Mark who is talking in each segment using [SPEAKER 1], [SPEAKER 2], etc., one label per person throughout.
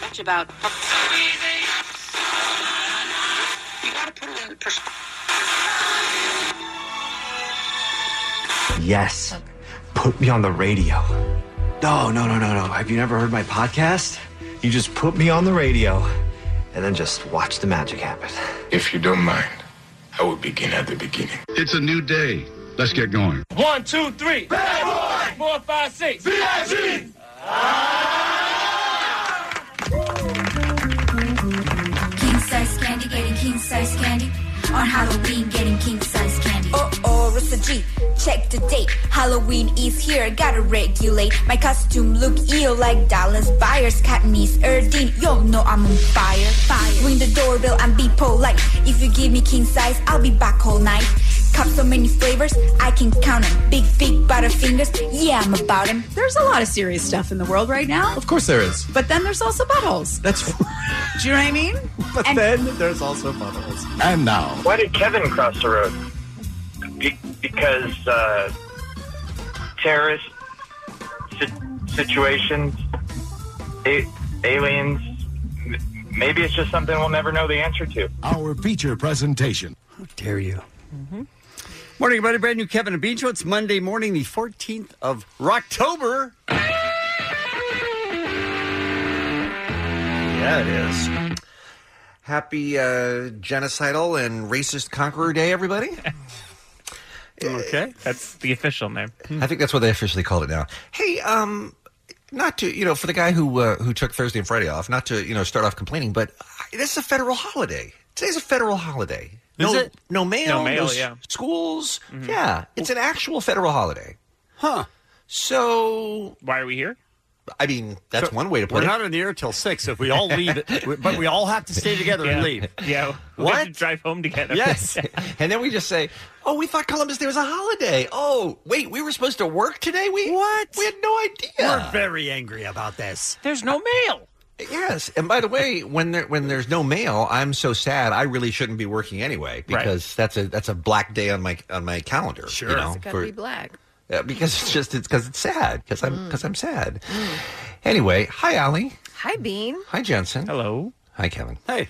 [SPEAKER 1] much about. You gotta put it in pers-
[SPEAKER 2] Yes. Put me on the radio. No, no, no, no, no. Have you never heard my podcast? You just put me on the radio and then just watch the magic happen.
[SPEAKER 3] If you don't mind, I will begin at the beginning.
[SPEAKER 4] It's a new day. Let's get going.
[SPEAKER 5] One, two, three. Bad boy. Four, five, six.
[SPEAKER 4] VIG!
[SPEAKER 6] King size candy, getting king size candy. On Halloween, getting king size candy. Oh, oh, it's a G. Check the date. Halloween is here, gotta regulate. My costume look ill like Dallas Buyers, Katniss Erdine. Yo, no, I'm on fire. fire. Ring the doorbell and be polite. If you give me king size, I'll be back all night. Cup so many flavors, I can count 'em. Big, big butterfingers, yeah, I'm about 'em.
[SPEAKER 7] There's a lot of serious stuff in the world right now,
[SPEAKER 8] Of course there is.
[SPEAKER 7] but then there's also buttholes.
[SPEAKER 8] That's
[SPEAKER 7] Do you know what I mean?
[SPEAKER 8] but
[SPEAKER 7] And-
[SPEAKER 8] then there's also buttholes. And now
[SPEAKER 9] Why did Kevin cross the road? Be- because uh, terrorist si- situations, a- aliens. m- Maybe it's just something we'll never know the answer to.
[SPEAKER 4] Our feature presentation.
[SPEAKER 8] How dare you? Morning, everybody. Brand new Kevin and Bean Show. It's Monday morning, the 14th of October. Yeah, it is.
[SPEAKER 10] Happy uh, genocidal and racist conqueror day, everybody. Uh,
[SPEAKER 5] Okay, that's the official name.
[SPEAKER 10] I think that's what they officially called it now. Hey, um, not to you know, for the guy who uh, who took Thursday and Friday off, not to you know start off complaining, but I- this is a federal holiday. Today's a federal holiday. no,
[SPEAKER 5] it?
[SPEAKER 10] no mail,
[SPEAKER 5] No mail,
[SPEAKER 10] s-
[SPEAKER 5] yeah. Mm-hmm.
[SPEAKER 10] schools. Yeah, it's an actual federal holiday.
[SPEAKER 8] Huh.
[SPEAKER 10] So,
[SPEAKER 5] Why are we here?
[SPEAKER 10] I mean, that's
[SPEAKER 8] So
[SPEAKER 10] one way to put
[SPEAKER 8] We're
[SPEAKER 10] it.
[SPEAKER 8] not in the air till 6 if we all leave, it, but we all have to stay together
[SPEAKER 5] Yeah.
[SPEAKER 8] and leave.
[SPEAKER 5] Yeah. We
[SPEAKER 10] What?
[SPEAKER 5] have to drive home together.
[SPEAKER 8] Yes.
[SPEAKER 10] and then we just say, "Oh, we thought Columbus Day was a holiday. Oh, wait, we were supposed to work today. We
[SPEAKER 8] What?
[SPEAKER 10] We had no idea.
[SPEAKER 8] We're very angry about this.
[SPEAKER 5] There's no mail.
[SPEAKER 10] Yes, and by the way, when there when there's no mail, I'm so sad. I really shouldn't be working anyway because that's a that's a black day on my on my calendar. Sure,
[SPEAKER 7] Gotta be black. Mm.
[SPEAKER 10] because it's just it's because it's sad because I'm because I'm sad.
[SPEAKER 11] Mm.
[SPEAKER 10] Anyway, hi Allie,
[SPEAKER 7] Hi, Bean.
[SPEAKER 10] hi Jensen,
[SPEAKER 5] Hello.
[SPEAKER 10] hi Kevin.
[SPEAKER 8] Hey,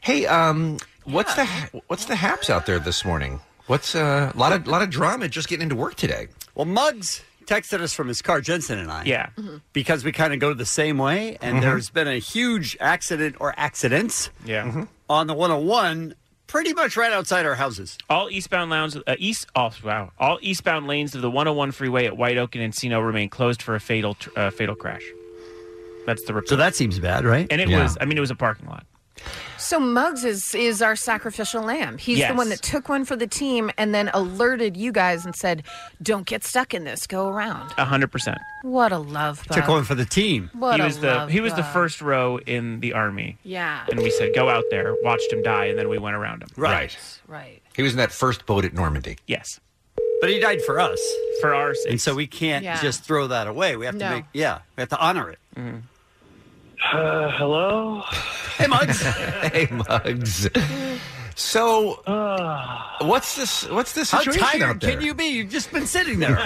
[SPEAKER 10] Hey, um, what's the ha- what's the haps out there this morning? What's uh, a lot of lot of drama just getting into work today?
[SPEAKER 8] well, Muggs texted us from his car, Jensen and I.
[SPEAKER 5] Yeah.
[SPEAKER 8] Because we kind of go the same way, and
[SPEAKER 10] Mm-hmm.
[SPEAKER 8] there's been a huge accident or accidents
[SPEAKER 5] Yeah.
[SPEAKER 10] Mm-hmm.
[SPEAKER 8] on the 101 pretty much right outside our houses.
[SPEAKER 5] All eastbound lanes, uh, east, oh, wow. All eastbound lanes of the 101 freeway at White Oak and Encino remain closed for a fatal, tr- uh, fatal crash. That's the report.
[SPEAKER 8] So that seems bad, right?
[SPEAKER 5] and it
[SPEAKER 10] Yeah.
[SPEAKER 5] was, I mean, it was a parking lot.
[SPEAKER 11] So Muggs is is our sacrificial lamb. He's
[SPEAKER 5] Yes.
[SPEAKER 11] the one that took one for the team and then alerted you guys and said, "Don't get stuck in this. Go around."
[SPEAKER 5] A hundred percent.
[SPEAKER 11] What a love bug.
[SPEAKER 8] Took one for the team.
[SPEAKER 11] What
[SPEAKER 5] He
[SPEAKER 11] a
[SPEAKER 5] was the,
[SPEAKER 11] love
[SPEAKER 5] he was the
[SPEAKER 11] bug.
[SPEAKER 5] first row in the army.
[SPEAKER 11] Yeah.
[SPEAKER 5] And we said, go out there, watched him die, and then we went around him.
[SPEAKER 10] Right.
[SPEAKER 11] Right.
[SPEAKER 10] He was in that first boat at Normandy.
[SPEAKER 5] Yes.
[SPEAKER 8] But he died for us.
[SPEAKER 5] For our sake.
[SPEAKER 8] And so we can't
[SPEAKER 11] Yeah.
[SPEAKER 8] just throw that away. We have to
[SPEAKER 11] No.
[SPEAKER 8] make, yeah, we have to honor it.
[SPEAKER 9] Mm-hmm. Uh, hello.
[SPEAKER 8] Hey, Muggs.
[SPEAKER 10] Hey, Mugs. So,
[SPEAKER 9] Uh.
[SPEAKER 10] what's this? What's this
[SPEAKER 8] How
[SPEAKER 10] situation out
[SPEAKER 8] tired
[SPEAKER 10] there?
[SPEAKER 8] can you be? You've just been sitting there.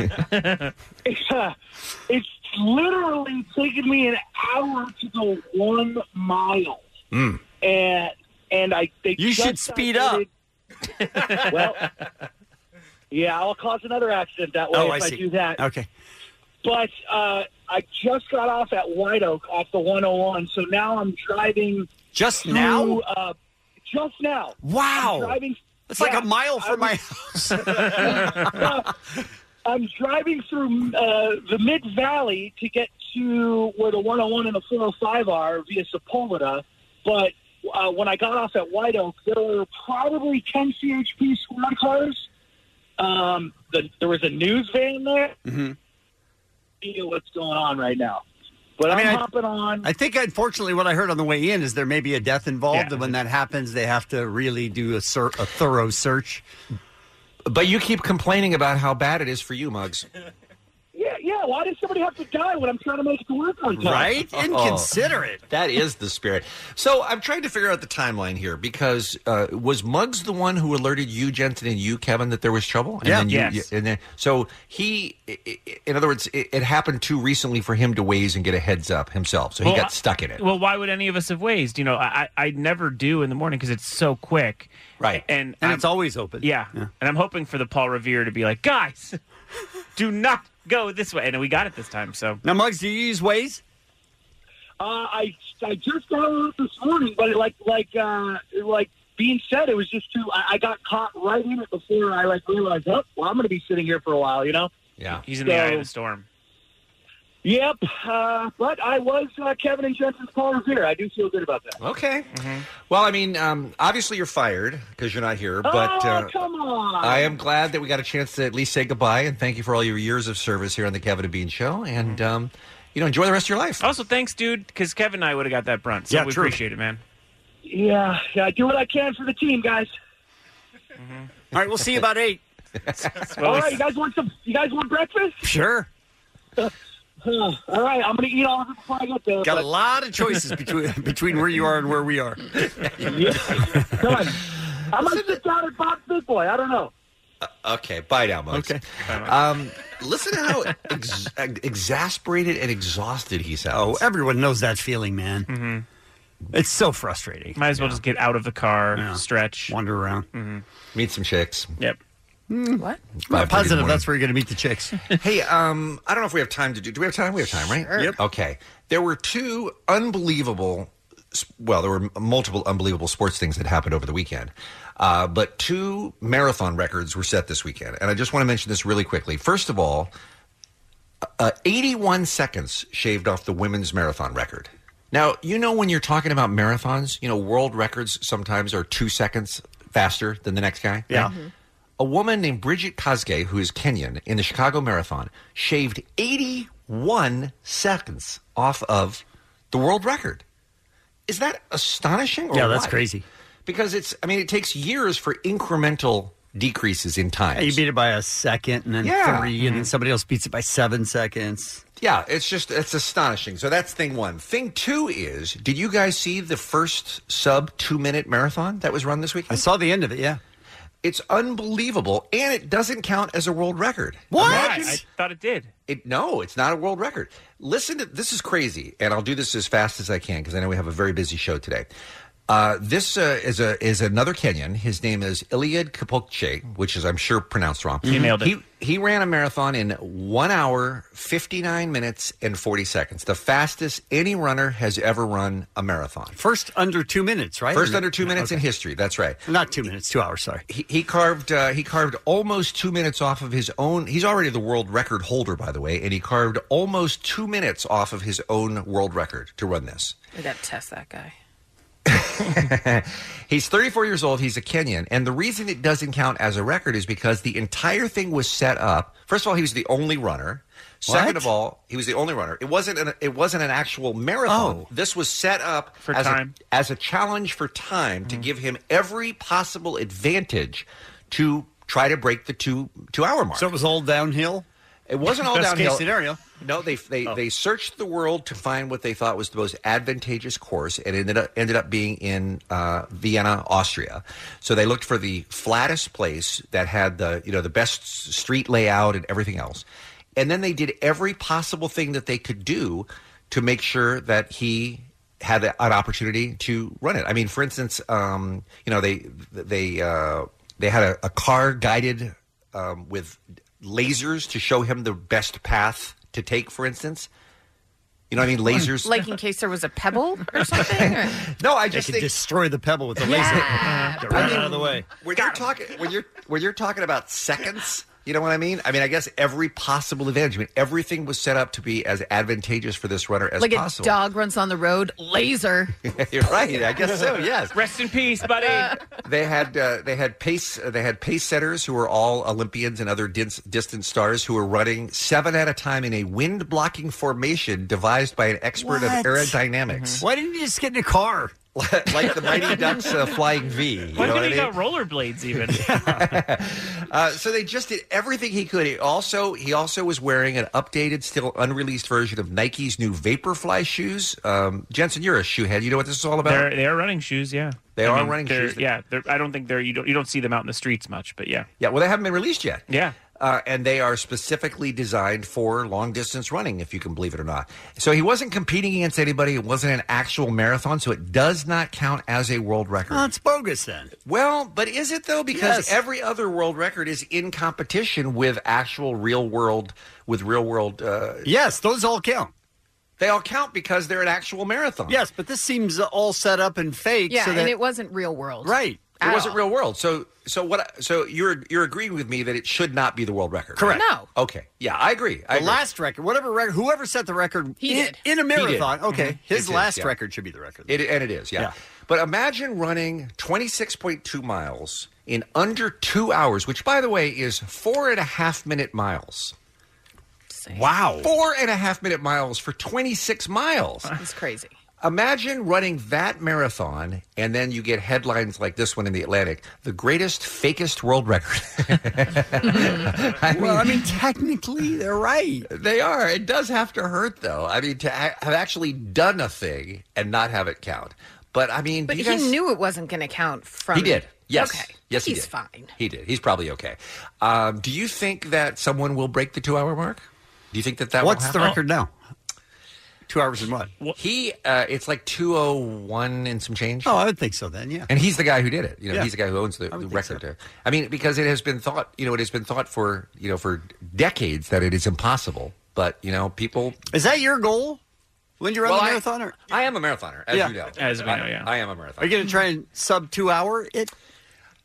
[SPEAKER 9] It's, uh, it's literally taken me an hour to go one mile,
[SPEAKER 10] Mm.
[SPEAKER 9] and and I they
[SPEAKER 8] You should
[SPEAKER 9] just
[SPEAKER 8] speed up.
[SPEAKER 9] updated- well, yeah, I'll cause another accident that way
[SPEAKER 8] Oh,
[SPEAKER 9] if
[SPEAKER 8] I
[SPEAKER 9] I,
[SPEAKER 8] see.
[SPEAKER 9] do that.
[SPEAKER 8] okay.
[SPEAKER 9] But uh, I just got off at White Oak off the 101, so now I'm driving
[SPEAKER 8] Just
[SPEAKER 9] through,
[SPEAKER 8] now?
[SPEAKER 9] Uh, just now, I'm
[SPEAKER 8] Wow.
[SPEAKER 9] driving.
[SPEAKER 8] It's like
[SPEAKER 9] yeah,
[SPEAKER 8] a mile
[SPEAKER 9] I
[SPEAKER 8] from my house.
[SPEAKER 9] I'm driving through uh, the Mid Valley to get to where the 101 and the 405 are via Sepulveda. But uh, when I got off at White Oak, there were probably 10 CHP squad cars. Um, the, there was a news van there.
[SPEAKER 8] Mhm.
[SPEAKER 9] You know what's going on right now. But
[SPEAKER 8] I
[SPEAKER 9] I
[SPEAKER 8] mean,
[SPEAKER 9] am
[SPEAKER 8] I-
[SPEAKER 9] hopping on.
[SPEAKER 8] I think, unfortunately, what I heard on the way in is there may be a death involved, and when that happens, they have to really do a, ser- a thorough search.
[SPEAKER 10] But you keep complaining about how bad it is for you, Muggs.
[SPEAKER 9] yeah, yeah. Why does somebody have to die when I'm trying to make it to work on time?
[SPEAKER 10] Inconsiderate. Oh. That is the spirit. So I'm trying to figure out the timeline here because uh, was Muggs the one who alerted you, Jensen, and you, Kevin, that there was trouble? And
[SPEAKER 12] Yeah.
[SPEAKER 10] Then you,
[SPEAKER 12] Yes.
[SPEAKER 10] you- and then so he, i- i- in other words, it, it happened too recently for him to waze and get a heads up himself. So he
[SPEAKER 5] Well,
[SPEAKER 10] got stuck in it.
[SPEAKER 5] Well, why would any of us have wazed? You know, I I I never do in the morning because it's so quick. Right. And
[SPEAKER 8] And it's always open.
[SPEAKER 5] Yeah. And I'm hoping for the Paul Revere to be like, guys, do not go this way. And we got it this time. So
[SPEAKER 8] now, Muggs, do you use Waze?
[SPEAKER 9] Uh, I I just got out this morning, but it, like like uh, like being said, it was just too. I, I got caught right in it before I like realized. Oh, well, I'm going to be sitting here for a while, you know.
[SPEAKER 10] Yeah.
[SPEAKER 5] He's in the eye of the
[SPEAKER 9] So-
[SPEAKER 5] storm.
[SPEAKER 9] Yep, uh, but I was uh, Kevin and Jensen's caller here. I do feel good about that.
[SPEAKER 10] Okay. Mm-hmm. Well, I mean, um, obviously you're fired because you're not here, but.
[SPEAKER 9] oh,
[SPEAKER 10] uh,
[SPEAKER 9] come on!
[SPEAKER 10] I am glad that we got a chance to at least say goodbye and thank you for all your years of service here on the Kevin and Bean Show. And, um, you know, enjoy the rest of your life.
[SPEAKER 5] Mm-hmm. Also, thanks, dude, because Kevin and I would have got that brunt. So
[SPEAKER 10] Yeah,
[SPEAKER 5] we
[SPEAKER 10] true.
[SPEAKER 5] appreciate it, man.
[SPEAKER 9] Yeah, yeah. I do what I can for the team, guys.
[SPEAKER 5] Mm-hmm.
[SPEAKER 8] All right, we'll see you about eight.
[SPEAKER 9] all right, you guys want some? You guys want breakfast?
[SPEAKER 8] Sure.
[SPEAKER 9] all right, I'm going to eat all of it before I get there.
[SPEAKER 8] Got a
[SPEAKER 9] but-
[SPEAKER 8] lot of choices between between where you are and where we are.
[SPEAKER 9] I might sit down at Bob's Big Boy. I don't know.
[SPEAKER 10] Okay, bye now, Muggs. Okay. Um, listen to how ex- exasperated and exhausted he sounds.
[SPEAKER 8] Oh, everyone knows that feeling, man. It's so frustrating.
[SPEAKER 5] Might as well just get out of the car, stretch,
[SPEAKER 8] wander around,
[SPEAKER 10] meet some chicks.
[SPEAKER 5] Yep.
[SPEAKER 11] What?
[SPEAKER 8] I'm positive that's where you're going to meet the chicks.
[SPEAKER 10] hey, um, I don't know if we have time to do. Do we have time? We have time, right?
[SPEAKER 8] Sure. Yep.
[SPEAKER 10] Okay. There were two unbelievable. Well, there were multiple unbelievable sports things that happened over the weekend, uh, but two marathon records were set this weekend, and I just want to mention this really quickly. First of all, uh, 81 seconds shaved off the women's marathon record. Now, you know, when you're talking about marathons, you know, world records sometimes are two seconds faster than the next guy. Yeah. A woman named Bridget Kosgei, who is Kenyan, in the Chicago Marathon, shaved 81 seconds off of the world record. Is that astonishing? Or
[SPEAKER 8] Yeah, that's
[SPEAKER 10] what?
[SPEAKER 8] crazy.
[SPEAKER 10] Because it's, I mean, it takes years for incremental decreases in time.
[SPEAKER 8] Yeah, you beat it by a second, and then
[SPEAKER 10] Yeah. Mm-hmm.
[SPEAKER 8] three, and then somebody else beats it by seven seconds.
[SPEAKER 10] Yeah, it's just it's astonishing. So that's thing one. Thing two is, did you guys see the first sub two minute marathon that was run this weekend? I
[SPEAKER 8] saw the end of it. Yeah,
[SPEAKER 10] it's unbelievable, and it doesn't count as a world record.
[SPEAKER 5] What?
[SPEAKER 10] Imagine-
[SPEAKER 5] I thought it did.
[SPEAKER 10] it, no, it's not a world record. Listen to this is crazy, and I'll do this as fast as I can because I know we have a very busy show today. Uh, this uh, is a is another Kenyan. His name is Iliad Kipokche, which is I'm sure pronounced wrong.
[SPEAKER 5] You nailed it.
[SPEAKER 10] He he ran a marathon in one hour, fifty nine minutes, and forty seconds. The fastest any runner has ever run a marathon.
[SPEAKER 8] First under two minutes, right?
[SPEAKER 10] First under two minutes in
[SPEAKER 8] Okay.
[SPEAKER 10] history. That's right.
[SPEAKER 8] Not two minutes, two hours. Sorry.
[SPEAKER 10] He, he carved uh, he carved almost two minutes off of his own. He's already the world record holder, by the way, and he carved almost two minutes off of his own world record to run this.
[SPEAKER 11] I got to test that guy.
[SPEAKER 10] He's 34 years old. He's a Kenyan, and the reason it doesn't count as a record is because the entire thing was set up. First of all, he was the only runner. Second
[SPEAKER 12] What?
[SPEAKER 10] of all, he was the only runner. It wasn't an it wasn't an actual marathon.
[SPEAKER 8] Oh.
[SPEAKER 10] This was set up
[SPEAKER 12] For
[SPEAKER 10] as a-
[SPEAKER 12] time.
[SPEAKER 10] as a challenge for time
[SPEAKER 8] Mm.
[SPEAKER 10] to give him every possible advantage to try to break the two two hour mark.
[SPEAKER 8] So it was all downhill.
[SPEAKER 10] It wasn't all
[SPEAKER 8] Best
[SPEAKER 10] downhill.
[SPEAKER 8] Case scenario. Oh.
[SPEAKER 10] No, they they, they searched the world to find what they thought was the most advantageous course, and it ended up ended up being in uh, Vienna, Austria. So they looked for the flattest place that had the you know the best s- street layout and everything else, and then they did every possible thing that they could do to make sure that he had a- an opportunity to run it. I mean, for instance, um, you know they they uh, they had a, a car guided um, with lasers to show him the best path to take. For instance, you know what I mean? Lasers.
[SPEAKER 11] Like in case there was a pebble or something? or-
[SPEAKER 10] no, I
[SPEAKER 8] They
[SPEAKER 10] just
[SPEAKER 8] could
[SPEAKER 10] think
[SPEAKER 8] destroy the pebble with a
[SPEAKER 10] Yeah.
[SPEAKER 8] laser. Get right out of the way.
[SPEAKER 10] when you're talking when you're when you're talking about seconds. You know what I mean? I mean, I guess every possible advantage. I mean, everything was set up to be as advantageous for this runner as
[SPEAKER 11] like
[SPEAKER 10] possible.
[SPEAKER 11] a dog runs on the road, laser.
[SPEAKER 10] You're right. I guess so. Yes.
[SPEAKER 5] Rest in peace, buddy.
[SPEAKER 10] They had uh, they had pace uh, they had pace setters who were all Olympians and other dis- distance stars who were running seven at a time in a wind blocking formation devised by an expert
[SPEAKER 8] What? Mm-hmm.
[SPEAKER 10] of aerodynamics.
[SPEAKER 8] Why didn't you just get in a car?
[SPEAKER 10] like the Mighty Ducks uh, flying V. You
[SPEAKER 5] Why
[SPEAKER 10] know
[SPEAKER 5] did
[SPEAKER 10] what I
[SPEAKER 5] he
[SPEAKER 10] mean?
[SPEAKER 5] got rollerblades even?
[SPEAKER 10] Uh, so they just did everything he could. He also he also was wearing an updated, still unreleased version of Nike's new Vaporfly shoes. Um, Jensen, you're a shoe head. You know what this is all about.
[SPEAKER 5] They're, they are running shoes, yeah.
[SPEAKER 10] They
[SPEAKER 5] I
[SPEAKER 10] are
[SPEAKER 5] mean,
[SPEAKER 10] running
[SPEAKER 5] they're-
[SPEAKER 10] shoes.
[SPEAKER 5] Yeah, they're, I don't think they're you don't you don't see them out in the streets much, but yeah.
[SPEAKER 10] Yeah, well, they haven't been released yet.
[SPEAKER 5] Yeah.
[SPEAKER 10] Uh, and they are specifically designed for long distance running, if you can believe it or not. So he wasn't competing against anybody. It wasn't an actual marathon, so it does not count as a world record.
[SPEAKER 8] Well, it's bogus then.
[SPEAKER 10] Well, but is it though? Because
[SPEAKER 8] Yes.
[SPEAKER 10] every other world record is in competition with actual real world, with real world. Uh,
[SPEAKER 8] yes, those all count.
[SPEAKER 10] They all count because they're an actual marathon.
[SPEAKER 8] Yes, but this seems all set up and fake.
[SPEAKER 11] Yeah,
[SPEAKER 8] so that,
[SPEAKER 11] and it wasn't real world.
[SPEAKER 8] Right.
[SPEAKER 10] It
[SPEAKER 11] At
[SPEAKER 10] wasn't
[SPEAKER 11] all.
[SPEAKER 10] real world. So, so what? So you're you're agreeing with me that it should not be the world record?
[SPEAKER 8] Correct.
[SPEAKER 11] No.
[SPEAKER 10] Okay. Yeah, I agree. I
[SPEAKER 8] the
[SPEAKER 10] agree.
[SPEAKER 8] last record, whatever record, whoever set the record
[SPEAKER 10] He
[SPEAKER 8] in,
[SPEAKER 10] did.
[SPEAKER 8] in a
[SPEAKER 10] He did.
[SPEAKER 8] marathon. Okay,
[SPEAKER 10] Mhm.
[SPEAKER 8] his
[SPEAKER 10] It is,
[SPEAKER 8] Mm-hmm. last
[SPEAKER 10] yeah.
[SPEAKER 8] record should be the record.
[SPEAKER 10] It, and it is, yeah. But imagine running 26.2 miles in under two hours, which, by the way, is four and a half minute miles.
[SPEAKER 8] Wow.
[SPEAKER 10] Four and a half minute miles for 26 miles.
[SPEAKER 11] It's crazy.
[SPEAKER 10] Imagine running that marathon, and then you get headlines like this one in the Atlantic the greatest, fakest world record.
[SPEAKER 8] well, I mean, technically, they're right.
[SPEAKER 10] They are. It does have to hurt, though. I mean, to ha- have actually done a thing and not have it count. But I mean, do
[SPEAKER 11] But
[SPEAKER 10] you
[SPEAKER 11] he
[SPEAKER 10] guys-
[SPEAKER 11] knew it wasn't going to count from.
[SPEAKER 10] He did. Yes.
[SPEAKER 11] Okay.
[SPEAKER 10] Yes, he
[SPEAKER 11] he's
[SPEAKER 10] did.
[SPEAKER 11] fine.
[SPEAKER 10] He did. He's probably okay. Um, do you think that someone will break the two-hour mark? Do you think that that?
[SPEAKER 8] What's the record now? Two hours and what?
[SPEAKER 10] He. Uh, it's like two oh one and some change.
[SPEAKER 8] Oh, I would think so then. Yeah.
[SPEAKER 10] And he's the guy who did it. You know,
[SPEAKER 8] Yeah.
[SPEAKER 10] he's the guy who owns the,
[SPEAKER 8] I would
[SPEAKER 10] the
[SPEAKER 8] think so.
[SPEAKER 10] record. I mean, because it has been thought. You know, it has been thought for you know for decades that it is impossible. But you know, people.
[SPEAKER 8] Is that your goal? When you run
[SPEAKER 10] Well,
[SPEAKER 8] the
[SPEAKER 10] I-
[SPEAKER 8] marathon? or-
[SPEAKER 10] I am a marathoner, as you know.
[SPEAKER 5] As we
[SPEAKER 10] I-
[SPEAKER 5] know, yeah.
[SPEAKER 10] I am a marathoner.
[SPEAKER 8] Are you going to try and sub two hour it?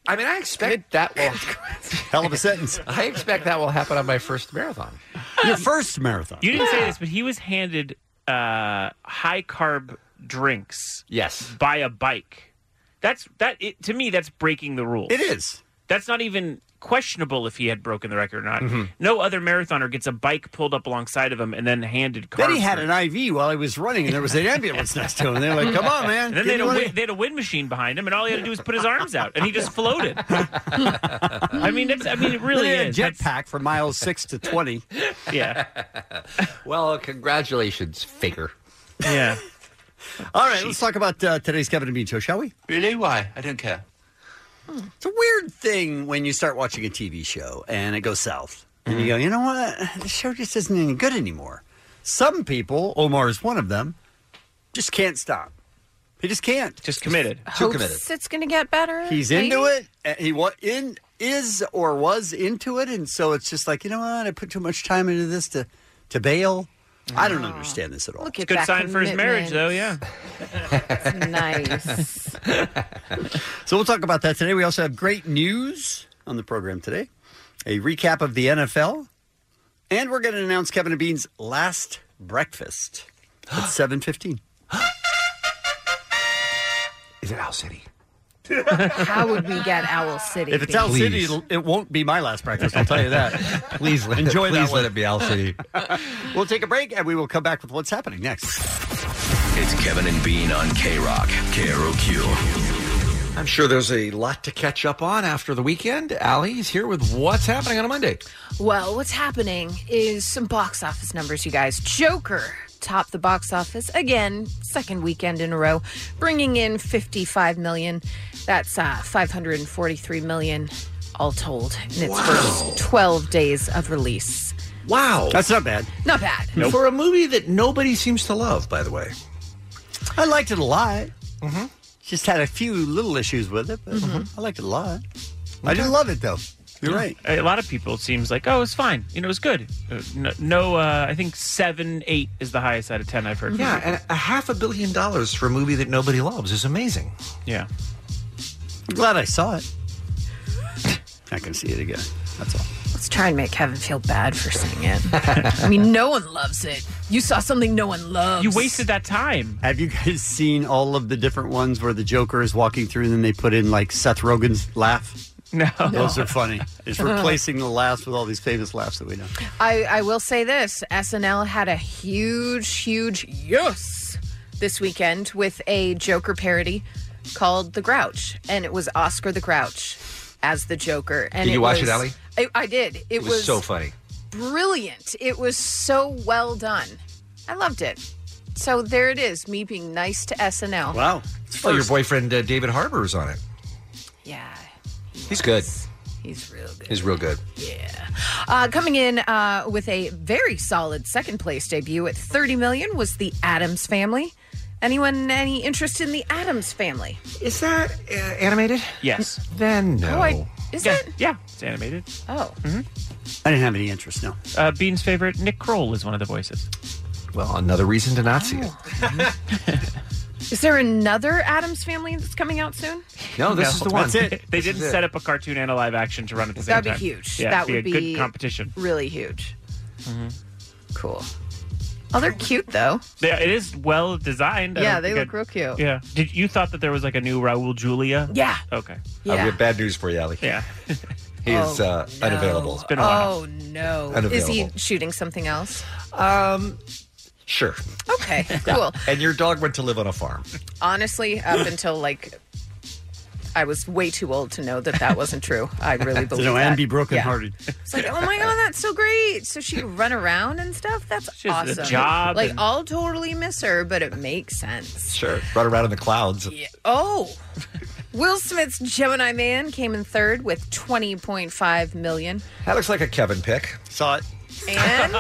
[SPEAKER 10] I mean, I expect that will.
[SPEAKER 8] Hell of a sentence.
[SPEAKER 10] I expect that will happen on my first marathon.
[SPEAKER 8] Your first marathon.
[SPEAKER 5] You didn't say this, but he was handed uh, high carb drinks.
[SPEAKER 10] Yes.
[SPEAKER 5] By a bike. That's that. It, to me, that's breaking the rules. It
[SPEAKER 8] is.
[SPEAKER 5] That's not even questionable if he had broken the record or not.
[SPEAKER 8] Mhm.
[SPEAKER 5] No other marathoner gets a bike pulled up alongside of him and then handed. Carbs
[SPEAKER 8] Then he had
[SPEAKER 5] for it.
[SPEAKER 8] an IV while he was running, and there was an ambulance next to him. They're like, "Come on, man!"
[SPEAKER 5] And
[SPEAKER 8] give
[SPEAKER 5] then they had,
[SPEAKER 8] me
[SPEAKER 5] a
[SPEAKER 8] one
[SPEAKER 5] win,
[SPEAKER 8] of-
[SPEAKER 5] they had a wind machine behind him, and all he had to do was put his arms out, and he just floated. I mean, that's, I mean, it really
[SPEAKER 8] They had
[SPEAKER 5] is.
[SPEAKER 8] a
[SPEAKER 5] That's-
[SPEAKER 8] jetpack from miles six to twenty.
[SPEAKER 5] yeah.
[SPEAKER 10] Well, congratulations, faker.
[SPEAKER 5] Yeah.
[SPEAKER 8] All right, let's talk about uh, today's Kevin and Bean show, shall we?
[SPEAKER 12] Really? Why? I don't care.
[SPEAKER 8] It's a weird thing when you start watching a TV show and it goes south,
[SPEAKER 5] Mm-hmm.
[SPEAKER 8] and you go, "You know what? The show just isn't any good anymore." Some people, Omar is one of them, just can't stop. He just can't.
[SPEAKER 5] Just committed.
[SPEAKER 8] Too
[SPEAKER 11] Hopes
[SPEAKER 8] committed.
[SPEAKER 11] it's going to get better.
[SPEAKER 8] He's
[SPEAKER 11] maybe?
[SPEAKER 8] into it. Uh, He wa- in is or was into it, and so it's just like you know what? I put too much time into this to to bail. I don't understand this at all.
[SPEAKER 11] Look at It's a good that sign for his marriage, though,
[SPEAKER 5] commitment.
[SPEAKER 11] nice.
[SPEAKER 8] so we'll talk about that today. We also have great news on the program today. A recap of the NFL, and we're going to announce Kevin and Bean's last breakfast at seven fifteen.
[SPEAKER 10] Is it Owl City?
[SPEAKER 11] How would we get Owl City?
[SPEAKER 8] If it's Owl
[SPEAKER 11] Bean?
[SPEAKER 8] City, it'll, it won't be my last breakfast. I'll tell you that.
[SPEAKER 10] Please let-
[SPEAKER 8] enjoy. that
[SPEAKER 10] please let
[SPEAKER 8] one.
[SPEAKER 10] it be Owl City.
[SPEAKER 8] we'll take a break, and we will come back with what's happening next.
[SPEAKER 13] It's Kevin and Bean on K Rock, KROQ.
[SPEAKER 10] I'm sure there's a lot to catch up on after the weekend. Allie's here with what's happening on a Monday.
[SPEAKER 11] Well, what's happening is some box office numbers, you guys. Joker topped the box office again, second weekend in a row, bringing in 55 million. That's uh, 543 million all told in its first 12 days of release.
[SPEAKER 10] Wow.
[SPEAKER 8] That's not bad.
[SPEAKER 11] Not bad.
[SPEAKER 10] For a movie that nobody seems to love, by the way.
[SPEAKER 8] I liked it a lot. Mm-hmm. Just had a few little issues with it, but
[SPEAKER 10] Mm-hmm.
[SPEAKER 8] I liked it a lot. I did love it though. You're right.
[SPEAKER 5] A lot of people it seems like, oh, it's fine. You know, it's good. Uh, No, no uh, I think seven, eight is the highest out of ten I've heard. from
[SPEAKER 10] Yeah,
[SPEAKER 5] people.
[SPEAKER 10] and a half a billion dollars for a movie that nobody loves is amazing.
[SPEAKER 5] yeah.
[SPEAKER 8] I'm glad I saw it. Not gonna see it again. That's all.
[SPEAKER 11] Let's try and make Kevin feel bad for saying it. I mean, no one loves it. You saw something no one loves.
[SPEAKER 5] You wasted that time.
[SPEAKER 8] Have you guys seen all of the different ones where the Joker is walking through and then they put in like Seth Rogen's laugh?
[SPEAKER 5] No.
[SPEAKER 8] Those are funny. It's replacing the laughs with all these famous laughs that we know.
[SPEAKER 11] I, I will say this SNL had a huge, huge yes this weekend with a Joker parody called The Grouch. And it was Oscar the Grouch as the Joker. And
[SPEAKER 10] Did you watch it,
[SPEAKER 11] was-
[SPEAKER 10] Ally?
[SPEAKER 11] I, I did. It,
[SPEAKER 10] It was, so funny.
[SPEAKER 11] brilliant. It was so well done. I loved it. So there it is, me being nice to SNL.
[SPEAKER 8] Wow.
[SPEAKER 10] Well, your boyfriend uh, David Harbour is on it.
[SPEAKER 11] Yeah.
[SPEAKER 10] He's good.
[SPEAKER 11] He's real good.
[SPEAKER 10] He's real good.
[SPEAKER 11] Uh, coming in uh, with a very solid second place debut at 30 million was the Adams Family. Anyone any interest in the Adams Family?
[SPEAKER 10] Is that uh, animated?
[SPEAKER 5] Yes.
[SPEAKER 10] Then
[SPEAKER 11] Oh, I, is
[SPEAKER 5] yeah,
[SPEAKER 11] it?
[SPEAKER 5] Yeah, it's animated.
[SPEAKER 11] Oh,
[SPEAKER 8] I didn't have any interest, no.
[SPEAKER 5] Uh, Bean's favorite, Nick Kroll, is one of the voices.
[SPEAKER 10] Well, another reason to not see it.
[SPEAKER 11] Oh. is there another Adams Family that's coming out soon?
[SPEAKER 10] No, this is the one.
[SPEAKER 5] That's it. They
[SPEAKER 10] This
[SPEAKER 5] didn't
[SPEAKER 10] is it.
[SPEAKER 5] set up a cartoon and a live action to run at the same
[SPEAKER 11] That'd be
[SPEAKER 5] time.
[SPEAKER 11] huge.
[SPEAKER 5] Yeah,
[SPEAKER 11] that
[SPEAKER 5] it'd
[SPEAKER 11] would
[SPEAKER 5] be
[SPEAKER 11] be
[SPEAKER 5] a good competition.
[SPEAKER 11] Really huge.
[SPEAKER 5] Mhm.
[SPEAKER 11] Cool. Oh, they're cute though.
[SPEAKER 5] Yeah, it is well designed. I
[SPEAKER 11] yeah,
[SPEAKER 5] don't
[SPEAKER 11] they
[SPEAKER 5] think
[SPEAKER 11] look real
[SPEAKER 5] I'd-
[SPEAKER 11] cute.
[SPEAKER 5] Yeah. Did you thought that there was like a new Raul Julia?
[SPEAKER 11] Yeah.
[SPEAKER 5] Okay.
[SPEAKER 11] Yeah.
[SPEAKER 10] I've got bad news for you, Allie.
[SPEAKER 5] Yeah.
[SPEAKER 10] he is uh, unavailable.
[SPEAKER 5] It's been
[SPEAKER 11] Oh no!
[SPEAKER 10] Unavailable.
[SPEAKER 11] Is he shooting something else?
[SPEAKER 10] Um, sure.
[SPEAKER 11] Okay, cool.
[SPEAKER 10] And your dog went to live on a farm.
[SPEAKER 11] honestly, up until like I was way too old to know that that wasn't true. I really believe
[SPEAKER 8] know,
[SPEAKER 11] that.
[SPEAKER 8] and be brokenhearted.
[SPEAKER 11] It's like, oh my god, that's so great! So she could run around and stuff. That's
[SPEAKER 10] She has a
[SPEAKER 11] awesome.
[SPEAKER 10] job
[SPEAKER 11] like
[SPEAKER 10] and-
[SPEAKER 11] I'll totally miss her, but it makes sense.
[SPEAKER 10] Sure. Run around in the clouds.
[SPEAKER 11] Oh, Will Smith's Gemini Man came in third with twenty point five million.
[SPEAKER 10] That looks like a Kevin pick.
[SPEAKER 8] Saw it.
[SPEAKER 11] And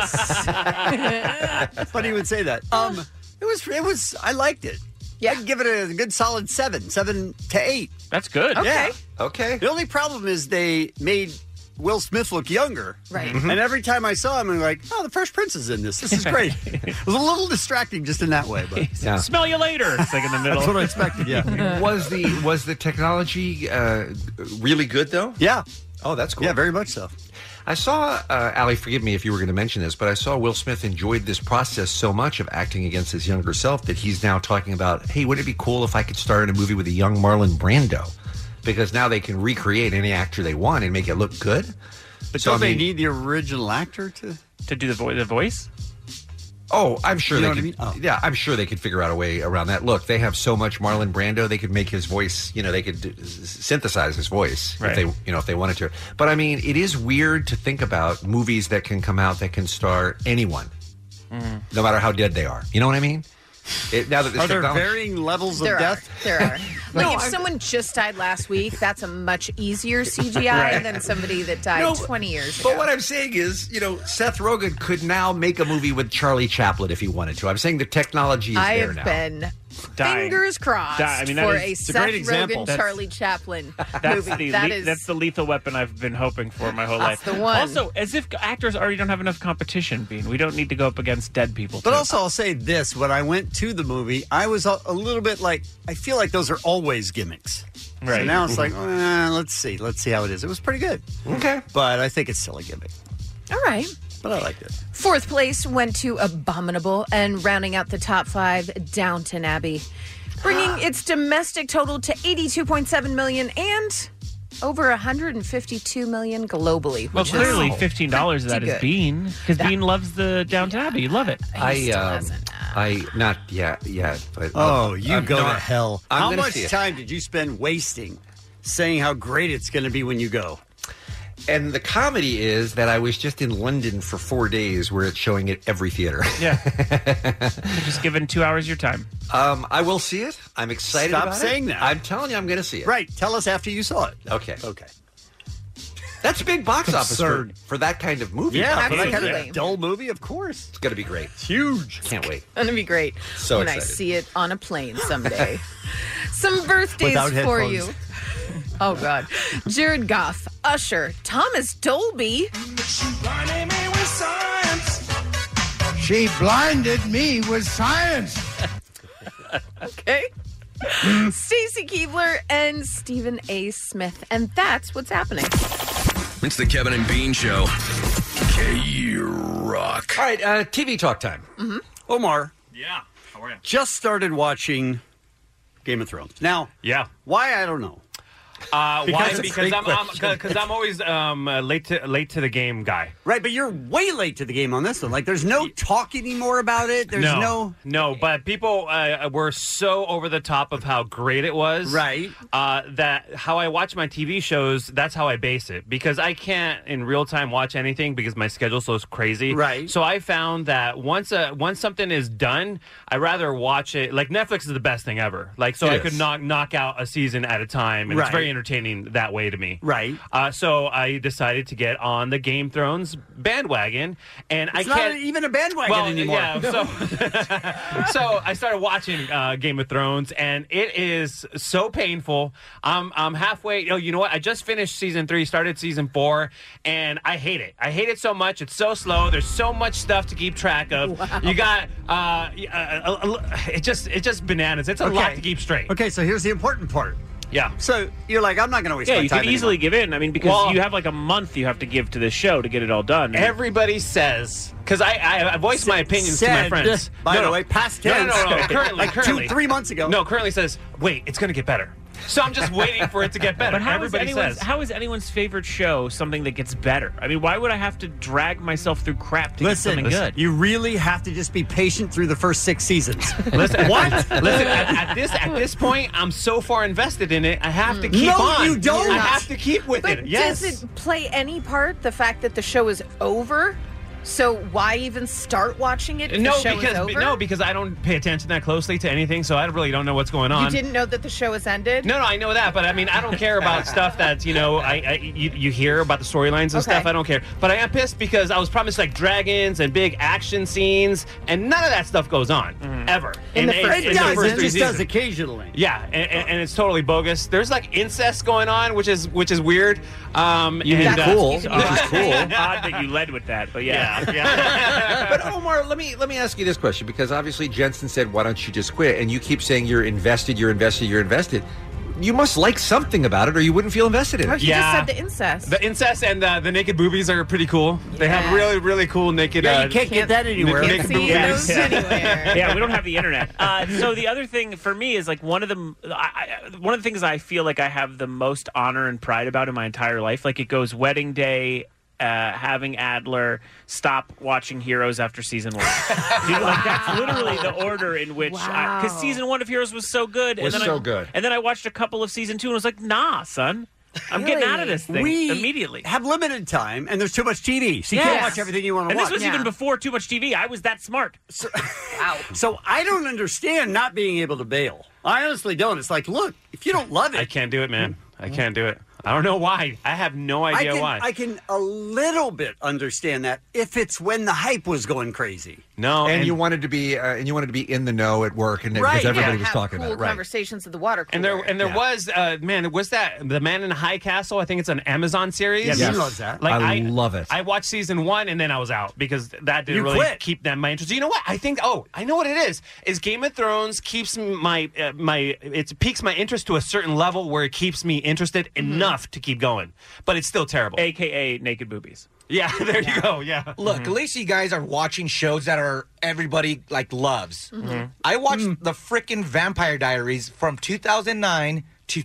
[SPEAKER 8] Funny you would say that. Um, it was, it was, I liked it. Yeah. I'd give it a good solid seven, seven to eight.
[SPEAKER 5] That's good.
[SPEAKER 8] Yeah.
[SPEAKER 10] Okay.
[SPEAKER 8] The only problem is they made Will Smith look younger. Mm-hmm.
[SPEAKER 11] Right.
[SPEAKER 8] And every time I saw him, I'm like, oh, the Fresh Prince is in this. This is great. it was a little distracting just in that way, but
[SPEAKER 10] Yeah.
[SPEAKER 5] Smell you later. It's like in the middle.
[SPEAKER 8] That's what I expected. Yeah.
[SPEAKER 10] was the was the technology uh, really good though?
[SPEAKER 8] Yeah.
[SPEAKER 10] Oh, that's cool. Yeah,
[SPEAKER 8] very much so.
[SPEAKER 10] I saw uh, Ali. Forgive me if you were going to mention this, but I saw Will Smith enjoyed this process so much of acting against his younger self that he's now talking about, "Hey, wouldn't it be cool if I could star in a movie with a young Marlon Brando?" Because now they can recreate any actor they want and make it look good.
[SPEAKER 8] But
[SPEAKER 10] So, I
[SPEAKER 8] don't they
[SPEAKER 10] mean-
[SPEAKER 8] need the original actor to?
[SPEAKER 5] to do the, vo- the voice?
[SPEAKER 10] Oh, I'm sure
[SPEAKER 8] You
[SPEAKER 10] they
[SPEAKER 8] know
[SPEAKER 10] could. Yeah, I'm sure they could figure out a way around that. Look, they have so much Marlon Brando; they could make his voice. You know, they could s- synthesize his voice
[SPEAKER 5] Right.
[SPEAKER 10] if they, you know, if they wanted to. But I mean, it is weird to think about movies that can come out that can star anyone, no matter how dead they are. You know what I mean? It, now that this
[SPEAKER 8] Are there
[SPEAKER 10] technology-
[SPEAKER 8] varying levels
[SPEAKER 11] There
[SPEAKER 8] of
[SPEAKER 11] are.
[SPEAKER 8] death?
[SPEAKER 11] There are. Like
[SPEAKER 8] No,
[SPEAKER 11] if
[SPEAKER 8] I'm-
[SPEAKER 11] someone just died last week, that's a much easier CGI
[SPEAKER 10] Right.
[SPEAKER 11] than somebody that died
[SPEAKER 10] No,
[SPEAKER 11] 20 years ago.
[SPEAKER 10] But what I'm saying is, you know, Seth Rogen could now make a movie with Charlie Chaplin if he wanted to. I'm saying the technology is
[SPEAKER 11] I
[SPEAKER 10] there
[SPEAKER 11] have
[SPEAKER 10] now.
[SPEAKER 11] been
[SPEAKER 10] Dying.
[SPEAKER 11] fingers crossed
[SPEAKER 10] Di- I mean, that
[SPEAKER 11] for
[SPEAKER 10] is-
[SPEAKER 11] a
[SPEAKER 10] it's a
[SPEAKER 11] Seth
[SPEAKER 10] great example.
[SPEAKER 11] Rogen,
[SPEAKER 5] That's-
[SPEAKER 11] Charlie Chaplin
[SPEAKER 5] That's
[SPEAKER 11] movie.
[SPEAKER 5] the
[SPEAKER 11] that
[SPEAKER 5] le-
[SPEAKER 11] is
[SPEAKER 5] that's the lethal weapon I've been hoping for my whole
[SPEAKER 11] That's
[SPEAKER 5] life.
[SPEAKER 11] the one.
[SPEAKER 5] Also, as if actors already don't have enough competition, Bean. We don't need to go up against dead people.
[SPEAKER 8] But
[SPEAKER 5] too.
[SPEAKER 8] also, I'll say this: when I went to the movie, I was a, a little bit like, I feel like those are always gimmicks.
[SPEAKER 5] Right.
[SPEAKER 8] So now it's like,
[SPEAKER 5] Mhm.
[SPEAKER 8] eh, let's see, let's see how it is. It was pretty good.
[SPEAKER 10] Okay.
[SPEAKER 8] But I think it's still a gimmick.
[SPEAKER 11] all right.
[SPEAKER 8] But I liked it.
[SPEAKER 11] Fourth place went to Abominable and rounding out the top five, Downton Abbey,
[SPEAKER 10] Ah.
[SPEAKER 11] bringing its domestic total to 82.7 million and over 152 million globally.
[SPEAKER 5] well,
[SPEAKER 11] which
[SPEAKER 5] clearly,
[SPEAKER 11] is
[SPEAKER 5] fifteen dollars of that
[SPEAKER 11] pretty
[SPEAKER 5] is
[SPEAKER 11] good.
[SPEAKER 5] Bean because Bean loves the Downton Abbey. You love it.
[SPEAKER 10] I um,
[SPEAKER 11] uh,
[SPEAKER 10] I not yet yet. But
[SPEAKER 8] Oh, you
[SPEAKER 10] I'm
[SPEAKER 8] go
[SPEAKER 10] not-
[SPEAKER 8] to hell!
[SPEAKER 10] I'm
[SPEAKER 8] how
[SPEAKER 10] gonna
[SPEAKER 8] much
[SPEAKER 10] see it.
[SPEAKER 8] time did you spend wasting saying how great it's going to be when you go?
[SPEAKER 10] And the comedy is that I was just in London for four days, where it's showing at every theater.
[SPEAKER 5] Yeah, just given two hours of your time.
[SPEAKER 10] Um, I will see it. I'm excited.
[SPEAKER 8] Stop
[SPEAKER 10] about it.
[SPEAKER 8] saying that.
[SPEAKER 10] I'm telling you, I'm going to see it.
[SPEAKER 8] Right. Tell us after you saw it.
[SPEAKER 10] Okay.
[SPEAKER 8] Okay.
[SPEAKER 10] That's big box office for,
[SPEAKER 8] Absurd.
[SPEAKER 10] for that kind of movie.
[SPEAKER 8] Yeah,
[SPEAKER 10] company.
[SPEAKER 8] for that kind of
[SPEAKER 11] Absolutely.
[SPEAKER 8] dull movie, of course.
[SPEAKER 10] It's going to be great. It's
[SPEAKER 8] huge.
[SPEAKER 10] Can't wait.
[SPEAKER 11] Gonna be great
[SPEAKER 10] So
[SPEAKER 11] when I
[SPEAKER 10] excited.
[SPEAKER 11] see it on a plane someday. Some birthdays
[SPEAKER 10] Without
[SPEAKER 11] for
[SPEAKER 10] headphones.
[SPEAKER 11] you. Oh God, Jared Goff, Usher, Thomas Dolby.
[SPEAKER 12] She blinded me with science.
[SPEAKER 11] Okay. Stacy Keebler and Stephen A. Smith, and that's what's happening.
[SPEAKER 13] It's the Kevin and Bean Show. K Rock.
[SPEAKER 8] All right, uh, TV talk time.
[SPEAKER 10] Mm-hmm.
[SPEAKER 8] Omar. Yeah.
[SPEAKER 14] Oh,
[SPEAKER 8] How are you? Just started watching Game of Thrones. Now, yeah. Why I don't know.
[SPEAKER 14] Uh, why? Because I'm, I'm, cause I'm always um, uh, late to late to the game guy.
[SPEAKER 8] Right, but you're way late to the game on this one. Like, there's no talk anymore about it. There's no.
[SPEAKER 14] no, But people uh, were so over the top of how great it was, right? Uh, that how I watch my TV shows, that's how I base it because I can't in real time watch anything because my schedule's so crazy, right? So I found that once uh once something is done, I rather watch it. Like Netflix is the best thing ever. Like, so
[SPEAKER 8] It
[SPEAKER 14] I
[SPEAKER 8] is.
[SPEAKER 14] could knock knock out a season at a time, and
[SPEAKER 8] Right.
[SPEAKER 14] it's very entertaining that way to me,
[SPEAKER 8] Right.
[SPEAKER 14] Uh, so I decided to get on the Game Thrones bandwagon, and
[SPEAKER 8] It's
[SPEAKER 14] I
[SPEAKER 8] not
[SPEAKER 14] can't
[SPEAKER 8] even a bandwagon
[SPEAKER 14] well,
[SPEAKER 8] anymore.
[SPEAKER 14] Yeah, so so I started watching uh, Game of Thrones, and it is so painful. I'm I'm halfway. Oh, you know what? I just finished season three, started season four, and I hate it. I hate it so much. It's so slow. There's so much stuff to keep track of. You got uh, y- uh, uh, uh, it just it just bananas. It's a lot
[SPEAKER 8] Okay.
[SPEAKER 14] to keep straight.
[SPEAKER 8] Okay, so here's the important part.
[SPEAKER 14] Yeah.
[SPEAKER 8] So you're like, I'm not going to waste
[SPEAKER 5] yeah,
[SPEAKER 8] my
[SPEAKER 5] you
[SPEAKER 8] time.
[SPEAKER 5] can easily
[SPEAKER 8] anymore.
[SPEAKER 5] give in. I mean, because
[SPEAKER 8] Well-
[SPEAKER 5] you have like a month you have to give to this show to get it all done.
[SPEAKER 14] Everybody says because I, I I voice my opinions to my
[SPEAKER 5] said,
[SPEAKER 14] friends.
[SPEAKER 5] by
[SPEAKER 14] No,
[SPEAKER 5] the
[SPEAKER 14] no.
[SPEAKER 5] way, past
[SPEAKER 14] No, no, no, no.
[SPEAKER 5] tense.
[SPEAKER 14] Currently,
[SPEAKER 5] Like two,
[SPEAKER 14] currently.
[SPEAKER 5] three
[SPEAKER 8] months ago.
[SPEAKER 14] No, currently says, wait, it's going to get better. So I'm just waiting for it to get better.
[SPEAKER 5] But how is
[SPEAKER 14] Everybody
[SPEAKER 5] anyone's,
[SPEAKER 14] says.
[SPEAKER 5] how is anyone's favorite show something that gets better? I mean, why would I have to drag myself through crap to
[SPEAKER 8] Listen,
[SPEAKER 5] get something good?
[SPEAKER 8] you really have to just be patient through the first six seasons.
[SPEAKER 14] Listen, Listen, at, at this at this point, I'm so far invested in it, I have to keep
[SPEAKER 8] No,
[SPEAKER 14] on.
[SPEAKER 8] you don't.
[SPEAKER 14] I have to keep with it. Yes.
[SPEAKER 11] Does it play any part the fact that the show is over? So why even start watching it? if
[SPEAKER 14] no,
[SPEAKER 11] the show
[SPEAKER 14] because
[SPEAKER 11] is over?
[SPEAKER 14] no, because I don't pay attention that closely to anything, so I really don't know what's going on.
[SPEAKER 11] you didn't know that the show has ended.
[SPEAKER 14] No, no, I know that, but I mean, I don't care about stuff that's you know, I, I you, you hear about the storylines and stuff. I don't care, but I am pissed because I was promised like dragons and big action scenes, and none of that stuff goes on ever.
[SPEAKER 8] In the
[SPEAKER 14] it-
[SPEAKER 8] first-
[SPEAKER 14] in
[SPEAKER 8] It
[SPEAKER 14] the
[SPEAKER 8] does,
[SPEAKER 14] first
[SPEAKER 8] it
[SPEAKER 14] three
[SPEAKER 8] just does
[SPEAKER 14] seasons.
[SPEAKER 8] occasionally.
[SPEAKER 14] Yeah, and, and, and it's totally bogus. There's like incest going on, which is which is weird. Um,
[SPEAKER 5] You mean
[SPEAKER 14] and,
[SPEAKER 5] cool, which is cool.
[SPEAKER 14] Odd
[SPEAKER 5] that you led with that, but yeah.
[SPEAKER 10] but Omar, let me let me ask you this question because obviously Jensen said, "Why don't you just quit?" And you keep saying you're invested, you're invested, you're invested. You must like something about it, or you wouldn't feel invested in
[SPEAKER 11] Or
[SPEAKER 10] it.
[SPEAKER 11] she Oh, just said the incest.
[SPEAKER 14] The incest and uh, the naked boobies are pretty cool. They have really, really cool naked.
[SPEAKER 5] Yeah, you
[SPEAKER 14] uh,
[SPEAKER 5] can't get that anywhere.
[SPEAKER 14] Naked
[SPEAKER 5] Can't see
[SPEAKER 14] boobies.
[SPEAKER 5] those anywhere. yeah, we don't have the internet. Uh, so the other thing for me is like one of the I, I, one of the things I feel like I have the most honor and pride about in my entire life. Like it goes wedding day. Uh, having Adler stop watching Heroes after season one. Dude, like, that's literally the order in which, because season one of Heroes was so good,
[SPEAKER 10] Was
[SPEAKER 5] and then
[SPEAKER 10] so
[SPEAKER 5] I,
[SPEAKER 10] good.
[SPEAKER 5] and then I watched a couple of season two and was like, nah, son, I'm getting out of this thing
[SPEAKER 8] We
[SPEAKER 5] immediately.
[SPEAKER 8] Have limited time, and there's too much TV, so you can't watch everything you want to
[SPEAKER 5] And
[SPEAKER 8] watch.
[SPEAKER 5] this was even before too much TV. I was that smart.
[SPEAKER 8] wow. So I don't understand not being able to bail. I honestly don't. It's like, look, if you don't love it, Hmm?
[SPEAKER 14] I can't do it, man. I can't do it. I don't know why. I have no
[SPEAKER 8] I
[SPEAKER 14] idea
[SPEAKER 8] can,
[SPEAKER 14] why.
[SPEAKER 8] I can a little bit understand that if it's when the hype was going crazy.
[SPEAKER 14] No,
[SPEAKER 10] and, you wanted to be uh, and you wanted to be in the know at work, and because
[SPEAKER 11] Right,
[SPEAKER 10] everybody
[SPEAKER 11] yeah,
[SPEAKER 10] was
[SPEAKER 11] have
[SPEAKER 10] talking
[SPEAKER 11] cool
[SPEAKER 10] about it, right?
[SPEAKER 11] Conversations at the water cooler.
[SPEAKER 14] And there and there was uh, man, was that the Man in the High Castle? I think it's an Amazon series.
[SPEAKER 10] Yes. Yes. Love that.
[SPEAKER 14] Like
[SPEAKER 10] I
[SPEAKER 14] I,
[SPEAKER 10] love it.
[SPEAKER 14] I watched season one and then I was out because that didn't
[SPEAKER 10] You
[SPEAKER 14] really
[SPEAKER 10] quit.
[SPEAKER 14] keep that my interest. You know what? I think oh, I know what it is. Is Game of Thrones keeps my uh, my it piques my interest to a certain level where it keeps me interested
[SPEAKER 11] Mm-hmm.
[SPEAKER 14] enough to keep going, but it's still terrible.
[SPEAKER 5] AKA naked boobies.
[SPEAKER 14] Yeah, there you go. Yeah.
[SPEAKER 15] Look, at least you guys are watching shows that are everybody like loves.
[SPEAKER 14] Mhm.
[SPEAKER 15] I watched the frickin' Vampire Diaries from 2009 to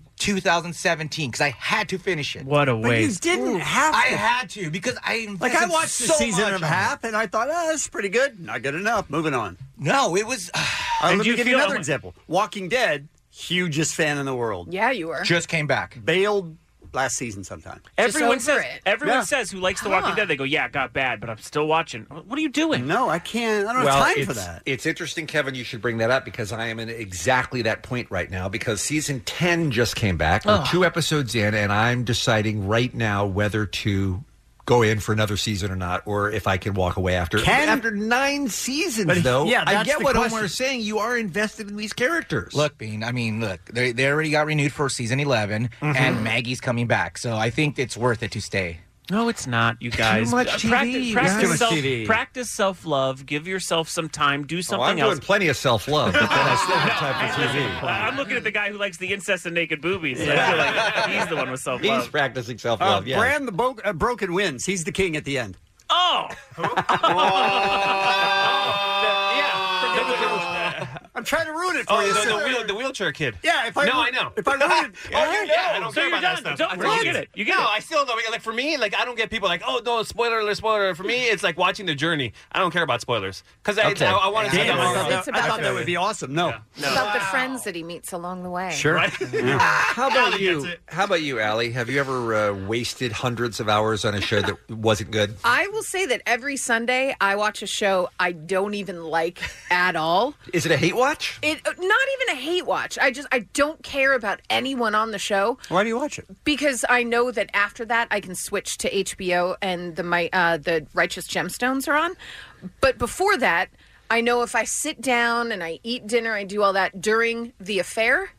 [SPEAKER 15] 2017 because I had to finish it.
[SPEAKER 5] What a
[SPEAKER 8] But you didn't have. To.
[SPEAKER 15] I had to because I
[SPEAKER 8] Like
[SPEAKER 15] invested
[SPEAKER 8] I watched
[SPEAKER 15] so
[SPEAKER 8] the season
[SPEAKER 15] much
[SPEAKER 8] of
[SPEAKER 15] on it.
[SPEAKER 8] Hap, and I thought, oh, that's pretty good. Not good enough. Moving on.
[SPEAKER 15] No, it was.
[SPEAKER 8] Uh,
[SPEAKER 15] And
[SPEAKER 8] let
[SPEAKER 15] do
[SPEAKER 8] me
[SPEAKER 15] you
[SPEAKER 8] give you
[SPEAKER 15] feel-
[SPEAKER 8] another example. Walking Dead, hugest fan in the world.
[SPEAKER 11] Yeah, you were.
[SPEAKER 15] Just came back.
[SPEAKER 8] Bailed last season sometime.
[SPEAKER 5] Everyone says everyone
[SPEAKER 8] Yeah.
[SPEAKER 5] says who likes The Walking Dead, they go, "Yeah, it got bad, but I'm still watching." What are you doing?
[SPEAKER 8] No, I can't. I don't
[SPEAKER 10] well, it's, It's interesting, Kevin, you should bring that up because I am in exactly that point right now because season 10 just came back. We're
[SPEAKER 15] Ugh.
[SPEAKER 10] two episodes in, and I'm deciding right now whether to go in for another season or not, or if I can walk away after. after nine seasons, though, I get what Omar's saying. You are invested in these characters.
[SPEAKER 15] Look, Bean, I mean, look, they, they already got renewed for season 11,
[SPEAKER 14] Mm-hmm.
[SPEAKER 10] Mhm.
[SPEAKER 15] and Maggie's coming back. So I think it's worth it to stay.
[SPEAKER 5] No, it's not, you guys.
[SPEAKER 10] much
[SPEAKER 5] Uh,
[SPEAKER 10] TV,
[SPEAKER 5] Practice,
[SPEAKER 10] you
[SPEAKER 5] practice
[SPEAKER 10] guys. Too much
[SPEAKER 5] self,
[SPEAKER 10] TV.
[SPEAKER 5] Practice self-love. Give yourself some time. Do
[SPEAKER 10] Oh,
[SPEAKER 5] something
[SPEAKER 10] I'm
[SPEAKER 5] else.
[SPEAKER 10] doing plenty of self love, but then I still have time for TV.
[SPEAKER 5] Uh, I'm looking at the guy who likes the incest and naked boobies. So
[SPEAKER 8] Yeah.
[SPEAKER 5] I feel like he's the one with self-love.
[SPEAKER 10] He's practicing self
[SPEAKER 8] Uh,
[SPEAKER 10] love. yeah.
[SPEAKER 8] Brand the bo- uh, broken wins. He's the king at the end.
[SPEAKER 5] Oh.
[SPEAKER 8] I'm trying to ruin it for
[SPEAKER 14] Oh,
[SPEAKER 8] you.
[SPEAKER 14] the, the,
[SPEAKER 8] sir.
[SPEAKER 14] wheel, the wheelchair kid.
[SPEAKER 8] Yeah, if I
[SPEAKER 14] no,
[SPEAKER 8] ru-
[SPEAKER 14] I know.
[SPEAKER 8] if I ruin it-
[SPEAKER 14] oh, you
[SPEAKER 8] Yeah.
[SPEAKER 14] know. I don't
[SPEAKER 8] So
[SPEAKER 14] care
[SPEAKER 8] you're
[SPEAKER 14] about that
[SPEAKER 8] done.
[SPEAKER 14] stuff.
[SPEAKER 8] Don't-
[SPEAKER 14] I
[SPEAKER 8] well,
[SPEAKER 14] forget
[SPEAKER 8] you get it. You get
[SPEAKER 14] no,
[SPEAKER 8] it.
[SPEAKER 14] I still don't. Like for me, like I don't get people like, oh no, spoiler alert, spoiler alert. For me, it's like watching the journey. I don't care about spoilers because
[SPEAKER 8] Okay.
[SPEAKER 14] I, I, want to.
[SPEAKER 8] Damn, I thought that- I thought that would be awesome. No.
[SPEAKER 11] About the friends that he meets along the way.
[SPEAKER 10] How about you? How about you, Allie? Have you ever uh, wasted hundreds of hours on a show that wasn't good?
[SPEAKER 11] I will say that every Sunday I watch a show I don't even like at all.
[SPEAKER 10] Is it a hate watch?
[SPEAKER 11] It uh, not even a hate watch. I just I don't care about anyone on the show
[SPEAKER 8] Why do you watch it?
[SPEAKER 11] because I know that after that I can switch to HBO and the my uh, the Righteous Gemstones are on. But before that, I know if I sit down and I eat dinner, I do all that during the affair.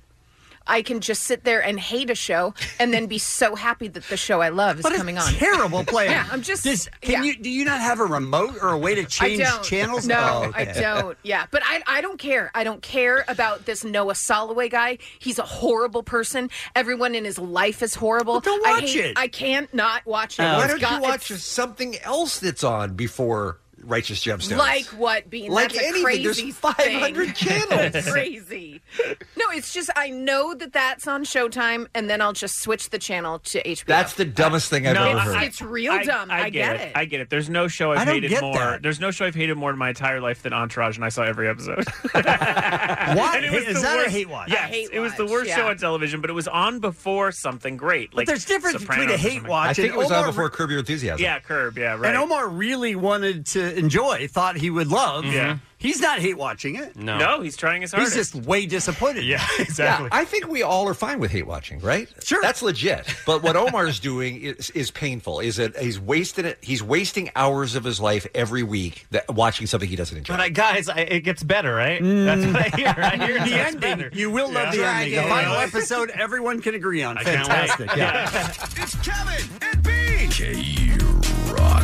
[SPEAKER 11] I can just sit there and hate a show and then be so happy that the show I love is
[SPEAKER 8] What a
[SPEAKER 11] coming on.
[SPEAKER 8] terrible plan.
[SPEAKER 11] Yeah, I'm just.
[SPEAKER 8] Does- can
[SPEAKER 11] yeah.
[SPEAKER 8] you do you not have a remote or a way to change
[SPEAKER 11] I don't.
[SPEAKER 8] channels?
[SPEAKER 11] No,
[SPEAKER 8] Oh, okay.
[SPEAKER 11] I don't. Yeah, but I, I don't care. I don't care about this Noah Soloway guy. He's a horrible person. Everyone in his life is horrible.
[SPEAKER 10] don't
[SPEAKER 11] I
[SPEAKER 10] watch
[SPEAKER 11] hate-
[SPEAKER 10] it. Oh.
[SPEAKER 11] I can't not watch it.
[SPEAKER 10] Why
[SPEAKER 11] It's
[SPEAKER 10] don't
[SPEAKER 11] got-
[SPEAKER 10] you watch something else that's on before Righteous
[SPEAKER 11] it's
[SPEAKER 10] Gemstones?
[SPEAKER 11] Like what being
[SPEAKER 10] Like
[SPEAKER 11] that's a
[SPEAKER 10] anything, there's
[SPEAKER 11] crazy
[SPEAKER 10] 500
[SPEAKER 11] thing.
[SPEAKER 10] channels.
[SPEAKER 11] That's crazy. No, it's just I know that that's on Showtime, and then I'll just switch the channel to HBO.
[SPEAKER 10] that's the dumbest thing I've
[SPEAKER 5] No,
[SPEAKER 10] ever
[SPEAKER 5] I-
[SPEAKER 10] heard.
[SPEAKER 5] I-
[SPEAKER 11] it's real
[SPEAKER 5] I-
[SPEAKER 11] dumb. I, get it.
[SPEAKER 5] I get it. There's no show I've
[SPEAKER 11] I don't
[SPEAKER 5] hated
[SPEAKER 11] get
[SPEAKER 5] more.
[SPEAKER 11] that.
[SPEAKER 5] There's no show I've hated more in my entire life than Entourage, and I saw every episode.
[SPEAKER 8] What?
[SPEAKER 5] And it was
[SPEAKER 8] Is
[SPEAKER 5] the
[SPEAKER 8] that a
[SPEAKER 5] worst-
[SPEAKER 8] hate watch?
[SPEAKER 5] Yes,
[SPEAKER 8] A hate
[SPEAKER 5] it was the
[SPEAKER 8] watch,
[SPEAKER 5] worst show
[SPEAKER 8] yeah.
[SPEAKER 5] on television, but it was on before something great.
[SPEAKER 8] But there's difference between
[SPEAKER 5] Sopranos
[SPEAKER 8] a
[SPEAKER 5] or
[SPEAKER 8] hate
[SPEAKER 5] something.
[SPEAKER 8] watch
[SPEAKER 10] I think
[SPEAKER 8] and
[SPEAKER 10] it was on
[SPEAKER 8] Omar-
[SPEAKER 10] before Curb Your Enthusiasm.
[SPEAKER 5] Yeah, Curb. Yeah, right.
[SPEAKER 8] And Omar really wanted to enjoy, thought he would love.
[SPEAKER 5] Yeah.
[SPEAKER 8] He's not hate watching it.
[SPEAKER 5] no. no, he's trying his
[SPEAKER 8] He's
[SPEAKER 5] hardest.
[SPEAKER 8] just way disappointed. Yeah,
[SPEAKER 10] Yeah, I think we all are fine with hate watching, right? Sure, that's legit. But what Omar's doing is is painful. Is that he's wasting it? He's wasting hours of his life every week that watching something he doesn't enjoy.
[SPEAKER 14] But I, guys, I, it gets better, right?
[SPEAKER 13] Mm.
[SPEAKER 14] That's what I hear. I hear it
[SPEAKER 8] The
[SPEAKER 14] gets
[SPEAKER 8] ending.
[SPEAKER 14] better.
[SPEAKER 8] You will love the
[SPEAKER 14] Yeah.
[SPEAKER 8] ending. The
[SPEAKER 14] Yeah.
[SPEAKER 8] final
[SPEAKER 14] Yeah.
[SPEAKER 8] episode everyone can agree on.
[SPEAKER 14] I can't wait.
[SPEAKER 8] Fantastic. Yeah.
[SPEAKER 13] It's Kevin and Bean. K Rock.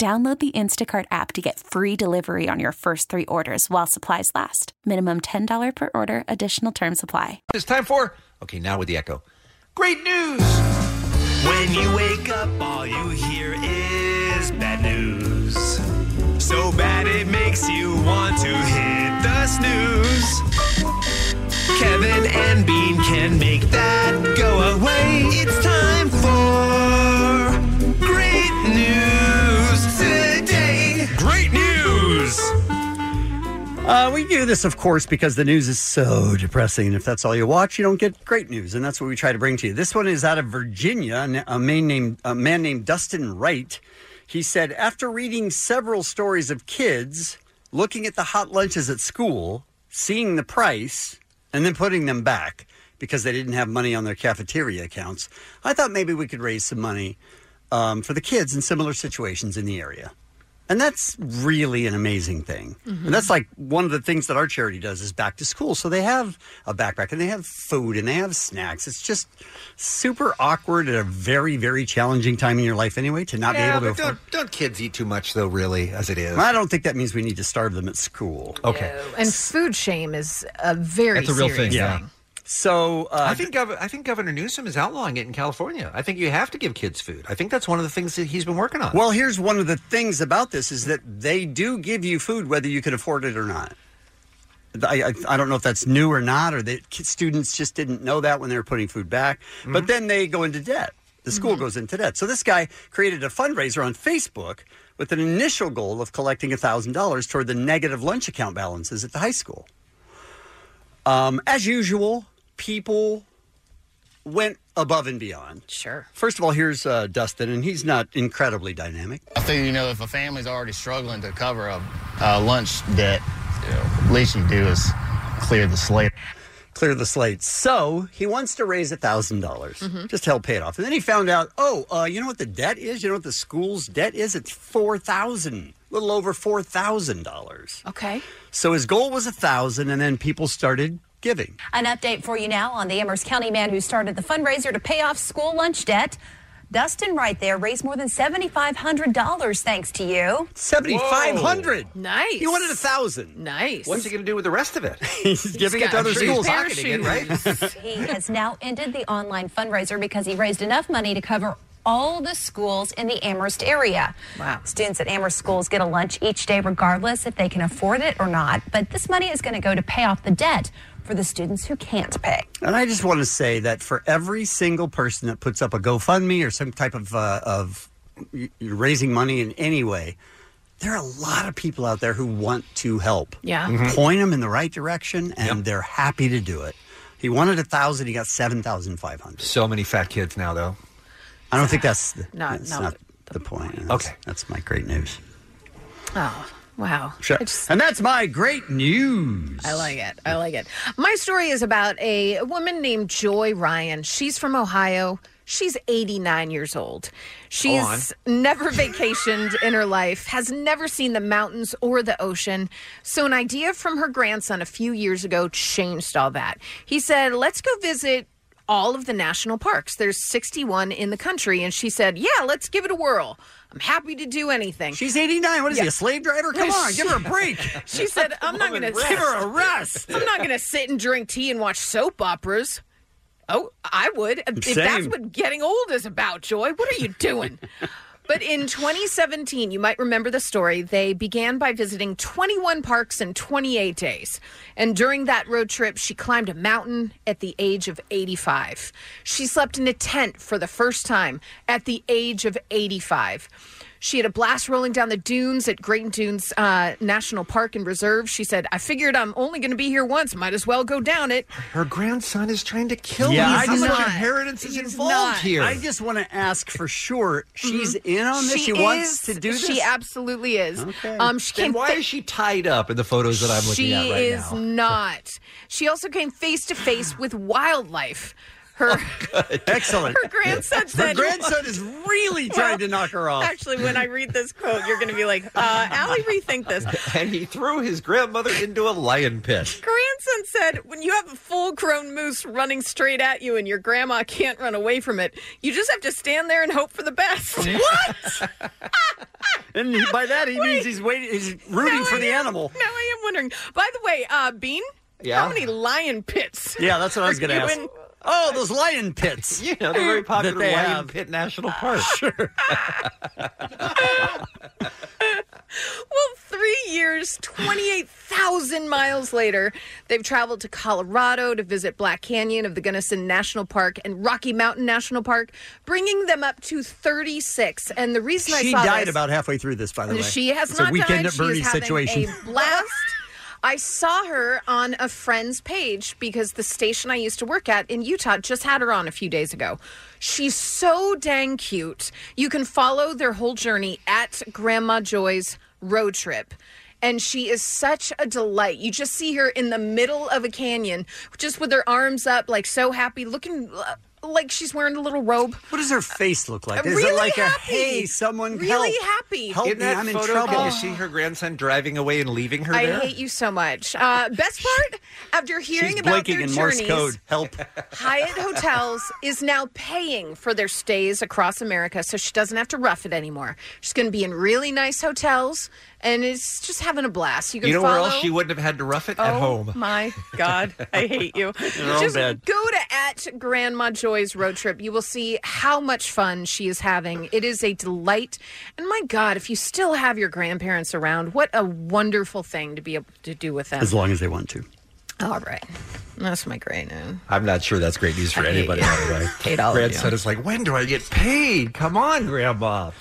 [SPEAKER 16] Download the Instacart app to get free delivery on your first three orders while supplies last. Minimum $10 per order, additional term supply.
[SPEAKER 10] It's time for okay. Now with the echo.
[SPEAKER 13] Great news! When you wake up, all you hear is bad news. So bad it makes you want to hit the snooze. Kevin and Bean can make that go away. It's time for great news today. Great news!
[SPEAKER 8] Uh, we do this, of course, because the news is so depressing. If that's all you watch, you don't get great news, and that's what we try to bring to you. This one is out of Virginia. and A man named a man named Dustin Wright. He said after reading several stories of kids looking at the hot lunches at school, seeing the price, and then putting them back because they didn't have money on their cafeteria accounts, I thought maybe we could raise some money um, for the kids in similar situations in the area. And that's really an amazing thing.
[SPEAKER 11] Mm-hmm.
[SPEAKER 8] And that's like one of the things that our charity does is back to school. So they have a backpack and they have food and they have snacks. It's just super awkward at a very, very challenging time in your life anyway to not
[SPEAKER 10] Yeah, but
[SPEAKER 8] be able to afford.
[SPEAKER 10] don't, don't kids eat too much though, really, as it is.
[SPEAKER 8] I don't think that means we need to starve them at school.
[SPEAKER 10] Okay.
[SPEAKER 11] and food shame is a very serious
[SPEAKER 8] So uh,
[SPEAKER 10] I think Gov- I think Governor Newsom is outlawing it in California. I think you have to give kids food. I think that's one of the things that he's been working on.
[SPEAKER 8] Well, here's one of the things about this is that they do give you food whether you can afford it or not. I, I, I don't know if that's new or not, or that ki- students just didn't know that when they were putting food back. But then they go into debt. The school goes into debt. So this guy created a fundraiser on Facebook with an initial goal of collecting $1,000 toward the negative lunch account balances at the high school. Um, as usual, people went above and beyond.
[SPEAKER 11] Sure.
[SPEAKER 8] First of all, here's uh, Dustin, and he's not incredibly dynamic.
[SPEAKER 6] I think you know if a family's already struggling to cover a, a lunch debt, you know, at least you do is clear the slate.
[SPEAKER 8] Clear the slate. So he wants to raise $1,000 dollars
[SPEAKER 11] Mm-hmm.
[SPEAKER 6] Mhm.
[SPEAKER 8] just to help pay it off. And then he found out, oh, uh, you know what the debt is? You know what the school's debt is? It's 4000 a little over $4,000.
[SPEAKER 11] Okay.
[SPEAKER 8] So his goal was 1000 and then people started giving.
[SPEAKER 17] An update for you now on the Amherst County man who started the fundraiser to pay off school lunch debt. Dustin, right there, raised more than $7,500 thanks to you.
[SPEAKER 8] 7,500.
[SPEAKER 11] Nice.
[SPEAKER 8] He wanted a thousand.
[SPEAKER 11] Nice.
[SPEAKER 10] What's he going to do with the rest of it?
[SPEAKER 8] He's giving it to other schools.
[SPEAKER 17] he has now ended the online fundraiser because he raised enough money to cover all the schools in the Amherst area. Wow. Students at Amherst schools get a lunch each day, regardless if they can afford it or not. But this money is going to go to pay off the debt for the students who can't pay.
[SPEAKER 8] And I just want to say that for every single person that puts up a GoFundMe or some type of uh, of y- y- raising money in any way, there are a lot of people out there who want to help.
[SPEAKER 11] Yeah.
[SPEAKER 10] Mm-hmm.
[SPEAKER 8] Point 'em Point them in the right direction, and they're happy to do it. He wanted a thousand. He got seven thousand five hundred.
[SPEAKER 10] So many fat kids now, though.
[SPEAKER 8] I don't think that's the,
[SPEAKER 11] Not-
[SPEAKER 8] that's
[SPEAKER 11] not
[SPEAKER 8] not the, point. okay, that's my great news.
[SPEAKER 11] Oh, wow.
[SPEAKER 8] Sure. And that's my great news.
[SPEAKER 11] I like it. I like it. My story is about a woman named Joy Ryan. She's from Ohio. She's 89 years old. She's never vacationed in her life, has never seen the mountains or the ocean. So, an idea from her grandson a few years ago changed all that. He said, Let's go visit all of the national parks. There's 61 in the country. And she said, Yeah, let's give it a whirl. I'm happy to do anything.
[SPEAKER 8] She's 89. What is
[SPEAKER 11] Yeah.
[SPEAKER 8] he, a slave driver? Come on, give her a break.
[SPEAKER 11] She said,
[SPEAKER 8] Let the
[SPEAKER 11] "I'm not going
[SPEAKER 8] woman
[SPEAKER 11] to
[SPEAKER 8] rest. Give her a rest.
[SPEAKER 11] I'm not going to sit and drink tea and watch soap operas." Oh, I would. If that's
[SPEAKER 8] Same.
[SPEAKER 11] what getting old is about, Joy, what are you doing? But in 2017, you might remember the story, they began by visiting 21 parks in 28 days. And during that road trip, she climbed a mountain at the age of 85. She slept in a tent for the first time at the age of 85. She had a blast rolling down the dunes at Great Dunes uh, National Park and Reserve. She said, I figured I'm only going to be here once. Might as well go down it.
[SPEAKER 10] Her grandson is trying to kill
[SPEAKER 8] Yeah,
[SPEAKER 10] me.
[SPEAKER 8] I
[SPEAKER 10] How
[SPEAKER 8] just
[SPEAKER 10] much
[SPEAKER 8] want-
[SPEAKER 10] inheritance is
[SPEAKER 11] He's
[SPEAKER 10] involved
[SPEAKER 11] not.
[SPEAKER 10] here?
[SPEAKER 8] I just want to ask for sure she's in on this. She,
[SPEAKER 11] Mm-hmm. She
[SPEAKER 8] wants
[SPEAKER 11] is-
[SPEAKER 8] to do this.
[SPEAKER 11] She absolutely is.
[SPEAKER 8] Okay.
[SPEAKER 11] Um, she
[SPEAKER 10] Then
[SPEAKER 11] came
[SPEAKER 10] why is she tied up in the photos that I'm looking
[SPEAKER 11] she
[SPEAKER 10] at right
[SPEAKER 11] is
[SPEAKER 10] now?
[SPEAKER 11] not. She also came face to face with wildlife. Her
[SPEAKER 8] Oh, Excellent.
[SPEAKER 11] her grandson
[SPEAKER 8] Her
[SPEAKER 11] said
[SPEAKER 8] grandson is really
[SPEAKER 11] Well,
[SPEAKER 8] trying to knock her off.
[SPEAKER 11] Actually, when I read this quote, you're going to be like, uh, "Allie, rethink this."
[SPEAKER 10] And he threw his grandmother into a lion pit.
[SPEAKER 11] Grandson said, "When you have a full-grown moose running straight at you and your grandma can't run away from it, you just have to stand there and hope for the best." what?
[SPEAKER 8] And he- by that he means he's waiting. He's rooting
[SPEAKER 11] Now
[SPEAKER 8] for
[SPEAKER 11] I
[SPEAKER 8] the
[SPEAKER 11] am-
[SPEAKER 8] animal.
[SPEAKER 11] Now I am wondering. By the way, uh, Bean,
[SPEAKER 8] Yeah?
[SPEAKER 11] how many lion pits?
[SPEAKER 8] Yeah, that's what I was
[SPEAKER 11] are
[SPEAKER 8] going to
[SPEAKER 11] you
[SPEAKER 8] ask.
[SPEAKER 11] in?
[SPEAKER 8] Oh, those lion pits.
[SPEAKER 10] you know, the very popular
[SPEAKER 8] that they
[SPEAKER 10] Lion
[SPEAKER 8] have.
[SPEAKER 10] Pit National Park.
[SPEAKER 8] Sure.
[SPEAKER 11] Well, three years, 28,000 miles later, they've traveled to Colorado to visit Black Canyon of the Gunnison National Park and Rocky Mountain National Park, bringing them up to 36. And the reason
[SPEAKER 8] She
[SPEAKER 11] I saw
[SPEAKER 8] died
[SPEAKER 11] this,
[SPEAKER 8] about halfway through this, by the way.
[SPEAKER 11] She has
[SPEAKER 8] it's
[SPEAKER 11] not
[SPEAKER 8] a weekend
[SPEAKER 11] died.
[SPEAKER 8] at Bernie's
[SPEAKER 11] she is
[SPEAKER 8] situation.
[SPEAKER 11] having a blast. I saw her on a friend's page because the station I used to work at in Utah just had her on a few days ago. She's so dang cute. You can follow their whole journey at Grandma Joy's road trip. And she is such a delight. You just see her in the middle of a canyon, just with her arms up, like so happy, looking uh, like she's wearing a little robe.
[SPEAKER 8] What does her face look like?
[SPEAKER 11] I'm
[SPEAKER 8] Is
[SPEAKER 11] really
[SPEAKER 8] it like
[SPEAKER 11] happy.
[SPEAKER 8] a hey, someone
[SPEAKER 11] Really
[SPEAKER 8] help.
[SPEAKER 11] happy.
[SPEAKER 8] Help
[SPEAKER 10] in
[SPEAKER 8] me,
[SPEAKER 10] that
[SPEAKER 8] I'm in
[SPEAKER 10] photo,
[SPEAKER 8] trouble.
[SPEAKER 10] Can you see her grandson driving away and leaving her
[SPEAKER 11] I
[SPEAKER 10] there?
[SPEAKER 11] hate you so much. Uh, best part, after hearing
[SPEAKER 10] She's
[SPEAKER 11] about
[SPEAKER 10] blinking
[SPEAKER 11] their
[SPEAKER 10] in Morse
[SPEAKER 11] journeys,
[SPEAKER 10] code.
[SPEAKER 8] Help.
[SPEAKER 11] Hyatt Hotels is now paying for their stays across America, so she doesn't have to rough it anymore. She's going to be in really nice hotels, and it's just having a blast. You can
[SPEAKER 10] You know where
[SPEAKER 11] follow.
[SPEAKER 10] else she wouldn't have had to rough it? at
[SPEAKER 11] Oh,
[SPEAKER 10] home.
[SPEAKER 11] My God, I hate you.
[SPEAKER 10] In her own
[SPEAKER 11] Just
[SPEAKER 10] bed.
[SPEAKER 11] go to at Grandma Joy's road trip. You will see how much fun she is having. It is a delight, and my God, if you still have your grandparents around, what a wonderful thing to be able to do with them.
[SPEAKER 8] As long as they want to.
[SPEAKER 11] All right, that's my great news.
[SPEAKER 10] I'm not sure that's great news for anybody. by the way.
[SPEAKER 11] Eight dollars,
[SPEAKER 10] Grandson
[SPEAKER 11] yeah.
[SPEAKER 10] is like, when do I get paid? Come on, Grandma.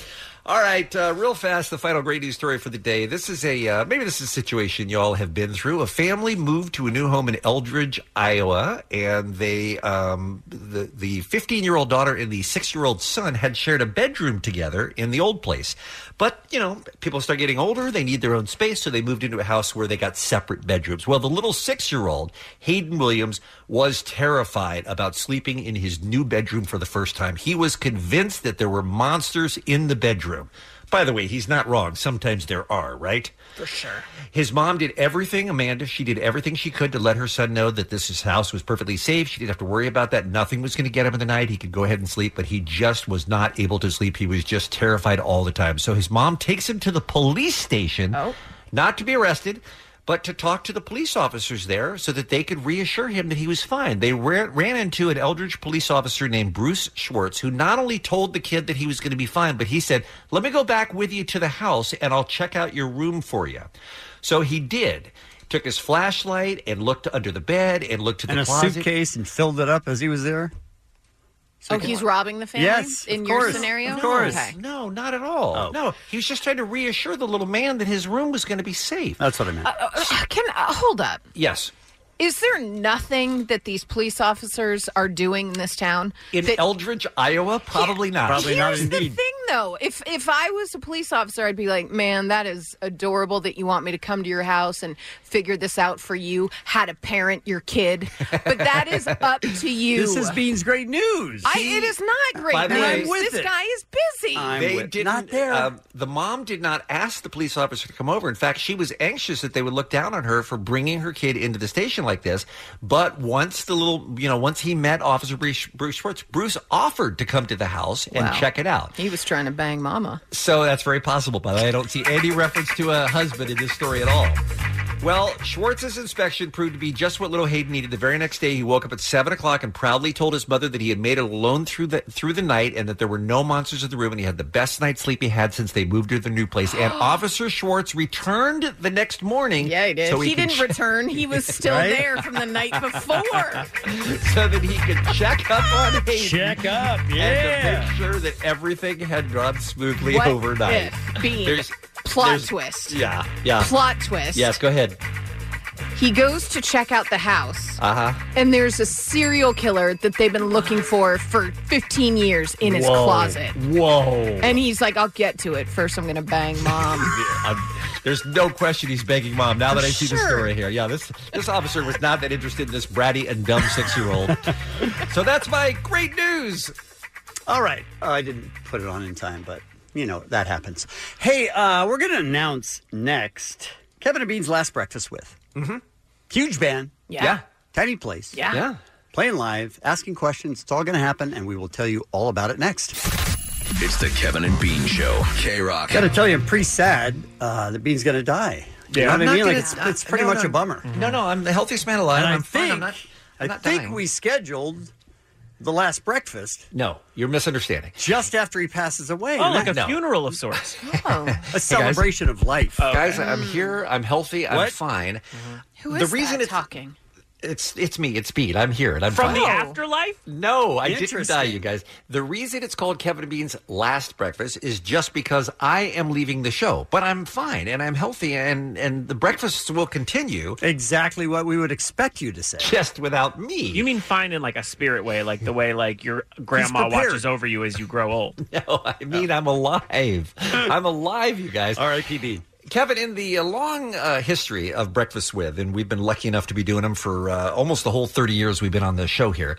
[SPEAKER 10] All right, uh, real fast, the final great news story for the day. This is a uh, maybe this is a situation y'all have been through. A family moved to a new home in Eldridge, Iowa, and they um, the the 15 year old daughter and the six year old son had shared a bedroom together in the old place. But you know, people start getting older; they need their own space, so they moved into a house where they got separate bedrooms. Well, the little six year old Hayden Williams was terrified about sleeping in his new bedroom for the first time. He was convinced that there were monsters in the bedroom. By the way, he's not wrong. Sometimes there are, right?
[SPEAKER 5] For sure.
[SPEAKER 10] His mom did everything, Amanda. She did everything she could to let her son know that this his house was perfectly safe. She didn't have to worry about that. Nothing was going to get him in the night. He could go ahead and sleep, but he just was not able to sleep. He was just terrified all the time. So his mom takes him to the police station, not to be arrested, but to talk to the police officers there so that they could reassure him that he was fine. They ran, ran into an Eldridge police officer named Bruce Schwartz, who not only told the kid that he was going to be fine, but he said, Let me go back with you to the house and I'll check out your room for you. So he did. Took his flashlight and looked under the bed and looked to the
[SPEAKER 8] and a
[SPEAKER 10] closet.
[SPEAKER 8] suitcase and filled it up as he was there.
[SPEAKER 11] Oh, he's robbing the family?
[SPEAKER 8] Yes,
[SPEAKER 11] In
[SPEAKER 8] of
[SPEAKER 11] your
[SPEAKER 8] course,
[SPEAKER 11] scenario?
[SPEAKER 8] of course. Oh.
[SPEAKER 11] Okay.
[SPEAKER 10] No, not at all. No, he was just trying to reassure the little man that his room was going to be safe.
[SPEAKER 8] That's what I meant.
[SPEAKER 11] Uh, uh, can uh, hold up.
[SPEAKER 10] yes.
[SPEAKER 11] Is there nothing that these police officers are doing in this town?
[SPEAKER 10] In
[SPEAKER 11] that-
[SPEAKER 10] Eldridge, Iowa? Probably not.
[SPEAKER 11] Here's the thing, though. If if I was a police officer, I'd be like, "Man, that is adorable that you want me to come to your house and figure this out for you, how to parent your kid." But that is up to you.
[SPEAKER 8] This is Bean's great news.
[SPEAKER 11] I, it is not great.
[SPEAKER 10] By the
[SPEAKER 11] news.
[SPEAKER 10] way- I'm with
[SPEAKER 11] this
[SPEAKER 10] it.
[SPEAKER 11] guy is busy.
[SPEAKER 10] they did not there. the mom did not ask the police officer to come over. In fact, she was anxious that they would look down on her for bringing her kid into the station like this. But once the little, you know, once he met Officer Bruce, Bruce Schwartz, Bruce offered to come to the house and
[SPEAKER 11] Wow.
[SPEAKER 10] check it out.
[SPEAKER 11] He was trying to bang mama.
[SPEAKER 10] So that's very possible, by the way. I don't see any reference to a husband in this story at all. Well, Schwartz's inspection proved to be just what little Hayden needed. The very next day, he woke up at seven o'clock and proudly told his mother that he had made it alone through the through the night and that there were no monsters in the room, and he had the best night's sleep he had since they moved to their new place. And Officer Schwartz returned the next morning. Yeah, he
[SPEAKER 11] did. he didn't return. He was still
[SPEAKER 10] Right?
[SPEAKER 11] there from the night before.
[SPEAKER 10] so that he could check up on Hayden.
[SPEAKER 13] Check up,
[SPEAKER 10] And
[SPEAKER 13] yeah.
[SPEAKER 10] to make sure that everything had gone smoothly
[SPEAKER 11] What
[SPEAKER 10] overnight.
[SPEAKER 11] if, Bean?
[SPEAKER 10] There's-
[SPEAKER 11] Plot
[SPEAKER 10] there's-
[SPEAKER 11] twist.
[SPEAKER 10] Yeah, yeah.
[SPEAKER 11] Plot twist.
[SPEAKER 10] Yes, go ahead.
[SPEAKER 11] He goes to check out the house.
[SPEAKER 10] Uh huh.
[SPEAKER 11] and there's a serial killer that they've been looking for for 15 years in his
[SPEAKER 10] Whoa.
[SPEAKER 11] closet.
[SPEAKER 10] Whoa.
[SPEAKER 11] And he's like, I'll get to it. First, I'm going to bang mom.
[SPEAKER 10] there's no question he's begging mom. Now that I see the
[SPEAKER 11] Sure.
[SPEAKER 10] story here, yeah, this this officer was not that interested in this bratty and dumb six year old. so that's my great news.
[SPEAKER 8] All right. Oh, I didn't put it on in time, but you know, that happens. Hey, uh, we're going to announce next Kevin and Bean's Last Breakfast with. Mm-hmm. Huge band.
[SPEAKER 11] Yeah. Yeah.
[SPEAKER 8] Tiny place.
[SPEAKER 11] Yeah. Yeah.
[SPEAKER 8] Playing live, asking questions. It's all going to happen, and we will tell you all about it next.
[SPEAKER 13] It's the Kevin and Bean Show. K Rock.
[SPEAKER 8] Got to tell you, I'm pretty sad uh, that Bean's going to die. You know what I mean? Like, it's, it's pretty much a bummer.
[SPEAKER 10] No, no, I'm the healthiest man alive.
[SPEAKER 8] And I
[SPEAKER 10] I'm fine. I'm
[SPEAKER 8] think-
[SPEAKER 10] not. I'm
[SPEAKER 8] I
[SPEAKER 10] not
[SPEAKER 8] think
[SPEAKER 10] dying.
[SPEAKER 8] we scheduled the last breakfast
[SPEAKER 10] No, you're misunderstanding.
[SPEAKER 8] just after he passes away.
[SPEAKER 10] Oh, like a No.
[SPEAKER 5] funeral of sorts.
[SPEAKER 8] a celebration of life.
[SPEAKER 10] Guys, I'm
[SPEAKER 11] Mm.
[SPEAKER 10] here. I'm healthy. I'm
[SPEAKER 8] Oh. What?
[SPEAKER 10] fine.
[SPEAKER 11] Who
[SPEAKER 10] is The reason that
[SPEAKER 11] it's talking?
[SPEAKER 10] It's it's me. It's Bean. I'm here and I'm
[SPEAKER 5] From
[SPEAKER 10] fine.
[SPEAKER 5] the afterlife?
[SPEAKER 10] No, I didn't die,
[SPEAKER 5] Interesting.
[SPEAKER 10] you guys. The reason it's called Kevin and Bean's Last Breakfast is just because I am leaving the show, but I'm fine and I'm healthy, and and the breakfasts will continue.
[SPEAKER 8] Exactly what we would expect you to say.
[SPEAKER 10] Just without me. You
[SPEAKER 5] mean fine in like a spirit way, like the way like your grandma
[SPEAKER 10] prepared.
[SPEAKER 5] watches over you as you grow old.
[SPEAKER 10] No, I mean I'm alive. I'm alive, you guys.
[SPEAKER 8] R.I.P.D.
[SPEAKER 10] Kevin, in the uh, long uh, history of Breakfast With, and we've been lucky enough to be doing them for uh, almost the whole 30 years we've been on the show here,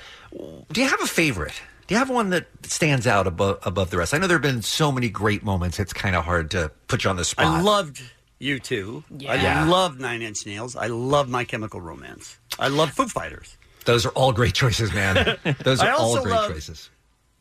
[SPEAKER 10] do you have a favorite? Do you have one that stands out above, above the rest? I know there have been so many great moments, it's kind of hard to put you on the spot.
[SPEAKER 8] I loved you two.
[SPEAKER 10] Yeah.
[SPEAKER 8] I love Nine Inch Nails. I love My Chemical Romance. I love Foo Fighters.
[SPEAKER 10] Those are all great choices, man. Those
[SPEAKER 8] I
[SPEAKER 10] are all
[SPEAKER 8] also
[SPEAKER 10] great
[SPEAKER 8] love-
[SPEAKER 10] choices.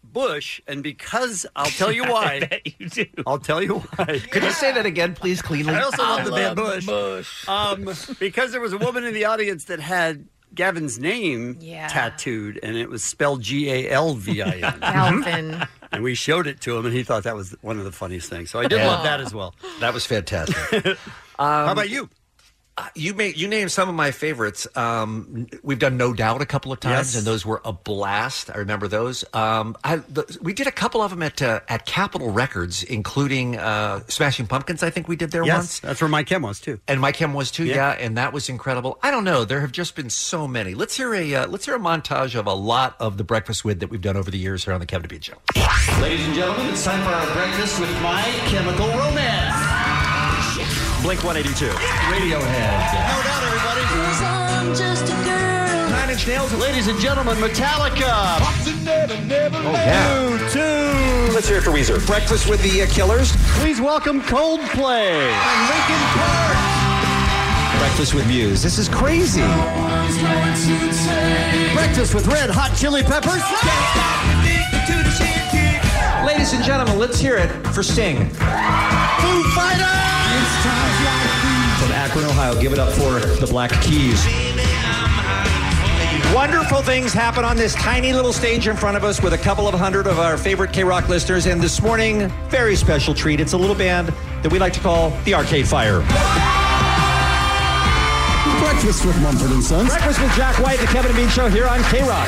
[SPEAKER 8] Bush, and because I'll tell you why.
[SPEAKER 10] I
[SPEAKER 5] you do.
[SPEAKER 8] I'll tell you why.
[SPEAKER 10] Could you say that again, please, cleanly?
[SPEAKER 8] I also love the band Bush. Um, because there was a woman in the audience that had Gavin's name
[SPEAKER 11] Yeah.
[SPEAKER 8] tattooed, and it was spelled G A L V I N.
[SPEAKER 11] Alvin.
[SPEAKER 8] And we showed it to him, and he thought that was one of the funniest things. So I did
[SPEAKER 10] Yeah.
[SPEAKER 8] love that as well.
[SPEAKER 10] That was fantastic.
[SPEAKER 8] How about you?
[SPEAKER 10] Um, Uh, you may you named some of my favorites. Um, we've done No Doubt a couple of times,
[SPEAKER 8] Yes.
[SPEAKER 10] and those were a blast. I remember those. Um, I the, we did a couple of them at uh, at Capitol Records, including uh, Smashing Pumpkins. I think we did there
[SPEAKER 8] yes,
[SPEAKER 10] once.
[SPEAKER 8] that's where my chem was too.
[SPEAKER 10] And my chem was too, yeah. and that was incredible. I don't know. There have just been so many. Let's hear a uh, let's hear a montage of a lot of the breakfast with that we've done over the years here on the Kevin DeBeat Show.
[SPEAKER 18] Ladies and gentlemen, it's time for our breakfast with My Chemical Romance.
[SPEAKER 10] Blink 182.
[SPEAKER 18] Radiohead. No doubt, everybody. I'm just a girl. Nine Inch Nails. Ladies and gentlemen, Metallica.
[SPEAKER 10] Oh, yeah.
[SPEAKER 18] Two,
[SPEAKER 10] Let's hear it for Weezer.
[SPEAKER 18] Breakfast with the uh, Killers. Please welcome Coldplay. And Linkin Park. Breakfast with Muse. This is crazy. Breakfast with Red Hot Chili Peppers. Ladies and gentlemen, let's hear it for Sting. Foo Fighters. From Akron, Ohio, give it up for the Black Keys. Wonderful things happen on this tiny little stage in front of us with a couple of hundred of our favorite K Rock listeners. And this morning, very special treat. It's a little band that we like to call the Arcade Fire. Breakfast with Mumford and Sons. Breakfast with Jack White, the Kevin and Bean Show here on K Rock.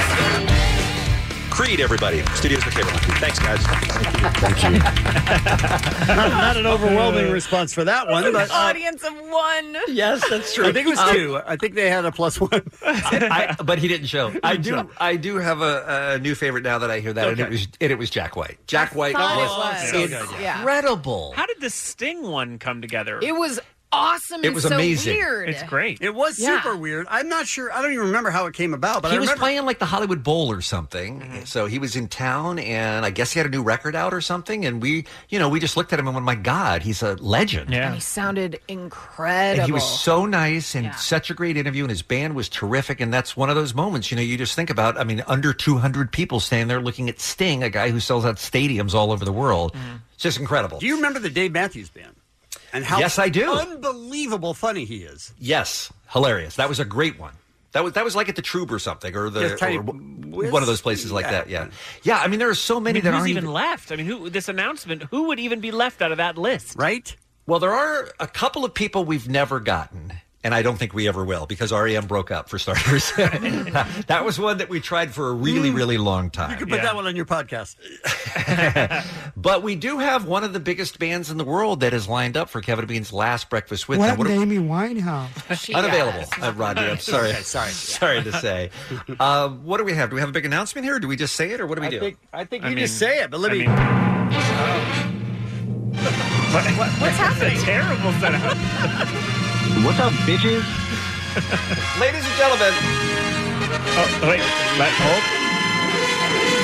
[SPEAKER 10] Creed, everybody. Studios with Cable. Thanks, guys.
[SPEAKER 8] not, not an overwhelming response for that one, but uh,
[SPEAKER 11] Audience of one.
[SPEAKER 8] yes, that's true. I think it was
[SPEAKER 10] Um,
[SPEAKER 8] two. I think they had a plus one.
[SPEAKER 10] I, but he didn't show. I do. I do have a, a new favorite now that I hear that, and it
[SPEAKER 5] Okay.
[SPEAKER 10] was and it was Jack White. Jack White
[SPEAKER 11] thought
[SPEAKER 10] was,
[SPEAKER 11] it was.
[SPEAKER 10] incredible.
[SPEAKER 11] Yeah.
[SPEAKER 10] incredible.
[SPEAKER 5] How did the Sting one come together?
[SPEAKER 11] It was awesome. and so Weird.
[SPEAKER 5] great.
[SPEAKER 8] It was
[SPEAKER 11] Yeah.
[SPEAKER 8] super weird. I'm not sure. I don't even remember how it came about, but
[SPEAKER 10] he
[SPEAKER 8] I
[SPEAKER 10] was
[SPEAKER 8] remember.
[SPEAKER 10] playing like the Hollywood Bowl or something. Mm-hmm. So he was in town, and I guess he had a new record out or something. And we, you know, we just looked at him and went, "My God, he's a legend."
[SPEAKER 11] And he sounded incredible.
[SPEAKER 10] And he was so nice and such a great interview, and his band was terrific. And that's one of those moments, you know, you just think about. I mean, under 200 people standing there looking at Sting, a guy who sells out stadiums all over the world.
[SPEAKER 8] Mm.
[SPEAKER 10] It's just incredible.
[SPEAKER 8] Do you remember the Dave Matthews Band? And how
[SPEAKER 10] Yes, I do.
[SPEAKER 8] Unbelievable funny he is.
[SPEAKER 10] Yes, hilarious. That was a great one. That was that was like at the Troop or something, or the
[SPEAKER 8] Yeah, Tiny
[SPEAKER 10] or w- one of those places like that. Yeah, yeah. I mean, there are so
[SPEAKER 5] I
[SPEAKER 10] many
[SPEAKER 5] mean,
[SPEAKER 10] that
[SPEAKER 5] who's
[SPEAKER 10] aren't
[SPEAKER 5] even left? I mean, who this announcement? Who would even be left out of that list?
[SPEAKER 8] Right.
[SPEAKER 10] Well, there are a couple of people we've never gotten. And I don't think we ever will because REM broke up for starters. that was one that we tried for a really, really long time. You
[SPEAKER 8] can put that one on your podcast.
[SPEAKER 10] But we do have one of the biggest bands in the world that is lined up for Kevin Bean's last breakfast with them. What a-
[SPEAKER 12] Amy Winehouse?
[SPEAKER 10] unavailable, uh, Rodney. I'm sorry, sorry, sorry to say. Um, what do we have? Do we have a big announcement here? Or do we just say it, or what do we
[SPEAKER 8] I
[SPEAKER 10] do?
[SPEAKER 8] think- I think you just say it, but let me-
[SPEAKER 5] What's happening? terrible setup.
[SPEAKER 10] What's up, bitches? Ladies and gentlemen.
[SPEAKER 5] Oh, wait. Let, hold.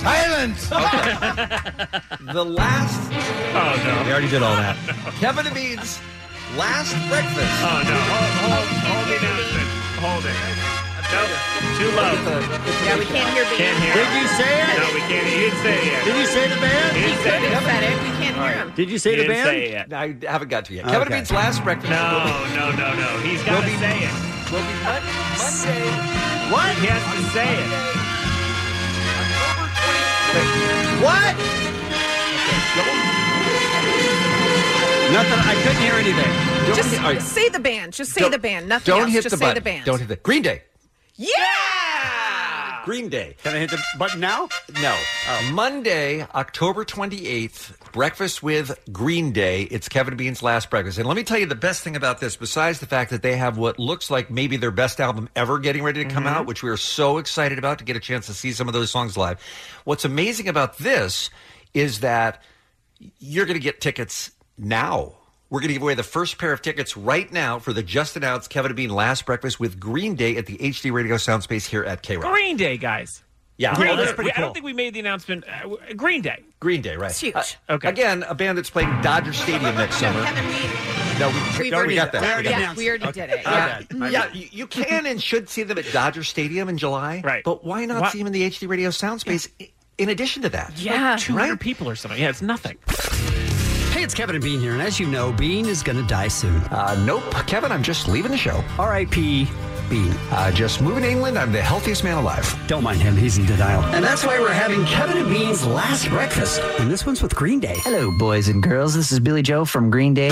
[SPEAKER 12] Silence.
[SPEAKER 10] the last.
[SPEAKER 5] Oh no.
[SPEAKER 10] We already did all that. Kevin and Bean's last breakfast.
[SPEAKER 5] Oh no! Hold, hold, hold the announcement. Hold it. No, too low.
[SPEAKER 11] Yeah, we can't hear Bean.
[SPEAKER 5] Can't hear.
[SPEAKER 8] Did you say it?
[SPEAKER 5] No, we can't. He didn't say it. Yet.
[SPEAKER 8] Did you say the band?
[SPEAKER 5] He didn't say it.
[SPEAKER 11] said it. We can't hear him.
[SPEAKER 8] Did you say
[SPEAKER 5] He
[SPEAKER 8] the
[SPEAKER 5] didn't
[SPEAKER 8] band?
[SPEAKER 5] say it yet.
[SPEAKER 10] I haven't got to yet. Kevin and Bean's last breakfast.
[SPEAKER 5] No, Oh, no, no, no. He's got to say it.
[SPEAKER 10] Will be Mon- Monday.
[SPEAKER 8] What?
[SPEAKER 5] He has to say it.
[SPEAKER 8] What? Nothing. I couldn't hear anything.
[SPEAKER 10] Don't
[SPEAKER 11] Just
[SPEAKER 10] hit- all right.
[SPEAKER 11] say the band. Just say
[SPEAKER 10] Don't-
[SPEAKER 11] the band. Nothing
[SPEAKER 10] Don't
[SPEAKER 11] else.
[SPEAKER 10] hit
[SPEAKER 11] Just
[SPEAKER 10] the
[SPEAKER 11] say
[SPEAKER 10] button.
[SPEAKER 11] the band.
[SPEAKER 10] Don't hit the Green Day.
[SPEAKER 11] yeah.
[SPEAKER 10] Green Day.
[SPEAKER 8] Ah. Can I hit the button now? Oh.
[SPEAKER 10] No. Monday, October 28th, Breakfast with Green Day. It's Kevin Bean's last breakfast. And let me tell you the best thing about this, besides the fact that they have what looks like maybe their best album ever getting ready to come
[SPEAKER 11] Mm-hmm.
[SPEAKER 10] out, which we are so excited about to get a chance to see some of those songs live. What's amazing about this is that you're going to get tickets now. We're going to give away the first pair of tickets right now for the just announced Kevin Bean Last Breakfast with Green Day at the HD Radio Soundspace here at K Rock.
[SPEAKER 5] Green Day, guys.
[SPEAKER 10] Yeah,
[SPEAKER 5] Green
[SPEAKER 10] well, that's
[SPEAKER 5] Day.
[SPEAKER 10] pretty
[SPEAKER 5] We- I
[SPEAKER 10] cool.
[SPEAKER 5] don't think we made the announcement. Uh, w- Green Day. Uh,
[SPEAKER 10] Green Day, right?
[SPEAKER 5] It's huge.
[SPEAKER 10] okay. Again, a band that's playing Dodger Stadium next summer. No, we,
[SPEAKER 11] We've
[SPEAKER 10] no, we
[SPEAKER 11] already-
[SPEAKER 10] got that.
[SPEAKER 11] we already Yeah, announced we already it. did it.
[SPEAKER 10] Uh,
[SPEAKER 11] Yeah.
[SPEAKER 10] yeah, you, you can and should see them at Dodger Stadium in July. Right. But why not
[SPEAKER 5] Why-
[SPEAKER 10] see them in the HD Radio Soundspace i- in addition to that?
[SPEAKER 5] Yeah. Like 200
[SPEAKER 10] right?
[SPEAKER 5] people or something. Yeah, it's nothing.
[SPEAKER 8] Hey, it's Kevin and Bean here, and as you know, Bean is going to die soon.
[SPEAKER 10] Uh, nope, Kevin, I'm just leaving the show.
[SPEAKER 8] R.I.P. be?
[SPEAKER 10] Uh, just moving to England. I'm the healthiest man alive.
[SPEAKER 8] Don't mind him. He's in denial.
[SPEAKER 19] And that's why we're having Kevin and Bean's last breakfast.
[SPEAKER 8] And this one's with Green Day.
[SPEAKER 19] Hello, boys and girls. This is Billy Joe from Green Day.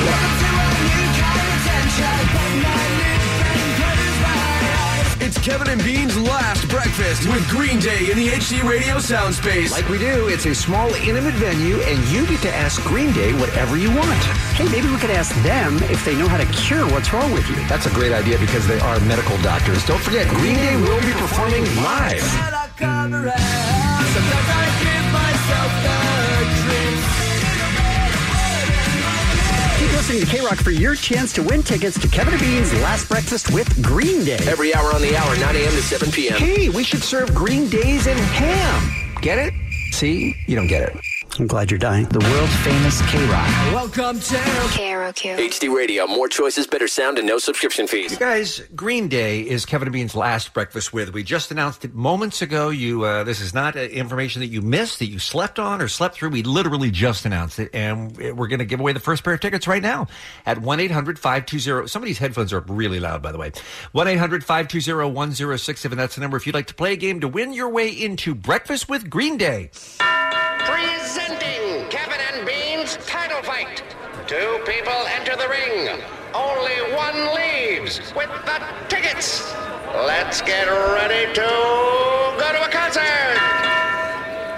[SPEAKER 4] It's Kevin and Bean's last breakfast with Green Day in the HD Radio sound space.
[SPEAKER 18] Like we do, it's a small, intimate venue, and you get to ask Green Day whatever you want.
[SPEAKER 19] Hey, maybe we could ask them if they know how to cure what's wrong with you.
[SPEAKER 18] That's a great idea because they are medical doctors. Don't forget, Green Day will be performing live.
[SPEAKER 19] Keep listening to K Rock for your chance to win tickets to Kevin and Bean's Last Breakfast with Green Day.
[SPEAKER 18] Every hour on the hour, 9 a.m. to 7 p.m. Hey, we should serve Green Days and ham. Get it? See, you don't get it.
[SPEAKER 19] I'm glad you're dying. The world famous K Rock.
[SPEAKER 18] Welcome to KROQ. HD Radio. More choices, better sound, and no subscription fees.
[SPEAKER 10] You guys, Green Day is Kevin and Bean's last breakfast with. We just announced it moments ago. You, uh, this is not uh, information that you missed, that you slept on or slept through. We literally just announced it, and we're going to give away the first pair of tickets right now at one 520 Somebody's headphones are up really loud, by the way. One 520 1067 That's the number if you'd like to play a game to win your way into breakfast with Green Day.
[SPEAKER 20] Presenting Kevin and Bean's title fight. Two people enter the ring. Only one leaves with the tickets. Let's get ready to go to a concert.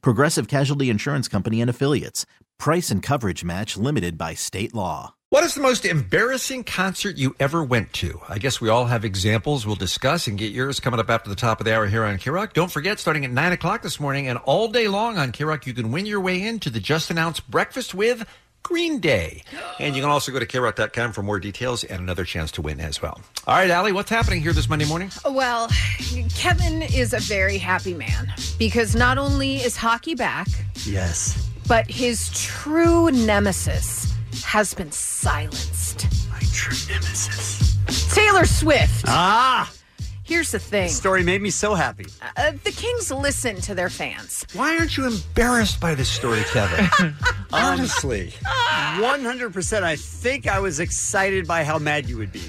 [SPEAKER 7] Progressive Casualty Insurance Company and Affiliates. Price and coverage match limited by state law.
[SPEAKER 10] What is the most embarrassing concert you ever went to? I guess we all have examples we'll discuss and get yours coming up after the top of the hour here on K Rock. Don't forget, starting at 9 o'clock this morning and all day long on K Rock, you can win your way into the just announced breakfast with Green Day. And you can also go to krock.com for more details and another chance to win as well. All right, Allie, what's happening here this Monday morning?
[SPEAKER 11] Well, Kevin is a very happy man because not only is hockey back,
[SPEAKER 8] Yes.
[SPEAKER 11] but his true nemesis has been silenced. My true nemesis. Taylor Swift.
[SPEAKER 8] Ah.
[SPEAKER 11] Here's the thing.
[SPEAKER 8] This story made me so happy.
[SPEAKER 11] Uh, the Kings listen to their fans.
[SPEAKER 10] Why aren't you embarrassed by this story, Kevin?
[SPEAKER 8] Honestly.
[SPEAKER 10] ah.
[SPEAKER 8] 100%. I think I was excited by how mad you would be.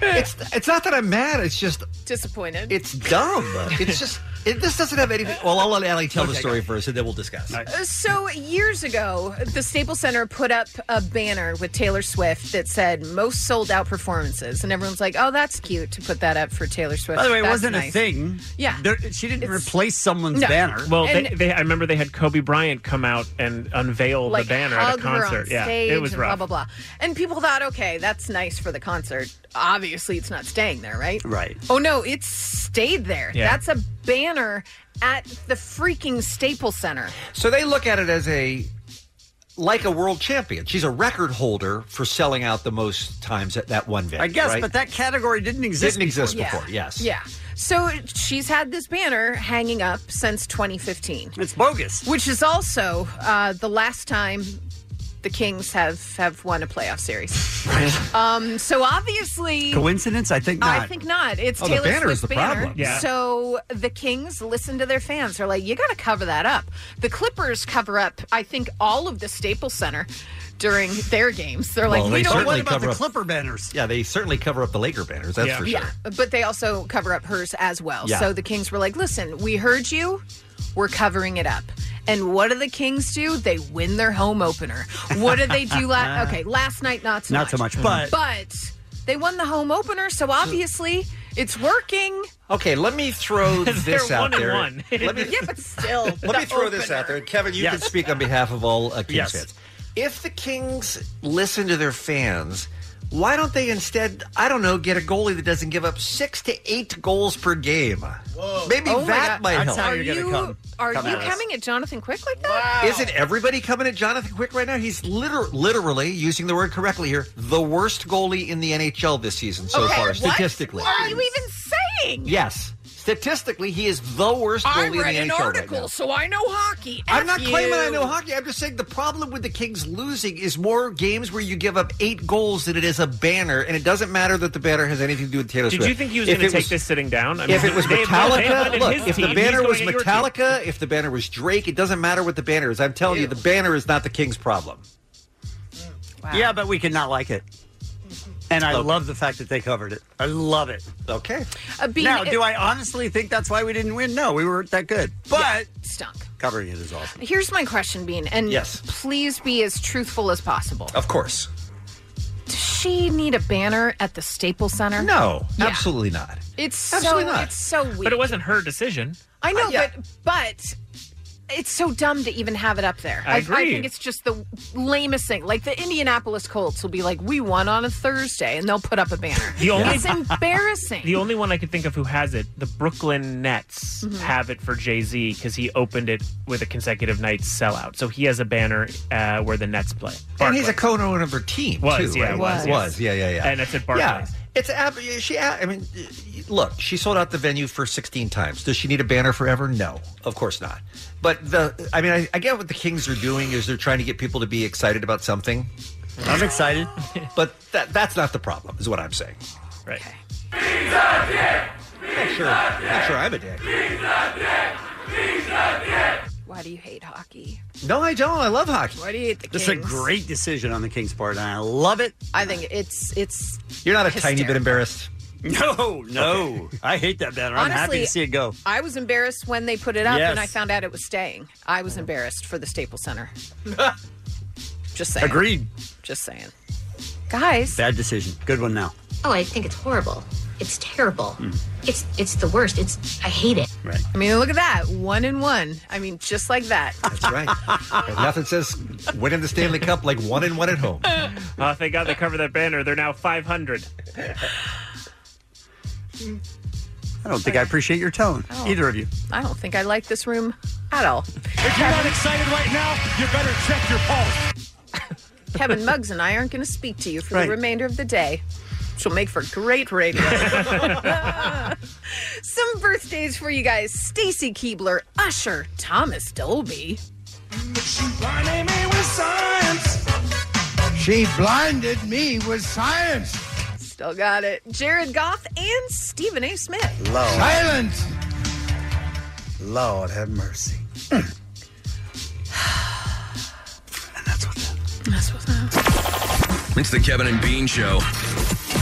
[SPEAKER 10] It's, it's not that I'm mad, it's just
[SPEAKER 11] Disappointed.
[SPEAKER 10] It's dumb. It's just it, this doesn't have anything. Well, I'll let Allie tell the
[SPEAKER 11] Okay,
[SPEAKER 10] story first, and then we'll discuss.
[SPEAKER 11] Uh, So years ago, the Staples Center put up a banner with Taylor Swift that said "Most sold out performances," and everyone's like, "Oh, that's cute to put that up for Taylor Swift."
[SPEAKER 8] By the way, it
[SPEAKER 11] That's
[SPEAKER 8] wasn't a
[SPEAKER 11] nice."
[SPEAKER 8] thing.
[SPEAKER 11] Yeah,
[SPEAKER 8] There, she didn't replace someone's
[SPEAKER 11] No.
[SPEAKER 8] banner.
[SPEAKER 5] Well, they,
[SPEAKER 11] And-
[SPEAKER 5] they, I remember they had Kobe Bryant come out and unveil
[SPEAKER 11] like
[SPEAKER 5] the banner at
[SPEAKER 11] hug
[SPEAKER 5] a
[SPEAKER 11] her on
[SPEAKER 5] concert. yeah,
[SPEAKER 11] stage
[SPEAKER 5] it was
[SPEAKER 11] and
[SPEAKER 5] rough.
[SPEAKER 11] Blah blah blah. And people thought, okay, that's nice for the concert. Obviously, it's not staying there, right?
[SPEAKER 8] Right.
[SPEAKER 11] Oh no, it stayed there.
[SPEAKER 10] Yeah.
[SPEAKER 11] That's a banner at the freaking Staples Center.
[SPEAKER 10] So they look at it as a like a world champion. She's a record holder for selling out the most times at that one venue.
[SPEAKER 8] I guess,
[SPEAKER 10] right?
[SPEAKER 8] but that category didn't exist.
[SPEAKER 10] Didn't exist
[SPEAKER 8] before.
[SPEAKER 10] before, yes.
[SPEAKER 11] Yeah. So she's had this banner hanging up since 2015.
[SPEAKER 8] It's bogus.
[SPEAKER 11] Which is also uh, the last time the Kings have have won a playoff series. Um, so obviously,
[SPEAKER 8] Coincidence? I think not.
[SPEAKER 11] I think not. It's
[SPEAKER 8] Oh, the
[SPEAKER 11] Taylor
[SPEAKER 8] banner
[SPEAKER 11] Swift's
[SPEAKER 8] is the
[SPEAKER 11] banner.
[SPEAKER 8] problem. Yeah.
[SPEAKER 11] So the Kings listen to their fans. They're like, you got to cover that up. The Clippers cover up, I think, all of the Staples Center during their games. They're like,
[SPEAKER 10] Well,
[SPEAKER 11] we
[SPEAKER 10] they
[SPEAKER 11] don't
[SPEAKER 10] certainly
[SPEAKER 11] want
[SPEAKER 10] cover up-
[SPEAKER 8] Clipper banners.
[SPEAKER 10] Yeah, they certainly cover up the Laker banners. That's for sure.
[SPEAKER 11] Yeah, but they also cover up hers as well.
[SPEAKER 10] Yeah.
[SPEAKER 11] So the Kings were like, listen, we heard you. We're covering it up. And what do the Kings do? They win their home opener. What did they do last? Okay, last night, not so
[SPEAKER 8] Not so
[SPEAKER 11] much.
[SPEAKER 8] much, but-
[SPEAKER 11] But they won the home opener, so obviously it's working.
[SPEAKER 10] Okay, let me throw this out there. Let me
[SPEAKER 11] yeah, but still.
[SPEAKER 10] Let me throw this out there. Kevin, you can
[SPEAKER 11] Yes.
[SPEAKER 10] speak on behalf of all uh, Kings
[SPEAKER 11] Yes.
[SPEAKER 10] fans. If the Kings listen to their fans, Why don't they instead, I don't know, get a goalie that doesn't give up six to eight goals per game? Maybe
[SPEAKER 11] Oh my
[SPEAKER 10] that
[SPEAKER 11] God.
[SPEAKER 10] might help.
[SPEAKER 11] Are you, are
[SPEAKER 10] come
[SPEAKER 11] you
[SPEAKER 10] at us.
[SPEAKER 11] coming at Jonathan Quick like that?
[SPEAKER 10] Isn't everybody coming at Jonathan Quick right now? He's liter- literally using the word correctly here, the worst goalie in the NHL this season so
[SPEAKER 11] Okay,
[SPEAKER 10] far,
[SPEAKER 11] what?
[SPEAKER 10] statistically.
[SPEAKER 11] What are you even saying?
[SPEAKER 10] Yes, statistically, he is the worst
[SPEAKER 11] I
[SPEAKER 10] goalie
[SPEAKER 11] read
[SPEAKER 10] in
[SPEAKER 11] an
[SPEAKER 10] the NHL right
[SPEAKER 11] article,
[SPEAKER 10] now.
[SPEAKER 11] so I know hockey.
[SPEAKER 10] I'm
[SPEAKER 11] F
[SPEAKER 10] not claiming I
[SPEAKER 11] you.
[SPEAKER 10] know hockey. I'm just saying the problem with the Kings losing is more games where you give up eight goals than it is a banner, and it doesn't matter that the banner has anything to do with Taylor
[SPEAKER 5] Did
[SPEAKER 10] Swift.
[SPEAKER 5] you think he was
[SPEAKER 10] If
[SPEAKER 5] going to
[SPEAKER 10] it
[SPEAKER 5] take this sitting down? I
[SPEAKER 10] if it was
[SPEAKER 5] they- they
[SPEAKER 10] Metallica,
[SPEAKER 5] landed his
[SPEAKER 10] look, if
[SPEAKER 5] team,
[SPEAKER 10] the
[SPEAKER 5] he's
[SPEAKER 10] banner
[SPEAKER 5] going
[SPEAKER 10] was
[SPEAKER 5] to your team.
[SPEAKER 10] Metallica, if the banner was Drake, it doesn't matter what the banner is. I'm telling you, the banner is not the King's problem. Yeah, but we cannot like it.
[SPEAKER 8] And I
[SPEAKER 10] Mm-hmm. Okay.
[SPEAKER 8] love the fact that they covered it. I love it.
[SPEAKER 10] Okay.
[SPEAKER 11] A bean-
[SPEAKER 8] now, do
[SPEAKER 11] it-
[SPEAKER 8] I honestly think that's why we didn't win? No, we weren't that good. But
[SPEAKER 11] stunk.
[SPEAKER 10] covering it is awesome.
[SPEAKER 11] Here's my question, Bean, and
[SPEAKER 10] Yes.
[SPEAKER 11] please be as truthful as possible.
[SPEAKER 10] Of course.
[SPEAKER 11] Does she need a banner at the Staples Center?
[SPEAKER 10] No,
[SPEAKER 11] Yeah.
[SPEAKER 10] absolutely not.
[SPEAKER 11] It's
[SPEAKER 5] Absolutely
[SPEAKER 11] so
[SPEAKER 5] not. Uh,
[SPEAKER 11] it's so weird.
[SPEAKER 5] But it wasn't her decision.
[SPEAKER 11] I know, but but it's so dumb to even have it up there.
[SPEAKER 5] I agree.
[SPEAKER 11] think it's just the lamest thing. Like the Indianapolis Colts will be like, "We won on a Thursday," and they'll put up a banner.
[SPEAKER 5] The only-
[SPEAKER 11] it's embarrassing.
[SPEAKER 5] The only one I could think of who has it, the Brooklyn Nets
[SPEAKER 11] Mm-hmm.
[SPEAKER 5] have it for Jay Z because he opened it with a consecutive night sellout. So he has a banner uh, where the Nets play.
[SPEAKER 10] And he's a co-owner of her team
[SPEAKER 5] Was,
[SPEAKER 10] too.
[SPEAKER 5] yeah,
[SPEAKER 10] right?
[SPEAKER 5] was, yes.
[SPEAKER 10] was, yeah, yeah, yeah.
[SPEAKER 5] And it's at
[SPEAKER 10] Yeah,
[SPEAKER 5] Barclays.
[SPEAKER 10] it's ab- she. ab- I mean, look, she sold out the venue for 16 times. Does she need a banner forever? No, of course not. But the, I mean, I, I get what the Kings are doing is they're trying to get people to be excited about something. I'm excited, but that that's not the problem, is what I'm saying.
[SPEAKER 5] Right.
[SPEAKER 10] Not sure. Not sure. I'm a dick.
[SPEAKER 11] Why do you hate hockey?
[SPEAKER 10] No, I don't. I love hockey.
[SPEAKER 11] Why do you hate the
[SPEAKER 8] This is a
[SPEAKER 11] Kings?
[SPEAKER 8] great decision on the Kings' part, and I love it.
[SPEAKER 11] I think it's it's.
[SPEAKER 10] You're not a tiny
[SPEAKER 11] hysterical.
[SPEAKER 10] bit embarrassed.
[SPEAKER 8] No, no. I hate that banner. I'm happy
[SPEAKER 11] Honestly,
[SPEAKER 8] to see it go.
[SPEAKER 11] I was embarrassed when they put it up,
[SPEAKER 8] Yes.
[SPEAKER 11] and I found out it was staying. I was embarrassed for the Staples Center. Just saying.
[SPEAKER 8] Agreed.
[SPEAKER 11] Just saying. Guys.
[SPEAKER 8] Bad decision. Good one now.
[SPEAKER 21] Oh, I think it's horrible. It's terrible.
[SPEAKER 8] Hmm.
[SPEAKER 21] It's it's the worst. It's I hate it.
[SPEAKER 8] Right.
[SPEAKER 11] I mean, look at that. One and one. I mean, just like that.
[SPEAKER 10] That's right. And Nothing says winning the Stanley Cup like one and one at home.
[SPEAKER 5] Oh, thank God they covered that banner. They're now 500.
[SPEAKER 8] I don't think I appreciate your tone,
[SPEAKER 11] Oh.
[SPEAKER 8] either of you.
[SPEAKER 11] I don't think I like this room at all.
[SPEAKER 9] If you're not excited right now, you better check your pulse.
[SPEAKER 11] Kevin Muggs and I aren't going to speak to you for
[SPEAKER 9] Right.
[SPEAKER 11] the remainder of the day. Which will make for great radio. Some birthdays for you guys Stacy Keebler, Usher, Thomas Dolby.
[SPEAKER 9] She blinded me with science. She blinded me with science.
[SPEAKER 11] Still got it. Jared Goff and Stephen A. Smith.
[SPEAKER 8] Lord.
[SPEAKER 9] Silence.
[SPEAKER 8] Lord have mercy.
[SPEAKER 11] That's what's up.
[SPEAKER 4] It's the Kevin and Bean Show.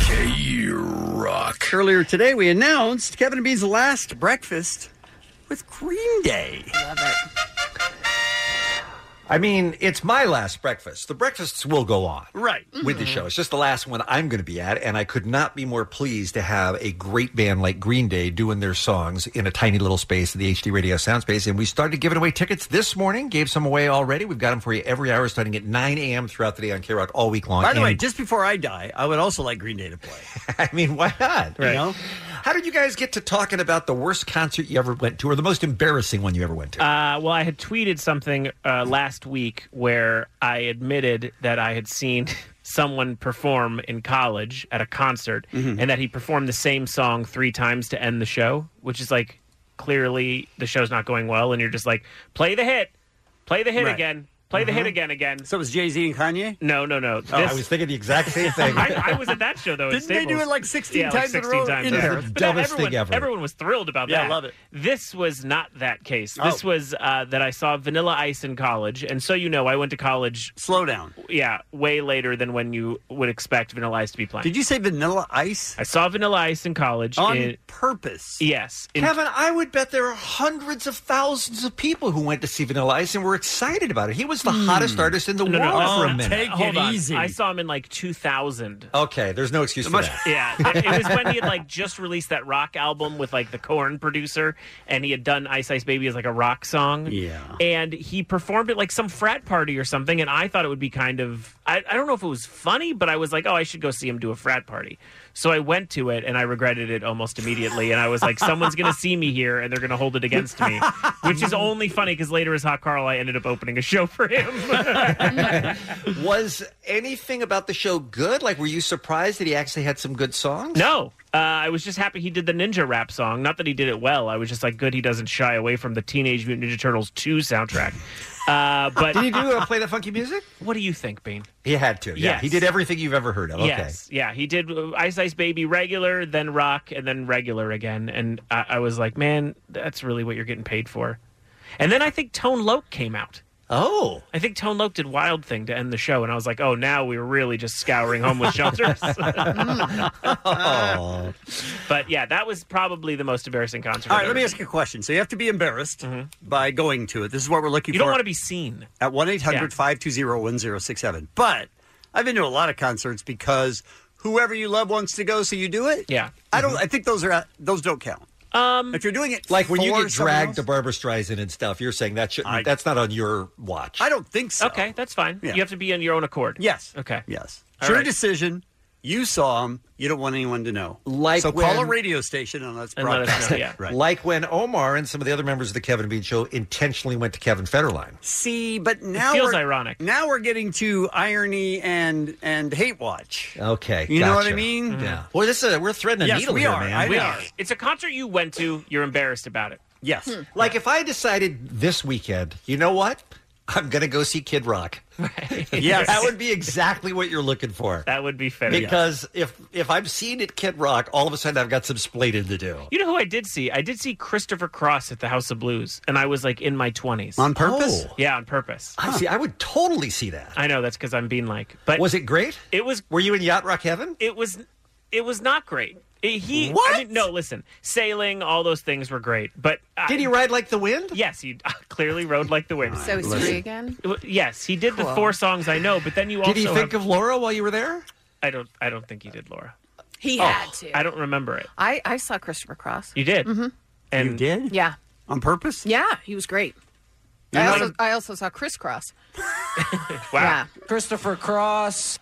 [SPEAKER 4] K Rock.
[SPEAKER 8] Earlier today, we announced Kevin and Bean's last breakfast with Green Day.
[SPEAKER 11] Love it.
[SPEAKER 10] I mean, it's my last breakfast. The breakfasts will go on.
[SPEAKER 8] Right. Mm-hmm.
[SPEAKER 10] With the show. It's just the last one I'm going to be at, and I could not be more pleased to have a great band like Green Day doing their songs in a tiny little space in the HD radio sound space. And we started giving away tickets this morning, gave some away already. We've got them for you every hour starting at 9 a.m. throughout the day on K Rock all week long.
[SPEAKER 8] By the way,
[SPEAKER 10] And-
[SPEAKER 8] just before I die, I would also like Green Day to play.
[SPEAKER 10] I mean, why not?
[SPEAKER 8] Right.
[SPEAKER 10] You know? How did you guys get to talking about the worst concert you ever went to or the most embarrassing one you ever went to?
[SPEAKER 5] Uh, well, I had tweeted something uh, last week where I admitted that I had seen someone perform in college at a concert
[SPEAKER 8] Mm-hmm.
[SPEAKER 5] and that he performed the same song three times to end the show, which is like clearly the show's not going well. And you're just like, play the hit, play the hit
[SPEAKER 8] Right.
[SPEAKER 5] again, play the hit
[SPEAKER 8] Mhm.
[SPEAKER 5] again, again.
[SPEAKER 8] So it was Jay Z and Kanye?
[SPEAKER 5] No, no, no.
[SPEAKER 8] Oh, I
[SPEAKER 5] This-
[SPEAKER 8] was
[SPEAKER 10] thinking the exact same thing.
[SPEAKER 5] I, I was at that show though. at
[SPEAKER 8] Didn't they do
[SPEAKER 5] Staples.
[SPEAKER 8] it, like, 16
[SPEAKER 5] yeah,
[SPEAKER 8] times in
[SPEAKER 5] like
[SPEAKER 8] a
[SPEAKER 5] 16
[SPEAKER 8] row?
[SPEAKER 5] Times.
[SPEAKER 8] In
[SPEAKER 5] yeah.
[SPEAKER 8] there.
[SPEAKER 5] But that-
[SPEAKER 8] Dumbest
[SPEAKER 5] everyone,
[SPEAKER 8] thing ever.
[SPEAKER 5] Everyone was thrilled about
[SPEAKER 8] Yeah, I
[SPEAKER 5] that.
[SPEAKER 8] love it.
[SPEAKER 5] This was not that case. This
[SPEAKER 8] Oh.
[SPEAKER 5] was uh, that I saw Vanilla Ice in college, and so you know, I went to college.
[SPEAKER 8] Slow down.
[SPEAKER 5] Yeah, way later than when you would expect Vanilla Ice to be playing.
[SPEAKER 8] Did you say Vanilla Ice?
[SPEAKER 5] I saw Vanilla Ice in college
[SPEAKER 8] On
[SPEAKER 5] in-
[SPEAKER 8] purpose.
[SPEAKER 5] Yes, in
[SPEAKER 10] Kevin, I would bet there are hundreds of thousands of people who went to see Vanilla Ice and were excited about it. He was the hottest artist in the
[SPEAKER 5] Hmm. No, no,
[SPEAKER 10] world
[SPEAKER 5] no,
[SPEAKER 10] for
[SPEAKER 5] no,
[SPEAKER 10] a minute.
[SPEAKER 5] Hold on. I saw him in like 2000.
[SPEAKER 10] Okay, there's no excuse for that.
[SPEAKER 5] Yeah, it it was when he had like just released that rock album with like the Korn producer, and he had done Ice Ice Baby as like a rock song.
[SPEAKER 8] Yeah.
[SPEAKER 5] and he performed at like some frat party or something, and I thought it would be kind of I, I don't know if it was funny, but I was like, oh, I should go see him do a frat party. So I went to it, and I regretted it almost immediately, and I was like, someone's gonna see me here, and they're gonna hold it against me, which is only funny because later as Hot Carl, I ended up opening a show for him.
[SPEAKER 10] Was anything about the show good? Like, were you surprised that he actually had some good songs?
[SPEAKER 5] No. Uh, I was just happy he did the ninja rap song. Not that he did it well. I was just like, good, he doesn't shy away from the Teenage Mutant Ninja Turtles 2 soundtrack. Uh, but
[SPEAKER 10] Did he do uh, play the funky music?
[SPEAKER 5] What do you think, Bean?
[SPEAKER 10] He had to. Yeah,
[SPEAKER 5] Yes.
[SPEAKER 10] he did everything you've ever heard of. Okay.
[SPEAKER 5] Yes, yeah, he did uh, Ice Ice Baby regular, then rock, and then regular again. And I, I was like, man, that's really what you're getting paid for. And then I think Tone Loc came out.
[SPEAKER 10] Oh,
[SPEAKER 5] I think Tone Loc did Wild Thing to end the show, and I was like, oh, now we're really just scouring homeless shelters.
[SPEAKER 8] Oh.
[SPEAKER 5] but yeah, that was probably the most embarrassing concert.
[SPEAKER 8] All
[SPEAKER 5] I've
[SPEAKER 8] right, let
[SPEAKER 5] ever Mm-hmm.
[SPEAKER 8] me ask you a question. So you have to be embarrassed by going to it. This is what we're looking
[SPEAKER 5] You
[SPEAKER 8] for.
[SPEAKER 5] don't want to be seen.
[SPEAKER 8] At 1 800 520 1067. But I've been to a lot of concerts because whoever you love wants to go, so you do it.
[SPEAKER 5] Yeah. Mm-hmm.
[SPEAKER 8] I don't, I think those are, those don't count.
[SPEAKER 5] Um,
[SPEAKER 8] if you're doing it
[SPEAKER 10] Like when you
[SPEAKER 8] for
[SPEAKER 10] get
[SPEAKER 8] someone
[SPEAKER 10] dragged
[SPEAKER 8] else-
[SPEAKER 10] to Barbara Streisand and stuff, you're saying that shouldn't.
[SPEAKER 8] I-
[SPEAKER 10] that's not on your watch.
[SPEAKER 8] I don't think so.
[SPEAKER 5] Okay, that's fine. You have to be on your own accord.
[SPEAKER 8] Yes.
[SPEAKER 5] Okay.
[SPEAKER 8] Yes.
[SPEAKER 5] All
[SPEAKER 8] it's your
[SPEAKER 5] right.
[SPEAKER 8] decision. You saw him. You don't want anyone to know.
[SPEAKER 10] Like
[SPEAKER 8] so, call a
[SPEAKER 10] when-
[SPEAKER 8] radio station and let's
[SPEAKER 10] And let us
[SPEAKER 8] broadcast
[SPEAKER 10] know,
[SPEAKER 8] it.
[SPEAKER 10] yeah.
[SPEAKER 8] Right.
[SPEAKER 10] Like when Omar and some of the other members of the Kevin Bean Show intentionally went to Kevin Federline.
[SPEAKER 8] See, but now
[SPEAKER 10] feels
[SPEAKER 8] we're,
[SPEAKER 10] ironic.
[SPEAKER 8] Now we're getting to irony and and hate watch.
[SPEAKER 10] Okay,
[SPEAKER 8] You know what I
[SPEAKER 10] gotcha.
[SPEAKER 8] mean?
[SPEAKER 10] Yeah. Boy, this is a, we're threading a
[SPEAKER 8] Yes,
[SPEAKER 10] needle
[SPEAKER 8] Mm. we
[SPEAKER 10] here,
[SPEAKER 8] are.
[SPEAKER 10] man.
[SPEAKER 8] I
[SPEAKER 5] We
[SPEAKER 8] know.
[SPEAKER 5] are. It's a concert you went to. You're embarrassed about it.
[SPEAKER 8] Yes.
[SPEAKER 10] Like if I decided this weekend, you know what? I'm going to go see Kid Rock.
[SPEAKER 8] Yes.
[SPEAKER 10] that would be exactly what you're looking for.
[SPEAKER 5] That would be fair.
[SPEAKER 10] Because if if I'm seen at Kid Rock, all of a sudden I've got some splating to do.
[SPEAKER 5] You know who I did see? I did see Christopher Cross at the House of Blues, and I was like in my 20s.
[SPEAKER 10] On purpose? Oh.
[SPEAKER 5] Yeah, on purpose.
[SPEAKER 10] I see. I would totally see that.
[SPEAKER 5] I know that's because I'm being like. But
[SPEAKER 10] was it great?
[SPEAKER 5] It was.
[SPEAKER 10] Were you in Yacht Rock Heaven?
[SPEAKER 5] It was. It was not great. It- he.
[SPEAKER 10] What?
[SPEAKER 5] I mean, no, listen. Sailing, all those things were great, but I-
[SPEAKER 10] Did he ride like the wind?
[SPEAKER 5] Yes, he uh, clearly rode like the wind.
[SPEAKER 11] So three again.
[SPEAKER 5] W- Yes, he did the
[SPEAKER 11] Cool.
[SPEAKER 5] four songs I know, but then you also
[SPEAKER 10] Did he think
[SPEAKER 5] have-
[SPEAKER 10] of Laura while you were there?
[SPEAKER 5] I don't. I don't think he did, Laura. Oh,
[SPEAKER 11] He had to.
[SPEAKER 5] I don't remember it.
[SPEAKER 11] I, I saw Christopher Cross.
[SPEAKER 5] You did.
[SPEAKER 11] Mhm.
[SPEAKER 5] And you
[SPEAKER 8] did
[SPEAKER 11] Yeah.
[SPEAKER 8] on purpose.
[SPEAKER 11] Yeah, he was great.
[SPEAKER 8] You're
[SPEAKER 11] I
[SPEAKER 8] not
[SPEAKER 11] also, I also saw Criss Cross.
[SPEAKER 5] Wow.
[SPEAKER 3] Christopher Cross.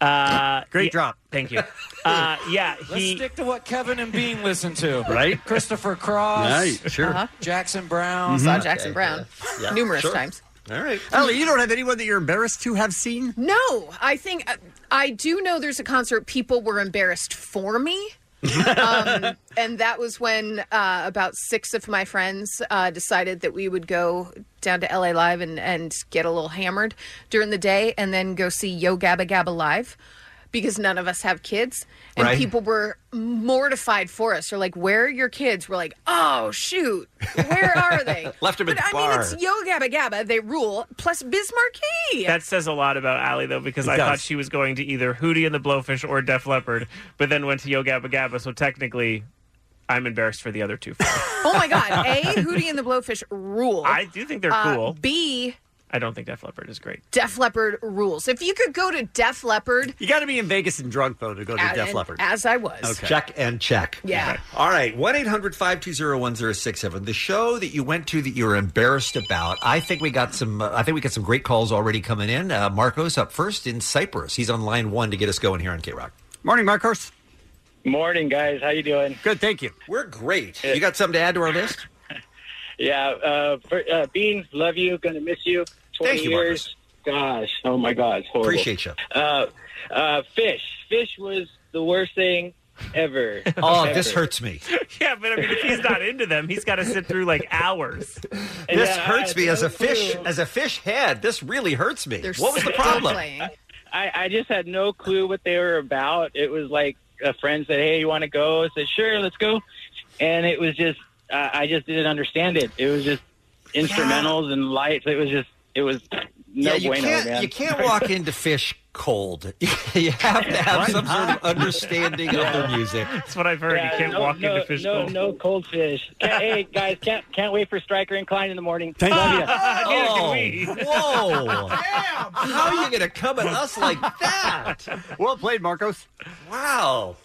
[SPEAKER 5] Uh,
[SPEAKER 8] Great
[SPEAKER 5] yeah,
[SPEAKER 8] drop.
[SPEAKER 5] Thank you. Uh, yeah,
[SPEAKER 3] Let's
[SPEAKER 5] he.
[SPEAKER 3] stick to what Kevin and Bean listen to.
[SPEAKER 8] Right.
[SPEAKER 3] Christopher Cross.
[SPEAKER 8] Right, sure. Mm-hmm. Uh-huh.
[SPEAKER 3] Jackson Brown.
[SPEAKER 11] Mhm. Saw Jackson Brown Yeah, numerous sure. times.
[SPEAKER 10] All right.
[SPEAKER 8] Ellie, you don't have anyone that you're embarrassed to have seen?
[SPEAKER 11] No, I think uh, I do know there's a concert people were embarrassed for me. um, and that was when uh, about six of my friends uh, decided that we would go down to LA Live and, and get a little hammered during the day and then go see Yo Gabba Gabba Live because none of us have kids. And
[SPEAKER 22] Right.
[SPEAKER 11] people were mortified for us. They're like, Where are your kids? We're like, Oh, shoot. Where are they?
[SPEAKER 5] Left him
[SPEAKER 11] but
[SPEAKER 5] at the
[SPEAKER 11] I mean,
[SPEAKER 5] bar.
[SPEAKER 11] it's Yo Gabba Gabba. They rule. Plus Bismarcky.
[SPEAKER 5] That says a lot about Allie, though, because
[SPEAKER 11] It
[SPEAKER 5] I
[SPEAKER 11] does.
[SPEAKER 5] thought she was going to either Hootie and the Blowfish or Def Leppard, but then went to Yo Gabba Gabba. So technically, I'm embarrassed for the other two.
[SPEAKER 11] Oh my God! A Hootie and the Blowfish rule.
[SPEAKER 5] I do think they're
[SPEAKER 11] Uh,
[SPEAKER 5] cool.
[SPEAKER 11] B
[SPEAKER 5] I don't think Def Leppard is great.
[SPEAKER 11] Def Leppard rules. If you could go to Def Leppard,
[SPEAKER 8] You got to be in Vegas and drunk, though, to go
[SPEAKER 11] a- and- as I was.
[SPEAKER 10] Check and check.
[SPEAKER 11] Yeah. Okay.
[SPEAKER 10] All right. 1 800 520 1067. The show that you went to that you were embarrassed about. I think we got some uh, I think we got some great calls already coming in. Uh, Marcos up first in Cyprus. He's on line one to get us going here on K Rock.
[SPEAKER 8] Morning, Marcos.
[SPEAKER 23] Morning, guys. How you doing?
[SPEAKER 8] Good, thank you.
[SPEAKER 10] We're great. You got something to add to our list?
[SPEAKER 23] Yeah, uh, for, uh, Bean, love you. Gonna miss you. Twenty
[SPEAKER 10] Thank you,
[SPEAKER 23] years. Gosh, oh my God, it's horrible.
[SPEAKER 10] Appreciate you.
[SPEAKER 23] Uh, uh, fish, fish was the worst thing ever.
[SPEAKER 10] Oh,
[SPEAKER 23] Ever.
[SPEAKER 10] this hurts me.
[SPEAKER 5] Yeah, but I mean, if he's not into them, he's got to sit through like hours.
[SPEAKER 10] This hurts me as a fish as a fish head. This really hurts me. What was the problem?
[SPEAKER 23] I, I just had no clue what they were about. It was like a friend said, "Hey, you want to go?" I said, "Sure, let's go," and it was just I I just didn't understand it. It was just instrumentals and lights. It was just it was no
[SPEAKER 10] yeah, you
[SPEAKER 23] bueno,
[SPEAKER 10] can't
[SPEAKER 23] man.
[SPEAKER 10] you can't walk into fish cold. you have to have some sort of understanding of their music.
[SPEAKER 5] That's what I've heard.
[SPEAKER 23] Yeah, no, Oh, no, no, No cold fish. Can't, hey guys, can't can't wait for Striker and Klein in the morning.
[SPEAKER 10] Thank
[SPEAKER 23] Love
[SPEAKER 10] you.
[SPEAKER 23] ya.
[SPEAKER 10] Neither can we.
[SPEAKER 8] Oh,
[SPEAKER 10] whoa. How are you going to come at us like that?
[SPEAKER 8] Well played, Marcos.
[SPEAKER 10] Wow.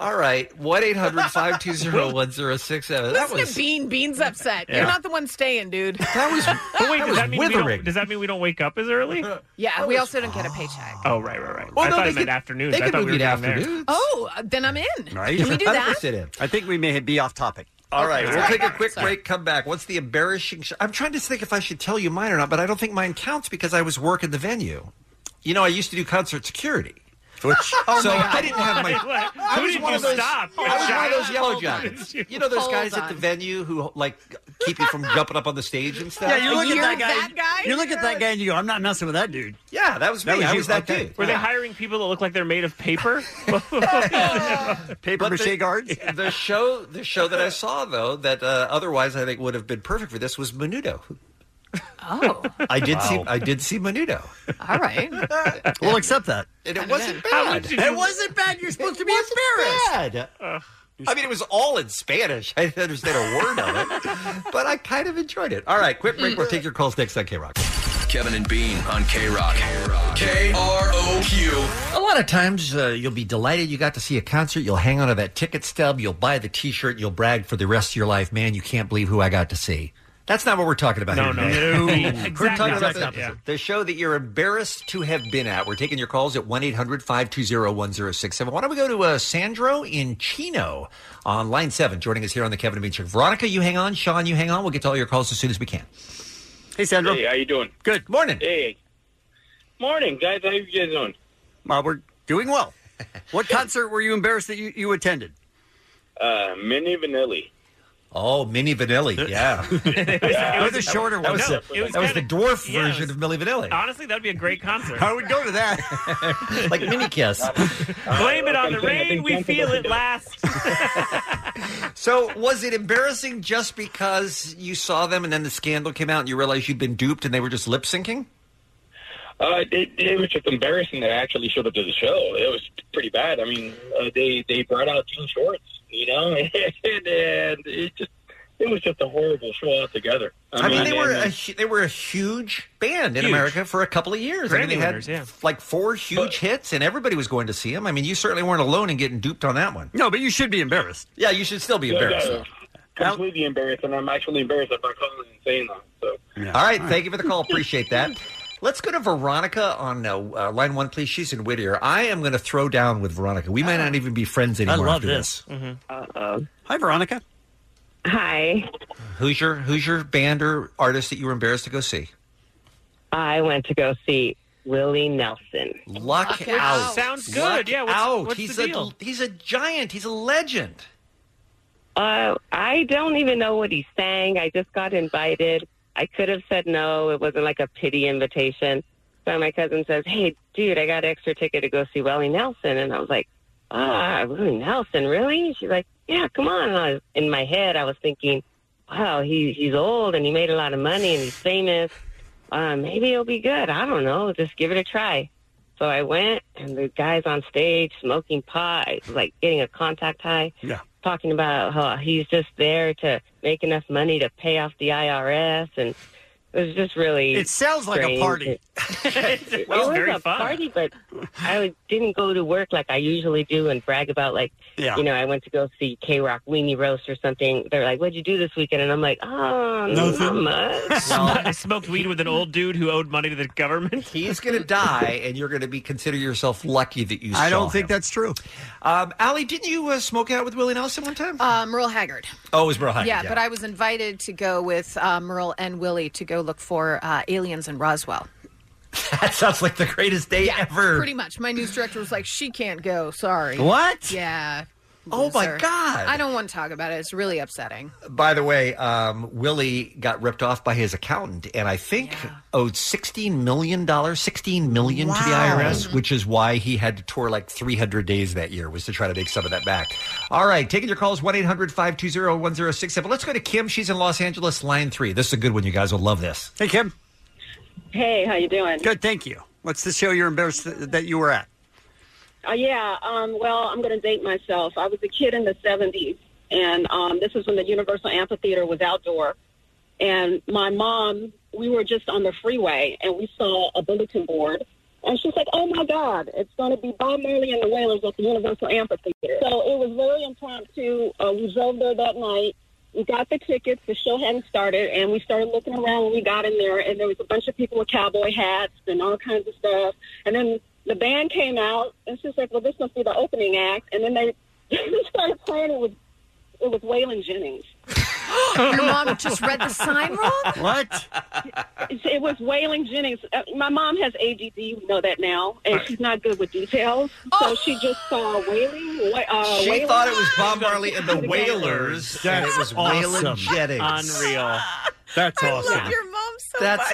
[SPEAKER 10] All right. 1 800 520 1067. That
[SPEAKER 11] Listen
[SPEAKER 10] was.
[SPEAKER 11] to Bean. Bean's upset.
[SPEAKER 10] Yeah.
[SPEAKER 11] You're not the one staying, dude.
[SPEAKER 10] That was.
[SPEAKER 5] But wait,
[SPEAKER 11] that
[SPEAKER 5] does
[SPEAKER 11] was
[SPEAKER 5] that mean we
[SPEAKER 10] withering.
[SPEAKER 5] don't, does that mean we don't wake up as early?
[SPEAKER 11] Yeah, we also don't get a paycheck.
[SPEAKER 5] Oh right, right, right.
[SPEAKER 11] Well,
[SPEAKER 5] I
[SPEAKER 11] no,
[SPEAKER 5] thought
[SPEAKER 11] they
[SPEAKER 5] it meant
[SPEAKER 11] could-
[SPEAKER 5] afternoons.
[SPEAKER 11] they
[SPEAKER 5] I
[SPEAKER 11] could
[SPEAKER 5] thought we
[SPEAKER 11] move
[SPEAKER 5] were
[SPEAKER 11] it
[SPEAKER 5] down there.
[SPEAKER 8] afternoons.
[SPEAKER 11] Oh, then I'm in. Can we do that?
[SPEAKER 8] I think we may be off topic.
[SPEAKER 10] All right,
[SPEAKER 8] Okay.
[SPEAKER 10] we'll take a quick break. Come back. What's the embarrassing? Sh- I'm trying to think if I should tell you mine or not, but I don't think mine counts because I was working the venue. You know, I used to do concert security, which
[SPEAKER 8] Oh
[SPEAKER 10] so
[SPEAKER 8] my God.
[SPEAKER 10] I didn't have my.
[SPEAKER 8] What?
[SPEAKER 10] I
[SPEAKER 8] Who
[SPEAKER 10] was
[SPEAKER 8] did
[SPEAKER 10] one
[SPEAKER 8] you
[SPEAKER 10] of those.
[SPEAKER 8] stop?
[SPEAKER 10] I was one of those
[SPEAKER 8] Hold
[SPEAKER 10] yellow
[SPEAKER 8] on.
[SPEAKER 10] jackets. You know those
[SPEAKER 8] Hold
[SPEAKER 10] guys at
[SPEAKER 8] on.
[SPEAKER 10] the venue who like keep you from jumping up on the stage and stuff.
[SPEAKER 8] Yeah, you look at that guy, You look at that guy and you go, "I'm not messing with that dude."
[SPEAKER 10] Yeah, that was me. I
[SPEAKER 8] you.
[SPEAKER 10] was that
[SPEAKER 8] Okay.
[SPEAKER 10] dude.
[SPEAKER 5] Were they hiring people that look like they're made of paper? yeah.
[SPEAKER 8] Paper
[SPEAKER 10] But
[SPEAKER 8] mache guards.
[SPEAKER 10] The show, the show that I saw though, that uh, otherwise I think would have been perfect for this was Menudo. Oh, I did see,
[SPEAKER 8] Wow.
[SPEAKER 10] I did see Menudo.
[SPEAKER 11] All right.
[SPEAKER 8] We'll accept that.
[SPEAKER 10] And it wasn't
[SPEAKER 8] How
[SPEAKER 10] bad.
[SPEAKER 8] would you do- It wasn't bad. You're supposed to be
[SPEAKER 10] embarrassed. I mean, it was all in Spanish. I didn't understand a word of it, but I kind of enjoyed it. All right, quick break. We'll take your calls next on K Rock.
[SPEAKER 4] Kevin and Bean on K Rock. K R O Q.
[SPEAKER 10] A lot of times uh, you'll be delighted you got to see a concert. You'll hang on to that ticket stub. You'll buy the t shirt. You'll brag for the rest of your life. Man, you can't believe who I got to see. That's not what we're talking about
[SPEAKER 5] No,
[SPEAKER 10] here.
[SPEAKER 5] no,
[SPEAKER 10] today.
[SPEAKER 5] no.
[SPEAKER 10] We're
[SPEAKER 5] Exactly
[SPEAKER 10] talking about
[SPEAKER 5] opposite,
[SPEAKER 10] the,
[SPEAKER 5] yeah.
[SPEAKER 10] the show that you're embarrassed to have been at. We're taking your calls at 1 800 520 1067. Why don't we go to uh, Sandro in Chino on line seven, joining us here on the Kevin and Bean Show. Veronica, you hang on. Sean, you hang on. We'll get to all your calls as soon as we can.
[SPEAKER 8] Hey, Sandro.
[SPEAKER 23] Hey, how you doing?
[SPEAKER 8] Good morning.
[SPEAKER 23] Hey. Morning, guys. How you guys doing?
[SPEAKER 8] Uh, we're doing well. What concert were you embarrassed that you, you attended?
[SPEAKER 23] Uh, Mini Vanilli.
[SPEAKER 10] Oh, Mini Vanilli. Yeah.
[SPEAKER 8] Or the
[SPEAKER 10] That
[SPEAKER 8] shorter one.
[SPEAKER 10] was,
[SPEAKER 8] No,
[SPEAKER 10] the-
[SPEAKER 8] it was
[SPEAKER 10] that was the
[SPEAKER 8] kinda-
[SPEAKER 10] dwarf
[SPEAKER 8] yeah, it
[SPEAKER 10] version of Milli Vanilli.
[SPEAKER 5] Honestly, that'd be a great concert.
[SPEAKER 8] I would go to that.
[SPEAKER 10] like mini kiss.
[SPEAKER 5] Blame it
[SPEAKER 10] Okay,
[SPEAKER 5] on
[SPEAKER 10] I
[SPEAKER 5] the
[SPEAKER 10] think
[SPEAKER 5] rain. We
[SPEAKER 10] Duncan
[SPEAKER 5] feel
[SPEAKER 10] doesn't
[SPEAKER 5] it
[SPEAKER 10] do it.
[SPEAKER 5] last.
[SPEAKER 10] So was it embarrassing just because you saw them and then the scandal came out and you realized you'd been duped and they were just lip syncing?
[SPEAKER 23] Uh, it, it was just embarrassing that I actually showed up to the show. It was pretty bad. I mean, uh, they they brought out two shorts, you know, and, and it just it was just a horrible show altogether.
[SPEAKER 10] I, mean, they were
[SPEAKER 23] and-
[SPEAKER 10] a, hu- they were a huge band in
[SPEAKER 23] Huge.
[SPEAKER 10] America for a couple of years. I mean,
[SPEAKER 23] Grammy
[SPEAKER 10] they had
[SPEAKER 23] winners, yeah.
[SPEAKER 10] like four huge hits and everybody was going to see them. I mean, you certainly weren't alone in getting duped on that one.
[SPEAKER 8] No, but you should be embarrassed.
[SPEAKER 10] Yeah, you should still be
[SPEAKER 23] Yeah,
[SPEAKER 10] embarrassed.
[SPEAKER 23] yeah. completely embarrassed, and I'm actually embarrassed about calling and saying that. So
[SPEAKER 10] though. All right, thank you for the call. Appreciate that. Let's go to Veronica on uh, uh, line one, please. She's in Whittier. I am going to throw down with Veronica. We might not even be friends anymore.
[SPEAKER 8] love
[SPEAKER 10] after
[SPEAKER 8] this.
[SPEAKER 10] Mm-hmm.
[SPEAKER 23] Uh-oh.
[SPEAKER 8] Hi, Veronica.
[SPEAKER 22] Uh, Hi.
[SPEAKER 10] Who's your Who's your band or artist that you were embarrassed to go see?
[SPEAKER 22] I went to go see Willie Nelson.
[SPEAKER 10] Luck, out. Luck out. he's a he's a giant. He's a legend.
[SPEAKER 22] Uh, I don't even know what he sang. I just got invited. I could have said no. It wasn't like a pity invitation. So my cousin says, "Hey, dude, I got an extra ticket to go see Willie Nelson," and I was like, "Ah, Willie Nelson, really?" She's like, "Yeah, come on." And I was, in my head, I was thinking, "Wow, he he's old and he made a lot of money and he's famous. Uh, maybe it'll be good. I don't know. Just give it a try." So I went, and the guys on stage smoking pot, I was like getting a contact high
[SPEAKER 8] Yeah.
[SPEAKER 22] talking about how he's just there to make enough money to pay off the IRS, and it was just really.
[SPEAKER 8] It sounds like a
[SPEAKER 22] strange.
[SPEAKER 8] party.
[SPEAKER 22] It was a party, but I didn't go to work like I usually do and brag about like,
[SPEAKER 8] Yeah.
[SPEAKER 22] you know, I went to go see K Rock Weenie Roast or something. They're like, "What'd you do this weekend?" And I'm like, "Oh, not much."
[SPEAKER 5] Well, I smoked weed with an old dude who owed money to the government.
[SPEAKER 10] He's going to die, and you're going to be consider yourself lucky that you.
[SPEAKER 5] I
[SPEAKER 10] saw
[SPEAKER 5] don't think
[SPEAKER 10] him.
[SPEAKER 8] that's true.
[SPEAKER 10] Um, Allie, didn't you uh, smoke out with Willie Nelson one time?
[SPEAKER 11] Uh, Merle Haggard.
[SPEAKER 10] Oh, it was Merle Haggard.
[SPEAKER 11] yeah, but I was invited to go with uh, Merle and Willie to go look for uh, aliens in Roswell.
[SPEAKER 10] that sounds like the greatest day ever.
[SPEAKER 11] Pretty much. My news director was like, she can't go. Sorry.
[SPEAKER 10] What?
[SPEAKER 11] Yeah.
[SPEAKER 10] Oh, my
[SPEAKER 11] loser.
[SPEAKER 10] God.
[SPEAKER 11] I don't want to talk about it. It's really upsetting.
[SPEAKER 10] By the way, um, Willie got ripped off by his accountant, and I think owed sixteen million dollars, sixteen million to the
[SPEAKER 24] Wow.
[SPEAKER 10] IRS, which is why he had to tour like three hundred days that year was to try to make some of that back. All right, taking your calls one 1067 Let's go to Kim. She's in Los Angeles, line three. This is a good one. You guys will love this.
[SPEAKER 8] Hey, Kim.
[SPEAKER 25] Hey, how you doing?
[SPEAKER 8] Good, thank you. What's the show you're embarrassed th- that you were at?
[SPEAKER 25] Uh, yeah. Um, well, I'm going to date myself. I was a kid in the 70s, and um, this is when the Universal Amphitheater was outdoor. And my mom, we were just on the freeway, and we saw a bulletin board. And she's like, oh, my God, it's going to be Bob Marley and the Wailers at the Universal Amphitheater. So it was very impromptu. Uh, we drove there that night. We got the tickets. The show hadn't started, and we started looking around when we got in there, and there was a bunch of people with cowboy hats and all kinds of stuff. And then the band came out, and she's like, "Well, this must be the opening act." And then they started playing. It was it was Waylon Jennings.
[SPEAKER 11] Your mom just read the sign wrong?
[SPEAKER 8] What?
[SPEAKER 25] It, it was Waylon Jennings. Uh, my mom has ADD. We know that now, and she's not good with details. So she just saw Waylon. Wa- Uh,
[SPEAKER 10] She
[SPEAKER 25] Waylon.
[SPEAKER 10] thought it was Bob Marley and the Wailers, and it was Waylon Jennings.
[SPEAKER 5] Unreal.
[SPEAKER 8] That's
[SPEAKER 25] mom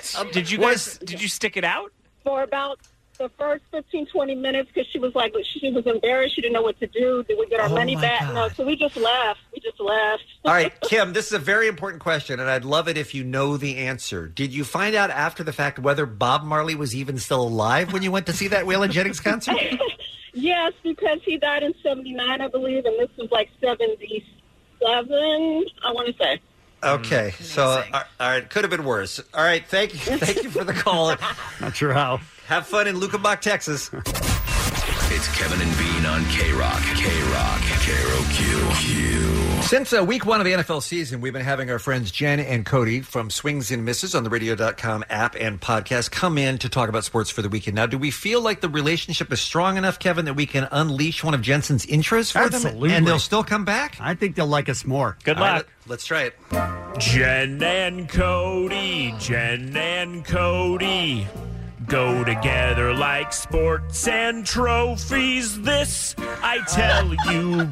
[SPEAKER 25] so
[SPEAKER 5] Did you guys? Did you stick it out?
[SPEAKER 25] for about the first 15, 20 minutes because she was like, she was embarrassed. She didn't know what to do. Did we get our
[SPEAKER 10] Oh,
[SPEAKER 25] money
[SPEAKER 10] my
[SPEAKER 25] back? No. So we just left. We just left.
[SPEAKER 10] All right, Kim, this is a very important question, and I'd love it if you know the answer. Did you find out after the fact whether Bob Marley was even still alive when you went to see that Waylon Jennings concert?
[SPEAKER 25] Yes, because he died in 79, I believe, and this was like 77, I want to say.
[SPEAKER 10] Okay, so all all right, could have been worse. All right, thank you, thank you for the call.
[SPEAKER 8] Not sure how.
[SPEAKER 10] Have fun in Lukabach, Texas.
[SPEAKER 4] It's Kevin and Bean on K Rock. K Rock. K Rock.
[SPEAKER 10] Since uh, week one of the NFL season, we've been having our friends Jen and Cody from Swings and Misses on the radio.com app and podcast come in to talk about sports for the weekend. Now, do we feel like the relationship is strong enough, Kevin, that we can unleash one of Jensen's interests for
[SPEAKER 8] Absolutely.
[SPEAKER 10] them? And they'll still come back?
[SPEAKER 8] I think they'll like us more.
[SPEAKER 10] All right, let- let's try it.
[SPEAKER 5] Jen and Cody, Jen and Cody go together like sports and trophies. This I tell you,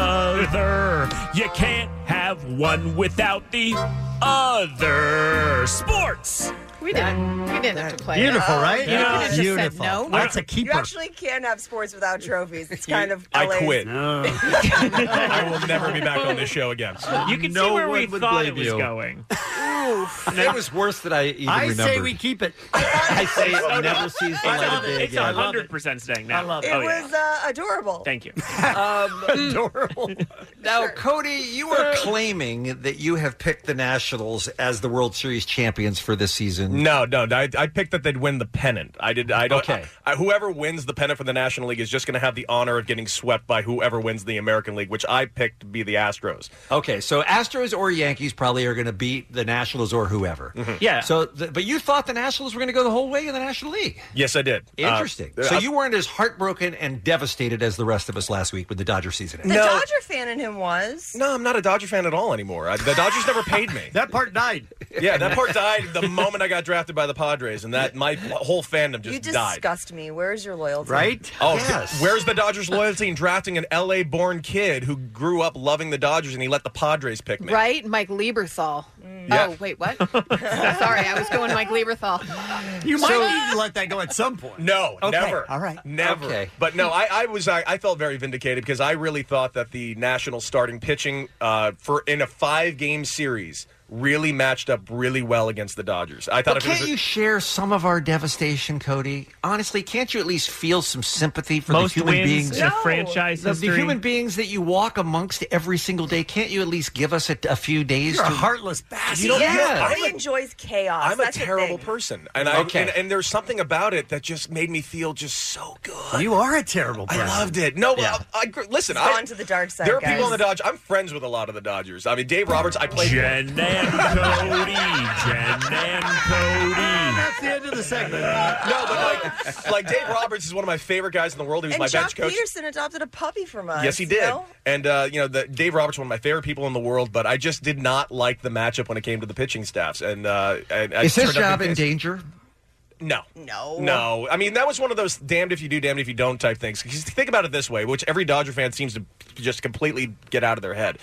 [SPEAKER 5] brother, you can't have one without the other. Sports.
[SPEAKER 11] We didn't. We didn't have to play.
[SPEAKER 5] Beautiful,
[SPEAKER 11] it.
[SPEAKER 5] right?
[SPEAKER 11] You
[SPEAKER 5] Yeah.
[SPEAKER 11] could have just
[SPEAKER 5] Beautiful.
[SPEAKER 11] Said no.
[SPEAKER 5] That's a keeper.
[SPEAKER 24] You actually can't have sports without trophies. It's kind of
[SPEAKER 26] I
[SPEAKER 24] LA's
[SPEAKER 26] quit. I will never be back on this show again.
[SPEAKER 5] You can
[SPEAKER 26] No
[SPEAKER 5] see where we
[SPEAKER 26] one would
[SPEAKER 5] thought it
[SPEAKER 26] blame
[SPEAKER 5] was
[SPEAKER 26] you.
[SPEAKER 5] going.
[SPEAKER 24] Oof.
[SPEAKER 10] It was worse than I even
[SPEAKER 8] I say
[SPEAKER 10] remembered.
[SPEAKER 8] we keep it.
[SPEAKER 10] I say
[SPEAKER 5] Oh, no.
[SPEAKER 10] it never sees the
[SPEAKER 5] It's
[SPEAKER 10] light of
[SPEAKER 5] a-
[SPEAKER 10] day
[SPEAKER 5] It's
[SPEAKER 10] again.
[SPEAKER 5] a hundred percent staying now. I love
[SPEAKER 24] It was uh, adorable.
[SPEAKER 5] Oh, Thank you.
[SPEAKER 10] Um, Adorable. Now, Cody, you are claiming that you have picked the Nationals as the World Series champions for this season.
[SPEAKER 26] No, no, I, I picked that they'd win the pennant. I did. I don't.
[SPEAKER 10] Okay.
[SPEAKER 26] I, whoever wins the pennant for the National League is just going to have the honor of getting swept by whoever wins the American League, which I picked to be the Astros.
[SPEAKER 10] Okay, so Astros or Yankees probably are going to beat the Nationals or whoever.
[SPEAKER 26] Mm-hmm.
[SPEAKER 5] Yeah.
[SPEAKER 10] So, the, but you thought the Nationals were going to go the whole way in the National League.
[SPEAKER 26] Yes, I did. Uh,
[SPEAKER 10] Interesting. so you weren't as heartbroken and devastated as the rest of us last week when the Dodger season
[SPEAKER 24] The
[SPEAKER 10] ended.
[SPEAKER 24] Dodger fan in him was.
[SPEAKER 26] No, I'm not a Dodger fan at all anymore. I, the Dodgers never paid me.
[SPEAKER 8] That part died.
[SPEAKER 26] Yeah, that part died the moment I got drafted by the Padres, and that my whole fandom
[SPEAKER 24] You
[SPEAKER 26] just died.
[SPEAKER 24] disgust me. Where's your loyalty?
[SPEAKER 26] Oh, where's the Dodgers' loyalty in drafting an LA-born kid who grew up loving the Dodgers and he let the Padres pick me?
[SPEAKER 11] Right, Mike Lieberthal.
[SPEAKER 26] Yeah.
[SPEAKER 11] Oh wait, what? Sorry, I was going Mike Lieberthal.
[SPEAKER 8] You might need to let that go at some point.
[SPEAKER 26] No,
[SPEAKER 8] Okay.
[SPEAKER 26] never.
[SPEAKER 8] All right.
[SPEAKER 26] never.
[SPEAKER 8] Okay.
[SPEAKER 26] But no, I, I was I, I felt very vindicated because I really thought that the national starting pitching uh, for in a five game series really matched up really well against the Dodgers. I thought
[SPEAKER 10] But
[SPEAKER 26] if it was
[SPEAKER 10] can't
[SPEAKER 26] a-
[SPEAKER 10] you share some of our devastation, Cody? Honestly, can't you at least feel some sympathy for
[SPEAKER 5] Most
[SPEAKER 10] the human
[SPEAKER 5] wins
[SPEAKER 10] beings?
[SPEAKER 5] in a No. franchise
[SPEAKER 10] the, the
[SPEAKER 5] history.
[SPEAKER 10] human beings that you walk amongst every single day. Can't you at least give us a, a few days?
[SPEAKER 24] You're a
[SPEAKER 10] to...
[SPEAKER 8] heartless
[SPEAKER 10] You don't
[SPEAKER 24] yeah,
[SPEAKER 10] yeah.
[SPEAKER 24] he enjoys chaos.
[SPEAKER 26] I'm
[SPEAKER 24] That's
[SPEAKER 26] a
[SPEAKER 24] the
[SPEAKER 26] terrible
[SPEAKER 24] thing.
[SPEAKER 26] person, and I
[SPEAKER 10] Okay.
[SPEAKER 26] and, and there's something about it that just made me feel just so good.
[SPEAKER 8] You are a terrible person.
[SPEAKER 26] I loved it. No,
[SPEAKER 8] Yeah.
[SPEAKER 26] I, I gr- listen.
[SPEAKER 24] He's
[SPEAKER 26] I,
[SPEAKER 24] gone to the dark side,
[SPEAKER 26] There are
[SPEAKER 24] guys.
[SPEAKER 26] people in the Dodge. I'm friends with a lot of the Dodgers. I mean, Dave Roberts. I played.
[SPEAKER 5] Jen and Cody. Jen and Cody.
[SPEAKER 8] Ah, That's the end of the segment.
[SPEAKER 26] No, but like, like Dave Roberts is one of my favorite guys in the world. He was
[SPEAKER 24] And
[SPEAKER 26] my
[SPEAKER 24] Jock
[SPEAKER 26] bench coach.
[SPEAKER 24] Peterson adopted a puppy from us.
[SPEAKER 26] Yes, he
[SPEAKER 24] you
[SPEAKER 26] did.
[SPEAKER 24] know?
[SPEAKER 26] And uh, you know, the, Dave Roberts, one of my favorite people in the world, but I just did not like the matchup when it came to the pitching staffs. And uh, and I
[SPEAKER 10] Is his
[SPEAKER 26] turned up
[SPEAKER 10] job in
[SPEAKER 26] against-
[SPEAKER 10] danger?
[SPEAKER 26] No.
[SPEAKER 24] No.
[SPEAKER 26] No. I mean, that was one of those damned if you do, damned if you don't type things. 'Cause think about it this way, which every Dodger fan seems to just completely get out of their head.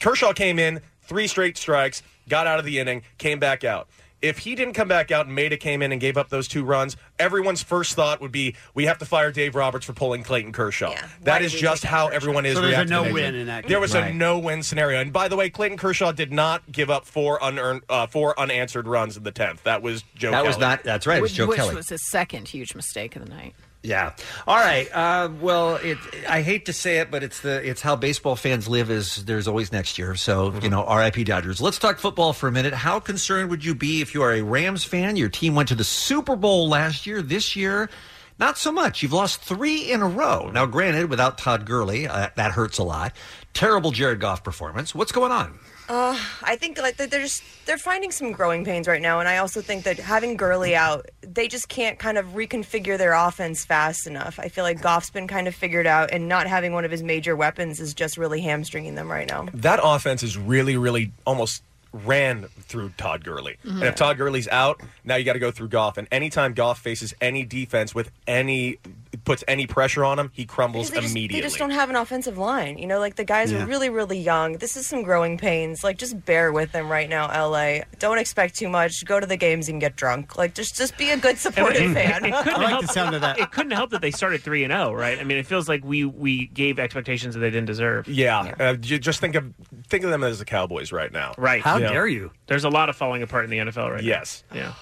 [SPEAKER 26] Kershaw came in, three straight strikes, got out of the inning, came back out. If he didn't come back out and Maida came in and gave up those two runs, everyone's first thought would be, "We have to fire Dave Roberts for pulling Clayton Kershaw." that is just how everyone is.
[SPEAKER 8] So there's a
[SPEAKER 26] reacting to
[SPEAKER 8] no-win
[SPEAKER 26] Nathan.
[SPEAKER 8] in that
[SPEAKER 26] There was a
[SPEAKER 8] game.
[SPEAKER 26] no-win scenario. And by the way, Clayton Kershaw did not give up four unearned, uh, four unanswered runs in the tenth. That was Joe.
[SPEAKER 10] That
[SPEAKER 26] Kelly.
[SPEAKER 10] was not- that's right, it was
[SPEAKER 11] which,
[SPEAKER 10] Joe
[SPEAKER 11] which
[SPEAKER 10] Kelly.
[SPEAKER 11] was his second huge mistake of the night.
[SPEAKER 10] Yeah. All right. Uh, well, it, I hate to say it, but it's the it's how baseball fans live. Is there's always next year. So
[SPEAKER 26] Mhm.
[SPEAKER 10] you know, R.I.P. Dodgers. Let's talk football for a minute. How concerned would you be if you are a Rams fan? Your team went to the Super Bowl last year. This year. Not so much. You've lost three in a row. Now, granted, without Todd Gurley, uh, that hurts a lot. Terrible Jared Goff performance. What's going on?
[SPEAKER 24] Uh, I think like that they're just they're finding some growing pains right now, and I also think that having Gurley
[SPEAKER 26] Mm-hmm.
[SPEAKER 24] out, they just can't kind of reconfigure their offense fast enough. I feel like Goff's been kind of figured out, and not having one of his major weapons is just really hamstringing them right now.
[SPEAKER 26] that offense is really, really almost ran through Todd Gurley.
[SPEAKER 24] Mhm.
[SPEAKER 26] And if Todd Gurley's out, now you got to go through Goff. And anytime Goff faces any defense with any puts any pressure on him, he crumbles
[SPEAKER 24] Because they just,
[SPEAKER 26] immediately.
[SPEAKER 24] They just don't have an offensive line. You know, like the guys
[SPEAKER 26] Yeah.
[SPEAKER 24] are really, really young. This is some growing pains. Like, just bear with them right now, LA. Don't expect too much. Go to the games and get drunk. Like, just just be a good supportive fan.
[SPEAKER 5] of that. It couldn't help that they started three and zero, right? I mean, it feels like we we gave expectations that they didn't deserve.
[SPEAKER 26] yeah, Uh, ju- just think of think of them as the Cowboys right now.
[SPEAKER 5] Right?
[SPEAKER 26] know?
[SPEAKER 5] There's a lot of falling apart in the NFL right
[SPEAKER 26] Yes.
[SPEAKER 5] now. Yes.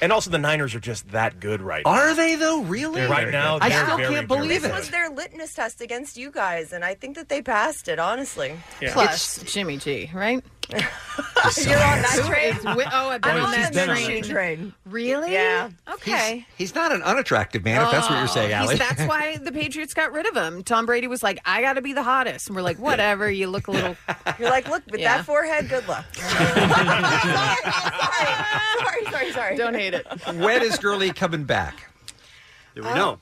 [SPEAKER 26] And also the Niners are just that good right now.
[SPEAKER 10] Are they though? Really?
[SPEAKER 26] Right now,
[SPEAKER 10] I
[SPEAKER 26] they're
[SPEAKER 10] still
[SPEAKER 26] very,
[SPEAKER 10] can't
[SPEAKER 26] very
[SPEAKER 10] believe
[SPEAKER 26] good.
[SPEAKER 10] it.
[SPEAKER 24] This was their litmus test against you guys, and I think that they passed it, honestly.
[SPEAKER 11] Plus Jimmy G, right? You're
[SPEAKER 24] on that
[SPEAKER 11] train. Oh, I've been
[SPEAKER 10] Oh,
[SPEAKER 11] on
[SPEAKER 10] she's
[SPEAKER 11] that
[SPEAKER 10] been on
[SPEAKER 11] train.
[SPEAKER 10] it.
[SPEAKER 11] Really? Yeah. Okay.
[SPEAKER 10] He's not an unattractive man, if that's what
[SPEAKER 11] Oh,
[SPEAKER 10] you're saying,
[SPEAKER 11] he's-
[SPEAKER 10] Allie.
[SPEAKER 11] That's why the Patriots got rid of him. Tom Brady was like, I got to be the hottest. And we're like, whatever. You look a little.
[SPEAKER 24] You're like, look, with
[SPEAKER 11] Yeah.
[SPEAKER 24] that forehead, good luck. sorry, sorry, sorry.
[SPEAKER 11] Don't hate it.
[SPEAKER 10] when is Gurley coming back?
[SPEAKER 8] Do we know?
[SPEAKER 24] Uh,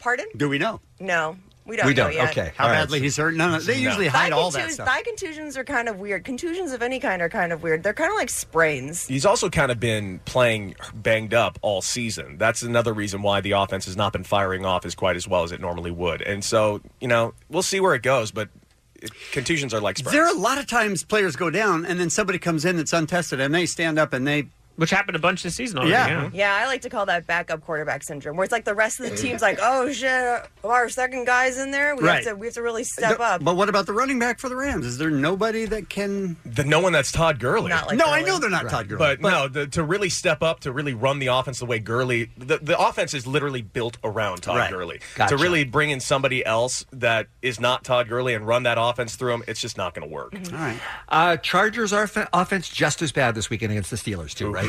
[SPEAKER 24] Pardon?
[SPEAKER 8] Do we know?
[SPEAKER 24] No, we don't.
[SPEAKER 10] We
[SPEAKER 24] know
[SPEAKER 10] don't,
[SPEAKER 24] yet.
[SPEAKER 10] okay.
[SPEAKER 8] How
[SPEAKER 10] All right.
[SPEAKER 8] badly he's hurt? No, no. They
[SPEAKER 10] No.
[SPEAKER 8] usually
[SPEAKER 10] That
[SPEAKER 8] hide
[SPEAKER 24] Thigh
[SPEAKER 8] all that
[SPEAKER 24] contus-
[SPEAKER 8] stuff.
[SPEAKER 24] Thigh contusions are kind of weird. Contusions of any kind are kind of weird. They're kind of like sprains.
[SPEAKER 26] He's also kind of been playing banged up all season. That's another reason why the offense has not been firing off as quite as well as it normally would. And so, you know, we'll see where it goes, but it, contusions are like sprains.
[SPEAKER 8] There are a lot of times players go down, and then somebody comes in that's untested, and they stand up and they.
[SPEAKER 5] Which happened a bunch this season
[SPEAKER 8] Oh, Yeah.
[SPEAKER 24] Yeah, I like to call that backup quarterback syndrome, where it's like the rest of the team's like, "Oh shit, our second guy's in there. We
[SPEAKER 8] Right.
[SPEAKER 24] have to, we have to really step
[SPEAKER 8] The-
[SPEAKER 24] up."
[SPEAKER 8] But what about the running back for the Rams? Is there nobody that can?
[SPEAKER 26] The, no one that's Todd Gurley.
[SPEAKER 8] Not like No, I Gurley. know they're not Todd Gurley,
[SPEAKER 26] But, no, the, to really step up, to really run the offense the way Gurley, the, the offense is literally built around Todd
[SPEAKER 8] Right.
[SPEAKER 26] Gurley.
[SPEAKER 8] Gotcha.
[SPEAKER 26] To really bring in somebody else that is not Todd Gurley and run that offense through him, it's just not going to work.
[SPEAKER 8] All right.
[SPEAKER 10] Uh, Chargers are offense just as bad this weekend against the Steelers too, right?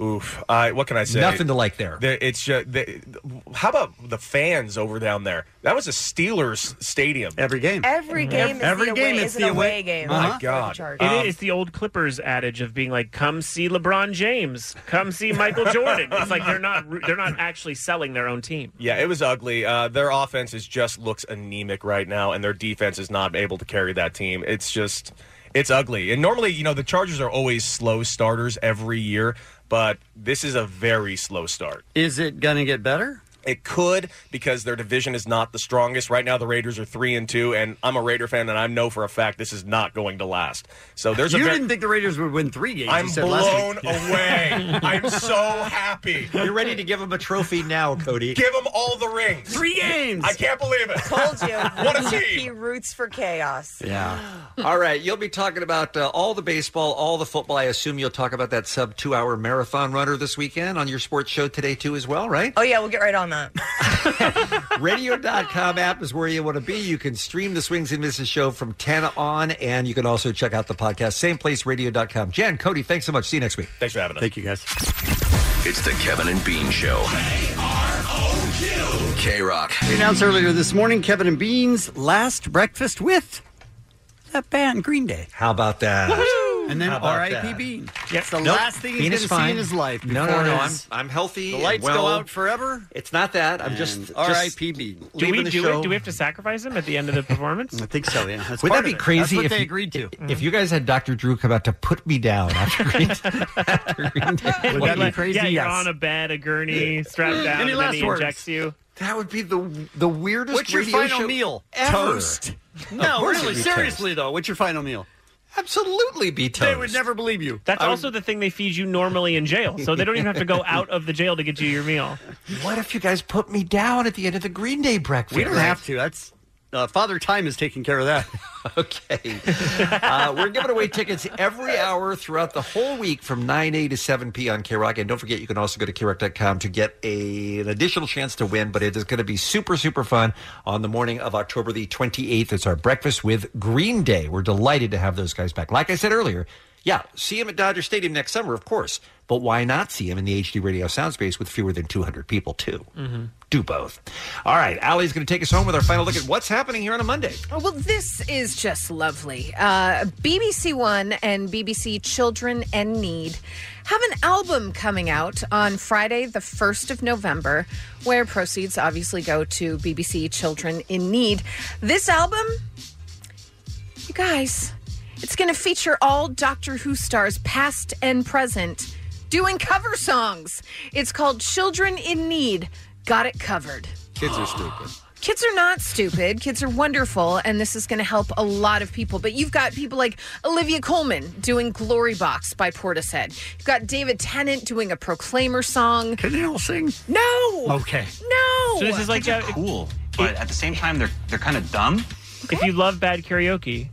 [SPEAKER 26] Oof. I what can I say?
[SPEAKER 10] Nothing to like there.
[SPEAKER 26] There- It's just, the, how about the fans over down there? That was a Steelers stadium.
[SPEAKER 8] Every game.
[SPEAKER 24] Every game is the away, is an away, game. for
[SPEAKER 5] My
[SPEAKER 24] the
[SPEAKER 5] God,
[SPEAKER 24] Chargers.
[SPEAKER 5] it is the old Clippers adage of being like, "Come see LeBron James, come see Michael Jordan." It's like they're not they're not actually selling their own team.
[SPEAKER 26] Yeah, it was ugly. Uh, their offense is just looks anemic right now, and their defense is not able to carry that team. It's just, it's ugly. And normally, you know, the Chargers are always slow starters every year, but this is a very slow start.
[SPEAKER 8] Is it going to get better?
[SPEAKER 26] It could because their division is not the strongest right now. The Raiders are three and two, and I'm a Raider fan, and I know for a fact this is not going to last. So there's
[SPEAKER 8] you
[SPEAKER 26] a ver-
[SPEAKER 8] didn't think the Raiders would win three games.
[SPEAKER 26] I'm
[SPEAKER 8] you said
[SPEAKER 26] blown
[SPEAKER 8] last week.
[SPEAKER 26] away. I'm so happy.
[SPEAKER 10] You're ready to give him a trophy now, Cody.
[SPEAKER 26] Give him all the rings.
[SPEAKER 8] Three games.
[SPEAKER 26] I can't believe it.
[SPEAKER 24] Told you.
[SPEAKER 26] What a team.
[SPEAKER 24] He roots for chaos.
[SPEAKER 10] Yeah. all right. You'll be talking about uh, all the baseball, all the football. I assume you'll talk about that sub two hour marathon runner this weekend on your sports show today, too, as well, right?
[SPEAKER 24] Oh yeah, we'll get right on that.
[SPEAKER 10] Radio.com app is where you want to be. You can stream the Swings and Misses show from 10 on, and you can also check out the podcast, same place, radio.com. Jan, Cody, thanks so much. See you next week.
[SPEAKER 26] Thanks for having us.
[SPEAKER 8] Thank you, guys.
[SPEAKER 4] It's the Kevin and Bean Show. K Rock.
[SPEAKER 8] We announced earlier this morning Kevin and Bean's last breakfast with that band Green Day.
[SPEAKER 10] How about that?
[SPEAKER 8] And then
[SPEAKER 10] How about
[SPEAKER 8] R.I.P.
[SPEAKER 10] that?
[SPEAKER 8] Bean.
[SPEAKER 10] Yep.
[SPEAKER 8] It's the
[SPEAKER 10] Nope.
[SPEAKER 8] last thing he's
[SPEAKER 10] Bean
[SPEAKER 8] going
[SPEAKER 10] is
[SPEAKER 8] to see
[SPEAKER 10] fine.
[SPEAKER 8] in his life.
[SPEAKER 10] No,
[SPEAKER 8] before
[SPEAKER 10] no, no,
[SPEAKER 8] his-
[SPEAKER 10] I'm- I'm healthy
[SPEAKER 8] The
[SPEAKER 10] and
[SPEAKER 8] lights
[SPEAKER 10] well.
[SPEAKER 8] go out forever.
[SPEAKER 10] It's not that. I'm just-
[SPEAKER 8] And
[SPEAKER 10] just
[SPEAKER 8] R.I.P. Bean.
[SPEAKER 5] Do we
[SPEAKER 10] leaving the
[SPEAKER 5] do
[SPEAKER 10] show.
[SPEAKER 5] it? Do we have to sacrifice him at the end of the performance? I
[SPEAKER 8] think so. Yeah.
[SPEAKER 10] Would that be crazy if you- If you guys had Dr. Drew come out to put me down after Green, after Green Day,
[SPEAKER 5] Would that be crazy? Yeah, you're on a bed, a gurney, strapped down,
[SPEAKER 10] Any
[SPEAKER 5] and then
[SPEAKER 10] last
[SPEAKER 5] he
[SPEAKER 10] words?
[SPEAKER 5] injects you.
[SPEAKER 10] That would be the the weirdest
[SPEAKER 8] What's your
[SPEAKER 10] radio
[SPEAKER 8] final
[SPEAKER 10] show
[SPEAKER 8] meal?
[SPEAKER 10] ever.
[SPEAKER 8] Toast.
[SPEAKER 10] Of
[SPEAKER 8] No,
[SPEAKER 10] course
[SPEAKER 8] really,
[SPEAKER 10] it'd be toast.
[SPEAKER 8] seriously though, what's your final meal?
[SPEAKER 10] Absolutely be toast.
[SPEAKER 5] They would never
[SPEAKER 8] believe you.
[SPEAKER 5] That's
[SPEAKER 8] I would-
[SPEAKER 5] also the thing they feed you normally in jail, so they don't even have to go out of the jail to get you your meal.
[SPEAKER 10] What if you guys put me down at the end of the Green Day breakfast?
[SPEAKER 8] We don't have to. That's uh, Father Time is taking care of that.
[SPEAKER 10] okay. uh, we're giving away tickets every hour throughout the whole week from 9A to 7P on K Rock. And don't forget, you can also go to KRock.com to get a, an additional chance to win. But it is going to be super, super fun on the morning of October the 28th. It's our breakfast with Green Day. We're delighted to have those guys back. Like I said earlier, yeah, see him at Dodger Stadium next summer, of course. But why not see him in the HD radio sound space with fewer than 200 people, too? Mm-hmm. Do both. All right, Allie's going to take us home with our final look at what's happening here on a Monday.
[SPEAKER 11] Oh, well, this is just lovely. Uh, BBC One and BBC Children and Need have an album coming out on Friday, the 1st of November, where proceeds obviously go to BBC Children in Need. This album, you guys, it's going to feature all Doctor Who stars, past and present, doing cover songs. It's called Children in Need Got It Covered.
[SPEAKER 8] Kids are stupid.
[SPEAKER 11] Kids are not stupid. Kids are wonderful, and this is going to help a lot of people. But you've got people like Olivia Coleman doing "Glory Box" by Portishead. You've got David Tennant doing a Proclaimer song.
[SPEAKER 8] Can they all sing?
[SPEAKER 11] No.
[SPEAKER 8] Okay.
[SPEAKER 11] No.
[SPEAKER 5] So this is like a-
[SPEAKER 9] cool, but at the same time, they're they're kind of dumb.
[SPEAKER 5] If you love bad karaoke,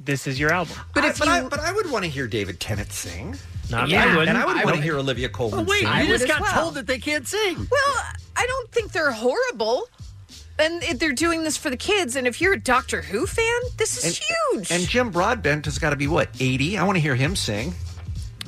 [SPEAKER 5] this is your album.
[SPEAKER 10] But, if but, I, but I would want to hear David Tennant sing.
[SPEAKER 5] Not me. I wouldn't.
[SPEAKER 10] And I would
[SPEAKER 5] I
[SPEAKER 10] want to
[SPEAKER 5] would.
[SPEAKER 10] hear Olivia
[SPEAKER 8] Oh,
[SPEAKER 10] Colman
[SPEAKER 11] Well, Oh, wait,
[SPEAKER 10] sing.
[SPEAKER 11] you I just would as got well. told
[SPEAKER 8] that they can't sing.
[SPEAKER 11] Well, I don't think they're horrible, and it- they're doing this for the kids. And if you're a Doctor Who fan, this is huge.
[SPEAKER 10] And Jim Broadbent has got to be what eighty. I want to hear him sing.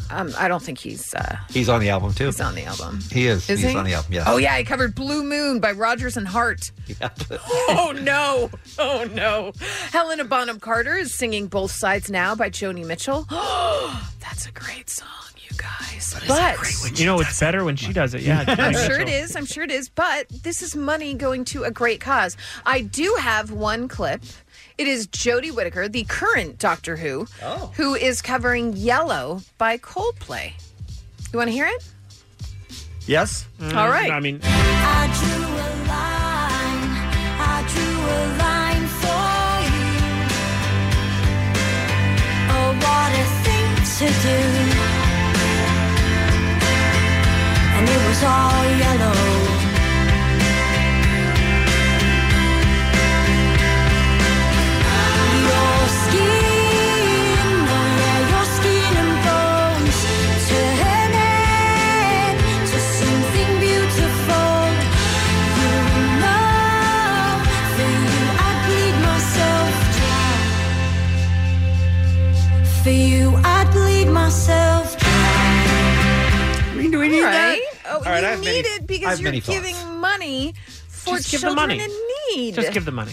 [SPEAKER 11] um, I don't think he's. Uh,
[SPEAKER 10] He's on the album too.
[SPEAKER 11] He's on the album.
[SPEAKER 10] He is.
[SPEAKER 11] is
[SPEAKER 10] he's
[SPEAKER 11] he?
[SPEAKER 10] on the album. Yeah.
[SPEAKER 11] Oh yeah, he covered "Blue Moon" by Rogers and Hart. oh no! Oh no! Helena Bonham Carter is singing "Both Sides Now" by Joni Mitchell. That's a great song, you guys. But,
[SPEAKER 5] you know it's better when she does it. Yeah,
[SPEAKER 11] I'm sure it is. I'm sure it is. But this is money going to a great cause. I do have one clip. It is Jodie Whittaker, the current Doctor Who, who is covering "Yellow" by Coldplay. You want to hear it?
[SPEAKER 8] Yes.
[SPEAKER 11] All right.
[SPEAKER 5] I mean,
[SPEAKER 14] I drew a line. I drew a line for you. Oh, what a thing to do. And it was all yellow. Your skin, oh yeah, your skin and bones turning to something beautiful. You know, for you I bleed myself dry. For you I bleed myself dry.
[SPEAKER 8] I mean, do we
[SPEAKER 11] All
[SPEAKER 8] need
[SPEAKER 11] right.
[SPEAKER 14] that?
[SPEAKER 11] Oh,
[SPEAKER 14] All right, I
[SPEAKER 11] you
[SPEAKER 14] have
[SPEAKER 11] need
[SPEAKER 14] many-
[SPEAKER 11] it
[SPEAKER 10] I
[SPEAKER 11] because
[SPEAKER 10] have
[SPEAKER 11] you're
[SPEAKER 10] many thoughts.
[SPEAKER 11] giving money for
[SPEAKER 5] Just give the
[SPEAKER 11] children
[SPEAKER 5] money.
[SPEAKER 11] in need.
[SPEAKER 5] just give the money.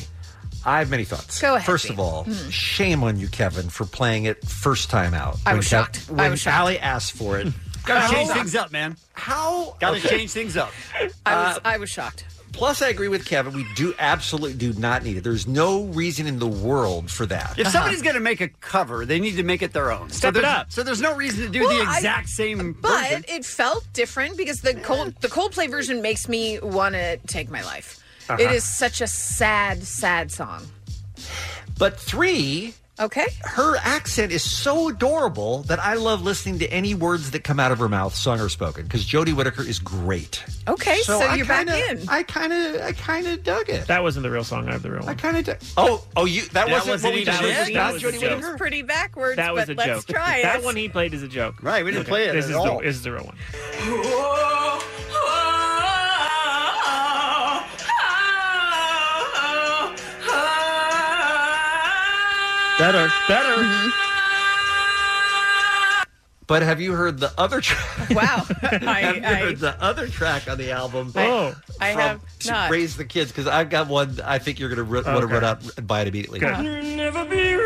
[SPEAKER 10] I have many thoughts.
[SPEAKER 11] Go ahead,
[SPEAKER 10] First
[SPEAKER 11] Pete.
[SPEAKER 10] of all,
[SPEAKER 11] Hmm.
[SPEAKER 10] shame on you, Kevin, for playing it first time out.
[SPEAKER 11] I
[SPEAKER 10] When
[SPEAKER 11] was
[SPEAKER 10] Kev-
[SPEAKER 11] shocked. I
[SPEAKER 10] When
[SPEAKER 11] was shocked.
[SPEAKER 10] Allie asked for it.
[SPEAKER 8] Gotta
[SPEAKER 10] How-
[SPEAKER 8] change things up, man.
[SPEAKER 10] How?
[SPEAKER 8] Gotta
[SPEAKER 10] Okay.
[SPEAKER 8] change things up. Uh,
[SPEAKER 11] I was, I was shocked.
[SPEAKER 10] Plus, I agree with Kevin. We do absolutely do not need it. There's no reason in the world for that.
[SPEAKER 11] Uh-huh.
[SPEAKER 8] If somebody's going to make a cover, they need to make it their own. so
[SPEAKER 10] Step it
[SPEAKER 8] there's-
[SPEAKER 10] up.
[SPEAKER 8] So there's no reason to do
[SPEAKER 11] Well,
[SPEAKER 8] the
[SPEAKER 11] I-
[SPEAKER 8] exact same
[SPEAKER 11] But
[SPEAKER 8] version.
[SPEAKER 11] it felt different because the cold the Coldplay version makes me want to take my life.
[SPEAKER 10] Uh-huh.
[SPEAKER 11] It is such a sad, sad song.
[SPEAKER 10] But three.
[SPEAKER 11] Okay.
[SPEAKER 10] Her accent is so adorable that I love listening to any words that come out of her mouth, sung or spoken, because Jodie Whittaker is great.
[SPEAKER 11] Okay,
[SPEAKER 10] So
[SPEAKER 11] so,
[SPEAKER 10] I
[SPEAKER 11] you're back in.
[SPEAKER 10] I kind of, I kind of dug it.
[SPEAKER 5] That wasn't the real song. I have the real one.
[SPEAKER 10] Kind of. Oh, oh, you. That,
[SPEAKER 5] That
[SPEAKER 10] wasn't,
[SPEAKER 5] wasn't
[SPEAKER 10] what we
[SPEAKER 5] even-
[SPEAKER 10] just
[SPEAKER 5] that was-
[SPEAKER 10] listened to,
[SPEAKER 5] that was a
[SPEAKER 10] Jodie
[SPEAKER 5] joke.
[SPEAKER 10] Whittaker?
[SPEAKER 11] Pretty backwards,
[SPEAKER 5] That was
[SPEAKER 11] but
[SPEAKER 5] a
[SPEAKER 11] let's
[SPEAKER 5] joke.
[SPEAKER 11] try it.
[SPEAKER 5] that one he played is a joke.
[SPEAKER 8] Right, we didn't play it
[SPEAKER 5] This
[SPEAKER 8] at
[SPEAKER 5] is
[SPEAKER 8] all.
[SPEAKER 5] the this is the real one.
[SPEAKER 10] Better, better. Mm-hmm. But have you heard the other track?
[SPEAKER 11] Wow.
[SPEAKER 10] have you heard the other track on the album?
[SPEAKER 11] I- I
[SPEAKER 10] from
[SPEAKER 11] have
[SPEAKER 10] to
[SPEAKER 11] not.
[SPEAKER 10] Raise the kids because I've got one. I think you're going to want to
[SPEAKER 16] Okay.
[SPEAKER 10] run out and buy it immediately.
[SPEAKER 11] Uh-huh.
[SPEAKER 16] You'll never be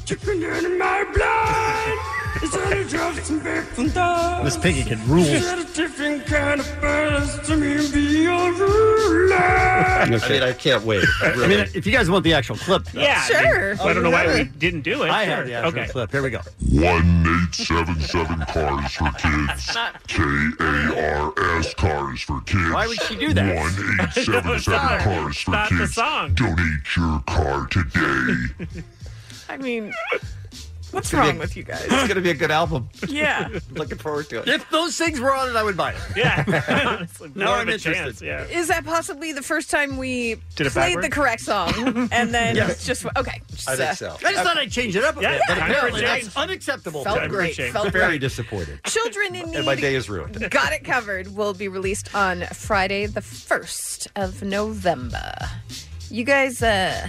[SPEAKER 16] Chicken in my blood. It's only drops and back from dust.
[SPEAKER 8] Miss Piggy can rule.
[SPEAKER 16] She's got a different kind of balance to me and be your ruler.
[SPEAKER 10] I mean, I can't wait.
[SPEAKER 8] I mean, if you guys want the actual clip,
[SPEAKER 16] Yeah, I mean, Sure.
[SPEAKER 5] I don't know why we didn't do it.
[SPEAKER 8] I
[SPEAKER 5] Sure.
[SPEAKER 8] have the actual
[SPEAKER 5] Okay.
[SPEAKER 8] clip. Here we go.
[SPEAKER 6] One eight seven seven cars for kids. K A R S cars for kids.
[SPEAKER 16] Why would she do that?
[SPEAKER 6] One eight
[SPEAKER 16] No,
[SPEAKER 6] seven
[SPEAKER 16] it's
[SPEAKER 6] seven
[SPEAKER 16] not.
[SPEAKER 6] cars for
[SPEAKER 16] Not the
[SPEAKER 6] kids.
[SPEAKER 16] song.
[SPEAKER 6] Donate your car today.
[SPEAKER 11] I mean, what's
[SPEAKER 8] gonna be
[SPEAKER 11] wrong
[SPEAKER 8] a-
[SPEAKER 11] with you guys?
[SPEAKER 8] It's going to be a good album.
[SPEAKER 11] Yeah.
[SPEAKER 8] Looking forward to it. If those things were on it, I would buy it.
[SPEAKER 5] Yeah.
[SPEAKER 8] now I'm interested.
[SPEAKER 5] yeah.
[SPEAKER 11] Is that possibly the first time we
[SPEAKER 8] Did it
[SPEAKER 11] played the
[SPEAKER 8] backwards?
[SPEAKER 11] correct song? And then
[SPEAKER 8] Yeah.
[SPEAKER 11] it's just okay. just,
[SPEAKER 8] I
[SPEAKER 11] uh,
[SPEAKER 8] think so. I just thought I'd change it up a
[SPEAKER 11] Yeah,
[SPEAKER 8] bit, but
[SPEAKER 11] time for a
[SPEAKER 8] apparently
[SPEAKER 11] change.
[SPEAKER 8] that's unacceptable.
[SPEAKER 11] Felt Time for a great, change. felt
[SPEAKER 8] Very
[SPEAKER 11] great.
[SPEAKER 8] disappointed.
[SPEAKER 11] Children in Need.
[SPEAKER 10] And my day is ruined.
[SPEAKER 11] Got it covered. Will be released on Friday, the first of November. You guys, uh,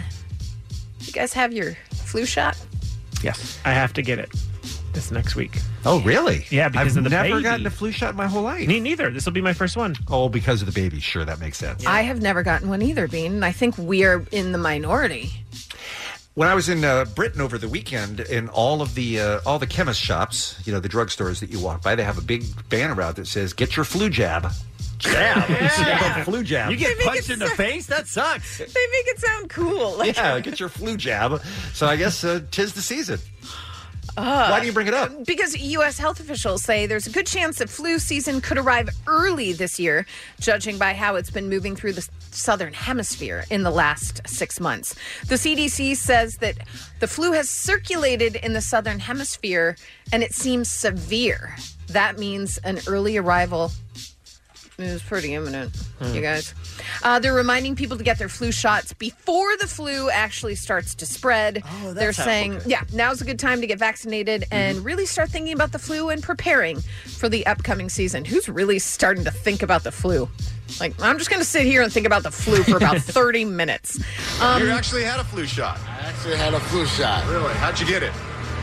[SPEAKER 11] you guys have your flu shot?
[SPEAKER 5] Yes, I have to get it this next week.
[SPEAKER 10] Oh, really?
[SPEAKER 5] Yeah, because
[SPEAKER 10] I've
[SPEAKER 5] of the
[SPEAKER 10] never
[SPEAKER 5] baby.
[SPEAKER 10] gotten a flu shot in my whole life.
[SPEAKER 5] Me neither. This will be my first one.
[SPEAKER 10] Oh, because of the baby. Sure, that makes sense.
[SPEAKER 11] I have never gotten one either, Bean. and I think we are in the minority.
[SPEAKER 10] When I was in uh, Britain over the weekend, in all of the uh, all the chemist shops, you know, the drugstores that you walk by, they have a big banner out that says "Get your flu jab." Jab, flu jab.
[SPEAKER 8] You get
[SPEAKER 11] They make
[SPEAKER 8] punched
[SPEAKER 11] it
[SPEAKER 8] in the
[SPEAKER 11] so-
[SPEAKER 8] face? That sucks.
[SPEAKER 11] They make it sound cool. Like,
[SPEAKER 10] yeah, get your flu jab. So I guess uh, tis the season.
[SPEAKER 11] Uh,
[SPEAKER 10] Why do you bring it up?
[SPEAKER 11] Because U.S. health officials say there's a good chance that flu season could arrive early this year, judging by how it's been moving through the southern hemisphere in the last six months. The CDC says that the flu has circulated in the southern hemisphere and it seems severe. That means an early arrival is pretty imminent,
[SPEAKER 14] Hmm.
[SPEAKER 11] you guys. Uh, they're reminding people to get their flu shots before the flu actually starts to spread.
[SPEAKER 14] that's
[SPEAKER 11] Oh, they're
[SPEAKER 14] helpful.
[SPEAKER 11] saying, yeah, now's a good time to get vaccinated and really start thinking about the flu and preparing for the upcoming season. Who's really starting to think about the flu? Like, I'm just going to sit here and think about the flu for about 30 minutes. Um,
[SPEAKER 19] you actually had a flu shot. I actually had a flu shot. Really? How'd you get it?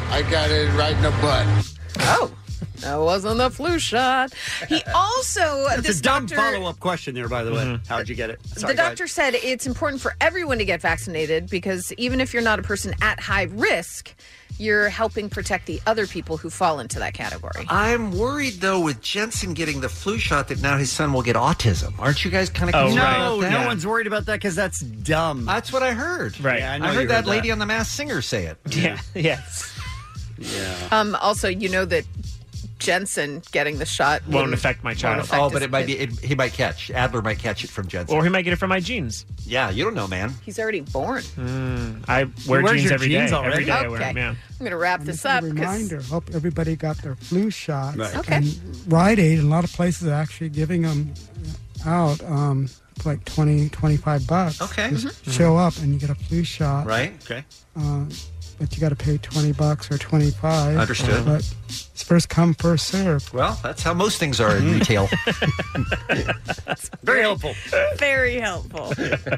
[SPEAKER 19] I got it right in the butt.
[SPEAKER 8] Oh.
[SPEAKER 11] that wasn't the flu shot. He also,
[SPEAKER 8] That's
[SPEAKER 11] this
[SPEAKER 8] a dumb
[SPEAKER 11] doctor-
[SPEAKER 8] follow up question there, by the way.
[SPEAKER 5] Mm-hmm.
[SPEAKER 8] How'd you get it? Sorry,
[SPEAKER 11] the
[SPEAKER 8] go
[SPEAKER 11] doctor said it's important for everyone to get vaccinated because even if you're not a person at high risk, you're helping protect the other people who fall into that category.
[SPEAKER 10] I'm worried though with Jensen getting the flu shot that now his son will get autism. Aren't you guys kind of
[SPEAKER 8] ahead.
[SPEAKER 10] concerned?
[SPEAKER 8] Oh, no, no one's worried about that because that's dumb.
[SPEAKER 10] That's what I heard.
[SPEAKER 8] Right.
[SPEAKER 10] I,
[SPEAKER 8] I, know you
[SPEAKER 10] heard that, lady on The Masked Singer say it.
[SPEAKER 8] Yeah.
[SPEAKER 5] Yes.
[SPEAKER 8] Yeah.
[SPEAKER 11] Um, also, you know that Jensen getting the shot wouldn't- won't affect
[SPEAKER 10] Oh, but
[SPEAKER 11] his
[SPEAKER 10] it might be.
[SPEAKER 11] kid.
[SPEAKER 10] It, he might catch. Adler might catch it from Jensen,
[SPEAKER 5] or he might get it from my jeans.
[SPEAKER 10] Yeah, you don't know, man.
[SPEAKER 11] He's already born.
[SPEAKER 5] Hmm, I wear
[SPEAKER 10] wears
[SPEAKER 5] jeans
[SPEAKER 10] your
[SPEAKER 5] every day.
[SPEAKER 10] jeans already?
[SPEAKER 5] Every day I
[SPEAKER 11] okay.
[SPEAKER 5] wear them. Yeah.
[SPEAKER 11] I'm going to wrap this up. 'cause-
[SPEAKER 13] Reminder: Hope everybody got their flu shots.
[SPEAKER 5] Right.
[SPEAKER 11] Okay.
[SPEAKER 13] And Rite Aid, a lot of places are actually giving them out um, for like 20, 25 bucks.
[SPEAKER 10] Okay.
[SPEAKER 13] Just
[SPEAKER 10] Mhm.
[SPEAKER 13] show up and you get a flu shot.
[SPEAKER 10] Right. Okay.
[SPEAKER 13] Uh, but you got to pay twenty bucks or twenty five.
[SPEAKER 10] Understood.
[SPEAKER 13] But it's first come, first serve.
[SPEAKER 10] Well, that's how most things are
[SPEAKER 5] Hmm.
[SPEAKER 10] in retail.
[SPEAKER 8] Very helpful.
[SPEAKER 11] Very helpful.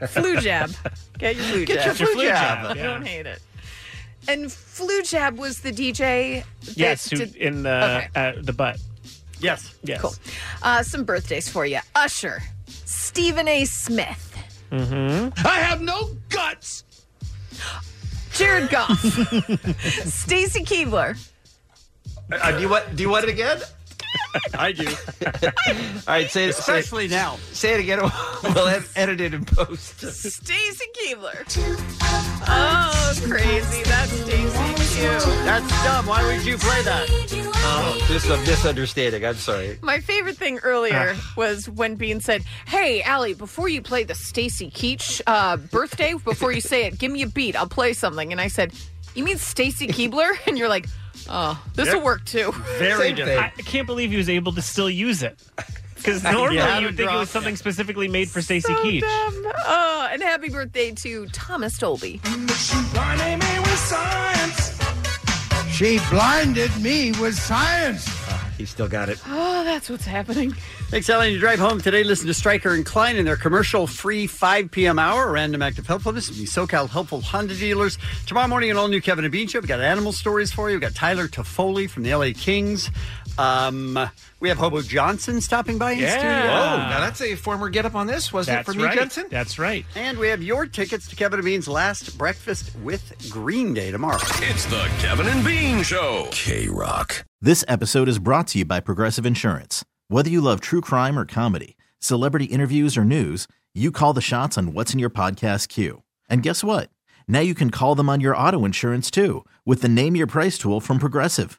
[SPEAKER 11] flu jab. Get your flu
[SPEAKER 14] Get
[SPEAKER 11] jab.
[SPEAKER 14] your flu Your flu jab. jab,
[SPEAKER 11] You
[SPEAKER 14] yeah.
[SPEAKER 11] Don't hate it. And flu jab was the DJ. that
[SPEAKER 5] Yes, who,
[SPEAKER 11] did-
[SPEAKER 5] in the uh, the butt.
[SPEAKER 8] Yes.
[SPEAKER 5] Yes.
[SPEAKER 11] Cool. Uh, some birthdays for you: Usher, Stephen A. Smith,
[SPEAKER 5] Mm-hmm.
[SPEAKER 11] I have no guts. Jared Goff, Stacy Keebler.
[SPEAKER 10] Uh, do you want? Do you want it again?
[SPEAKER 8] I do.
[SPEAKER 10] All right, say it.
[SPEAKER 8] Especially
[SPEAKER 10] say it,
[SPEAKER 8] now.
[SPEAKER 10] Say it again. We'll ed- edit it in post.
[SPEAKER 11] Stacy Keebler. Oh, crazy. That's Stacy Q.
[SPEAKER 8] That's dumb. Why would you play that?
[SPEAKER 10] Oh, this is a misunderstanding. I'm sorry.
[SPEAKER 11] My favorite thing earlier
[SPEAKER 10] Ugh.
[SPEAKER 8] Ah.
[SPEAKER 11] was when Bean said, "Hey, Allie, before you play the Stacy Keach uh, birthday, before you say it, give me a beat. I'll play something." And I said, "You mean Stacy Keebler?" And you're like, "Oh, this will
[SPEAKER 5] Yep.
[SPEAKER 11] work too."
[SPEAKER 5] Same thing. I I can't believe he was able to still use it. Because
[SPEAKER 11] Yeah.
[SPEAKER 5] normally
[SPEAKER 11] Yeah.
[SPEAKER 5] you'd think it was something specifically made for Stacey
[SPEAKER 11] So
[SPEAKER 5] Keach.
[SPEAKER 11] dumb. Oh, and happy birthday to Thomas Dolby.
[SPEAKER 16] Blinded me with science. She blinded me with science.
[SPEAKER 10] Uh,
[SPEAKER 8] He still got it.
[SPEAKER 11] Oh, that's what's happening.
[SPEAKER 8] Thanks, Alan. You drive home today. Listen to Stryker and Klein in their commercial free 5 p.m. hour, random act of helpfulness from the SoCal Helpful Honda dealers. Tomorrow morning, an all new Kevin and Bean show. we got animal stories for you. we got Tyler Toffoli from the LA Kings. Um, we have Hobo Johnson stopping by in studio.
[SPEAKER 10] Oh, now that's a former get up on this, wasn't it, from you, Jensen?
[SPEAKER 5] Ah. That's right.
[SPEAKER 8] And we have your tickets to Kevin and Bean's last breakfast with Green Day tomorrow.
[SPEAKER 4] It's the Kevin and Bean Show. K Rock.
[SPEAKER 7] This episode is brought to you by Progressive Insurance. Whether you love true crime or comedy, celebrity interviews or news, you call the shots on what's in your podcast queue. And guess what? Now you can call them on your auto insurance too with the Name Your Price tool from Progressive.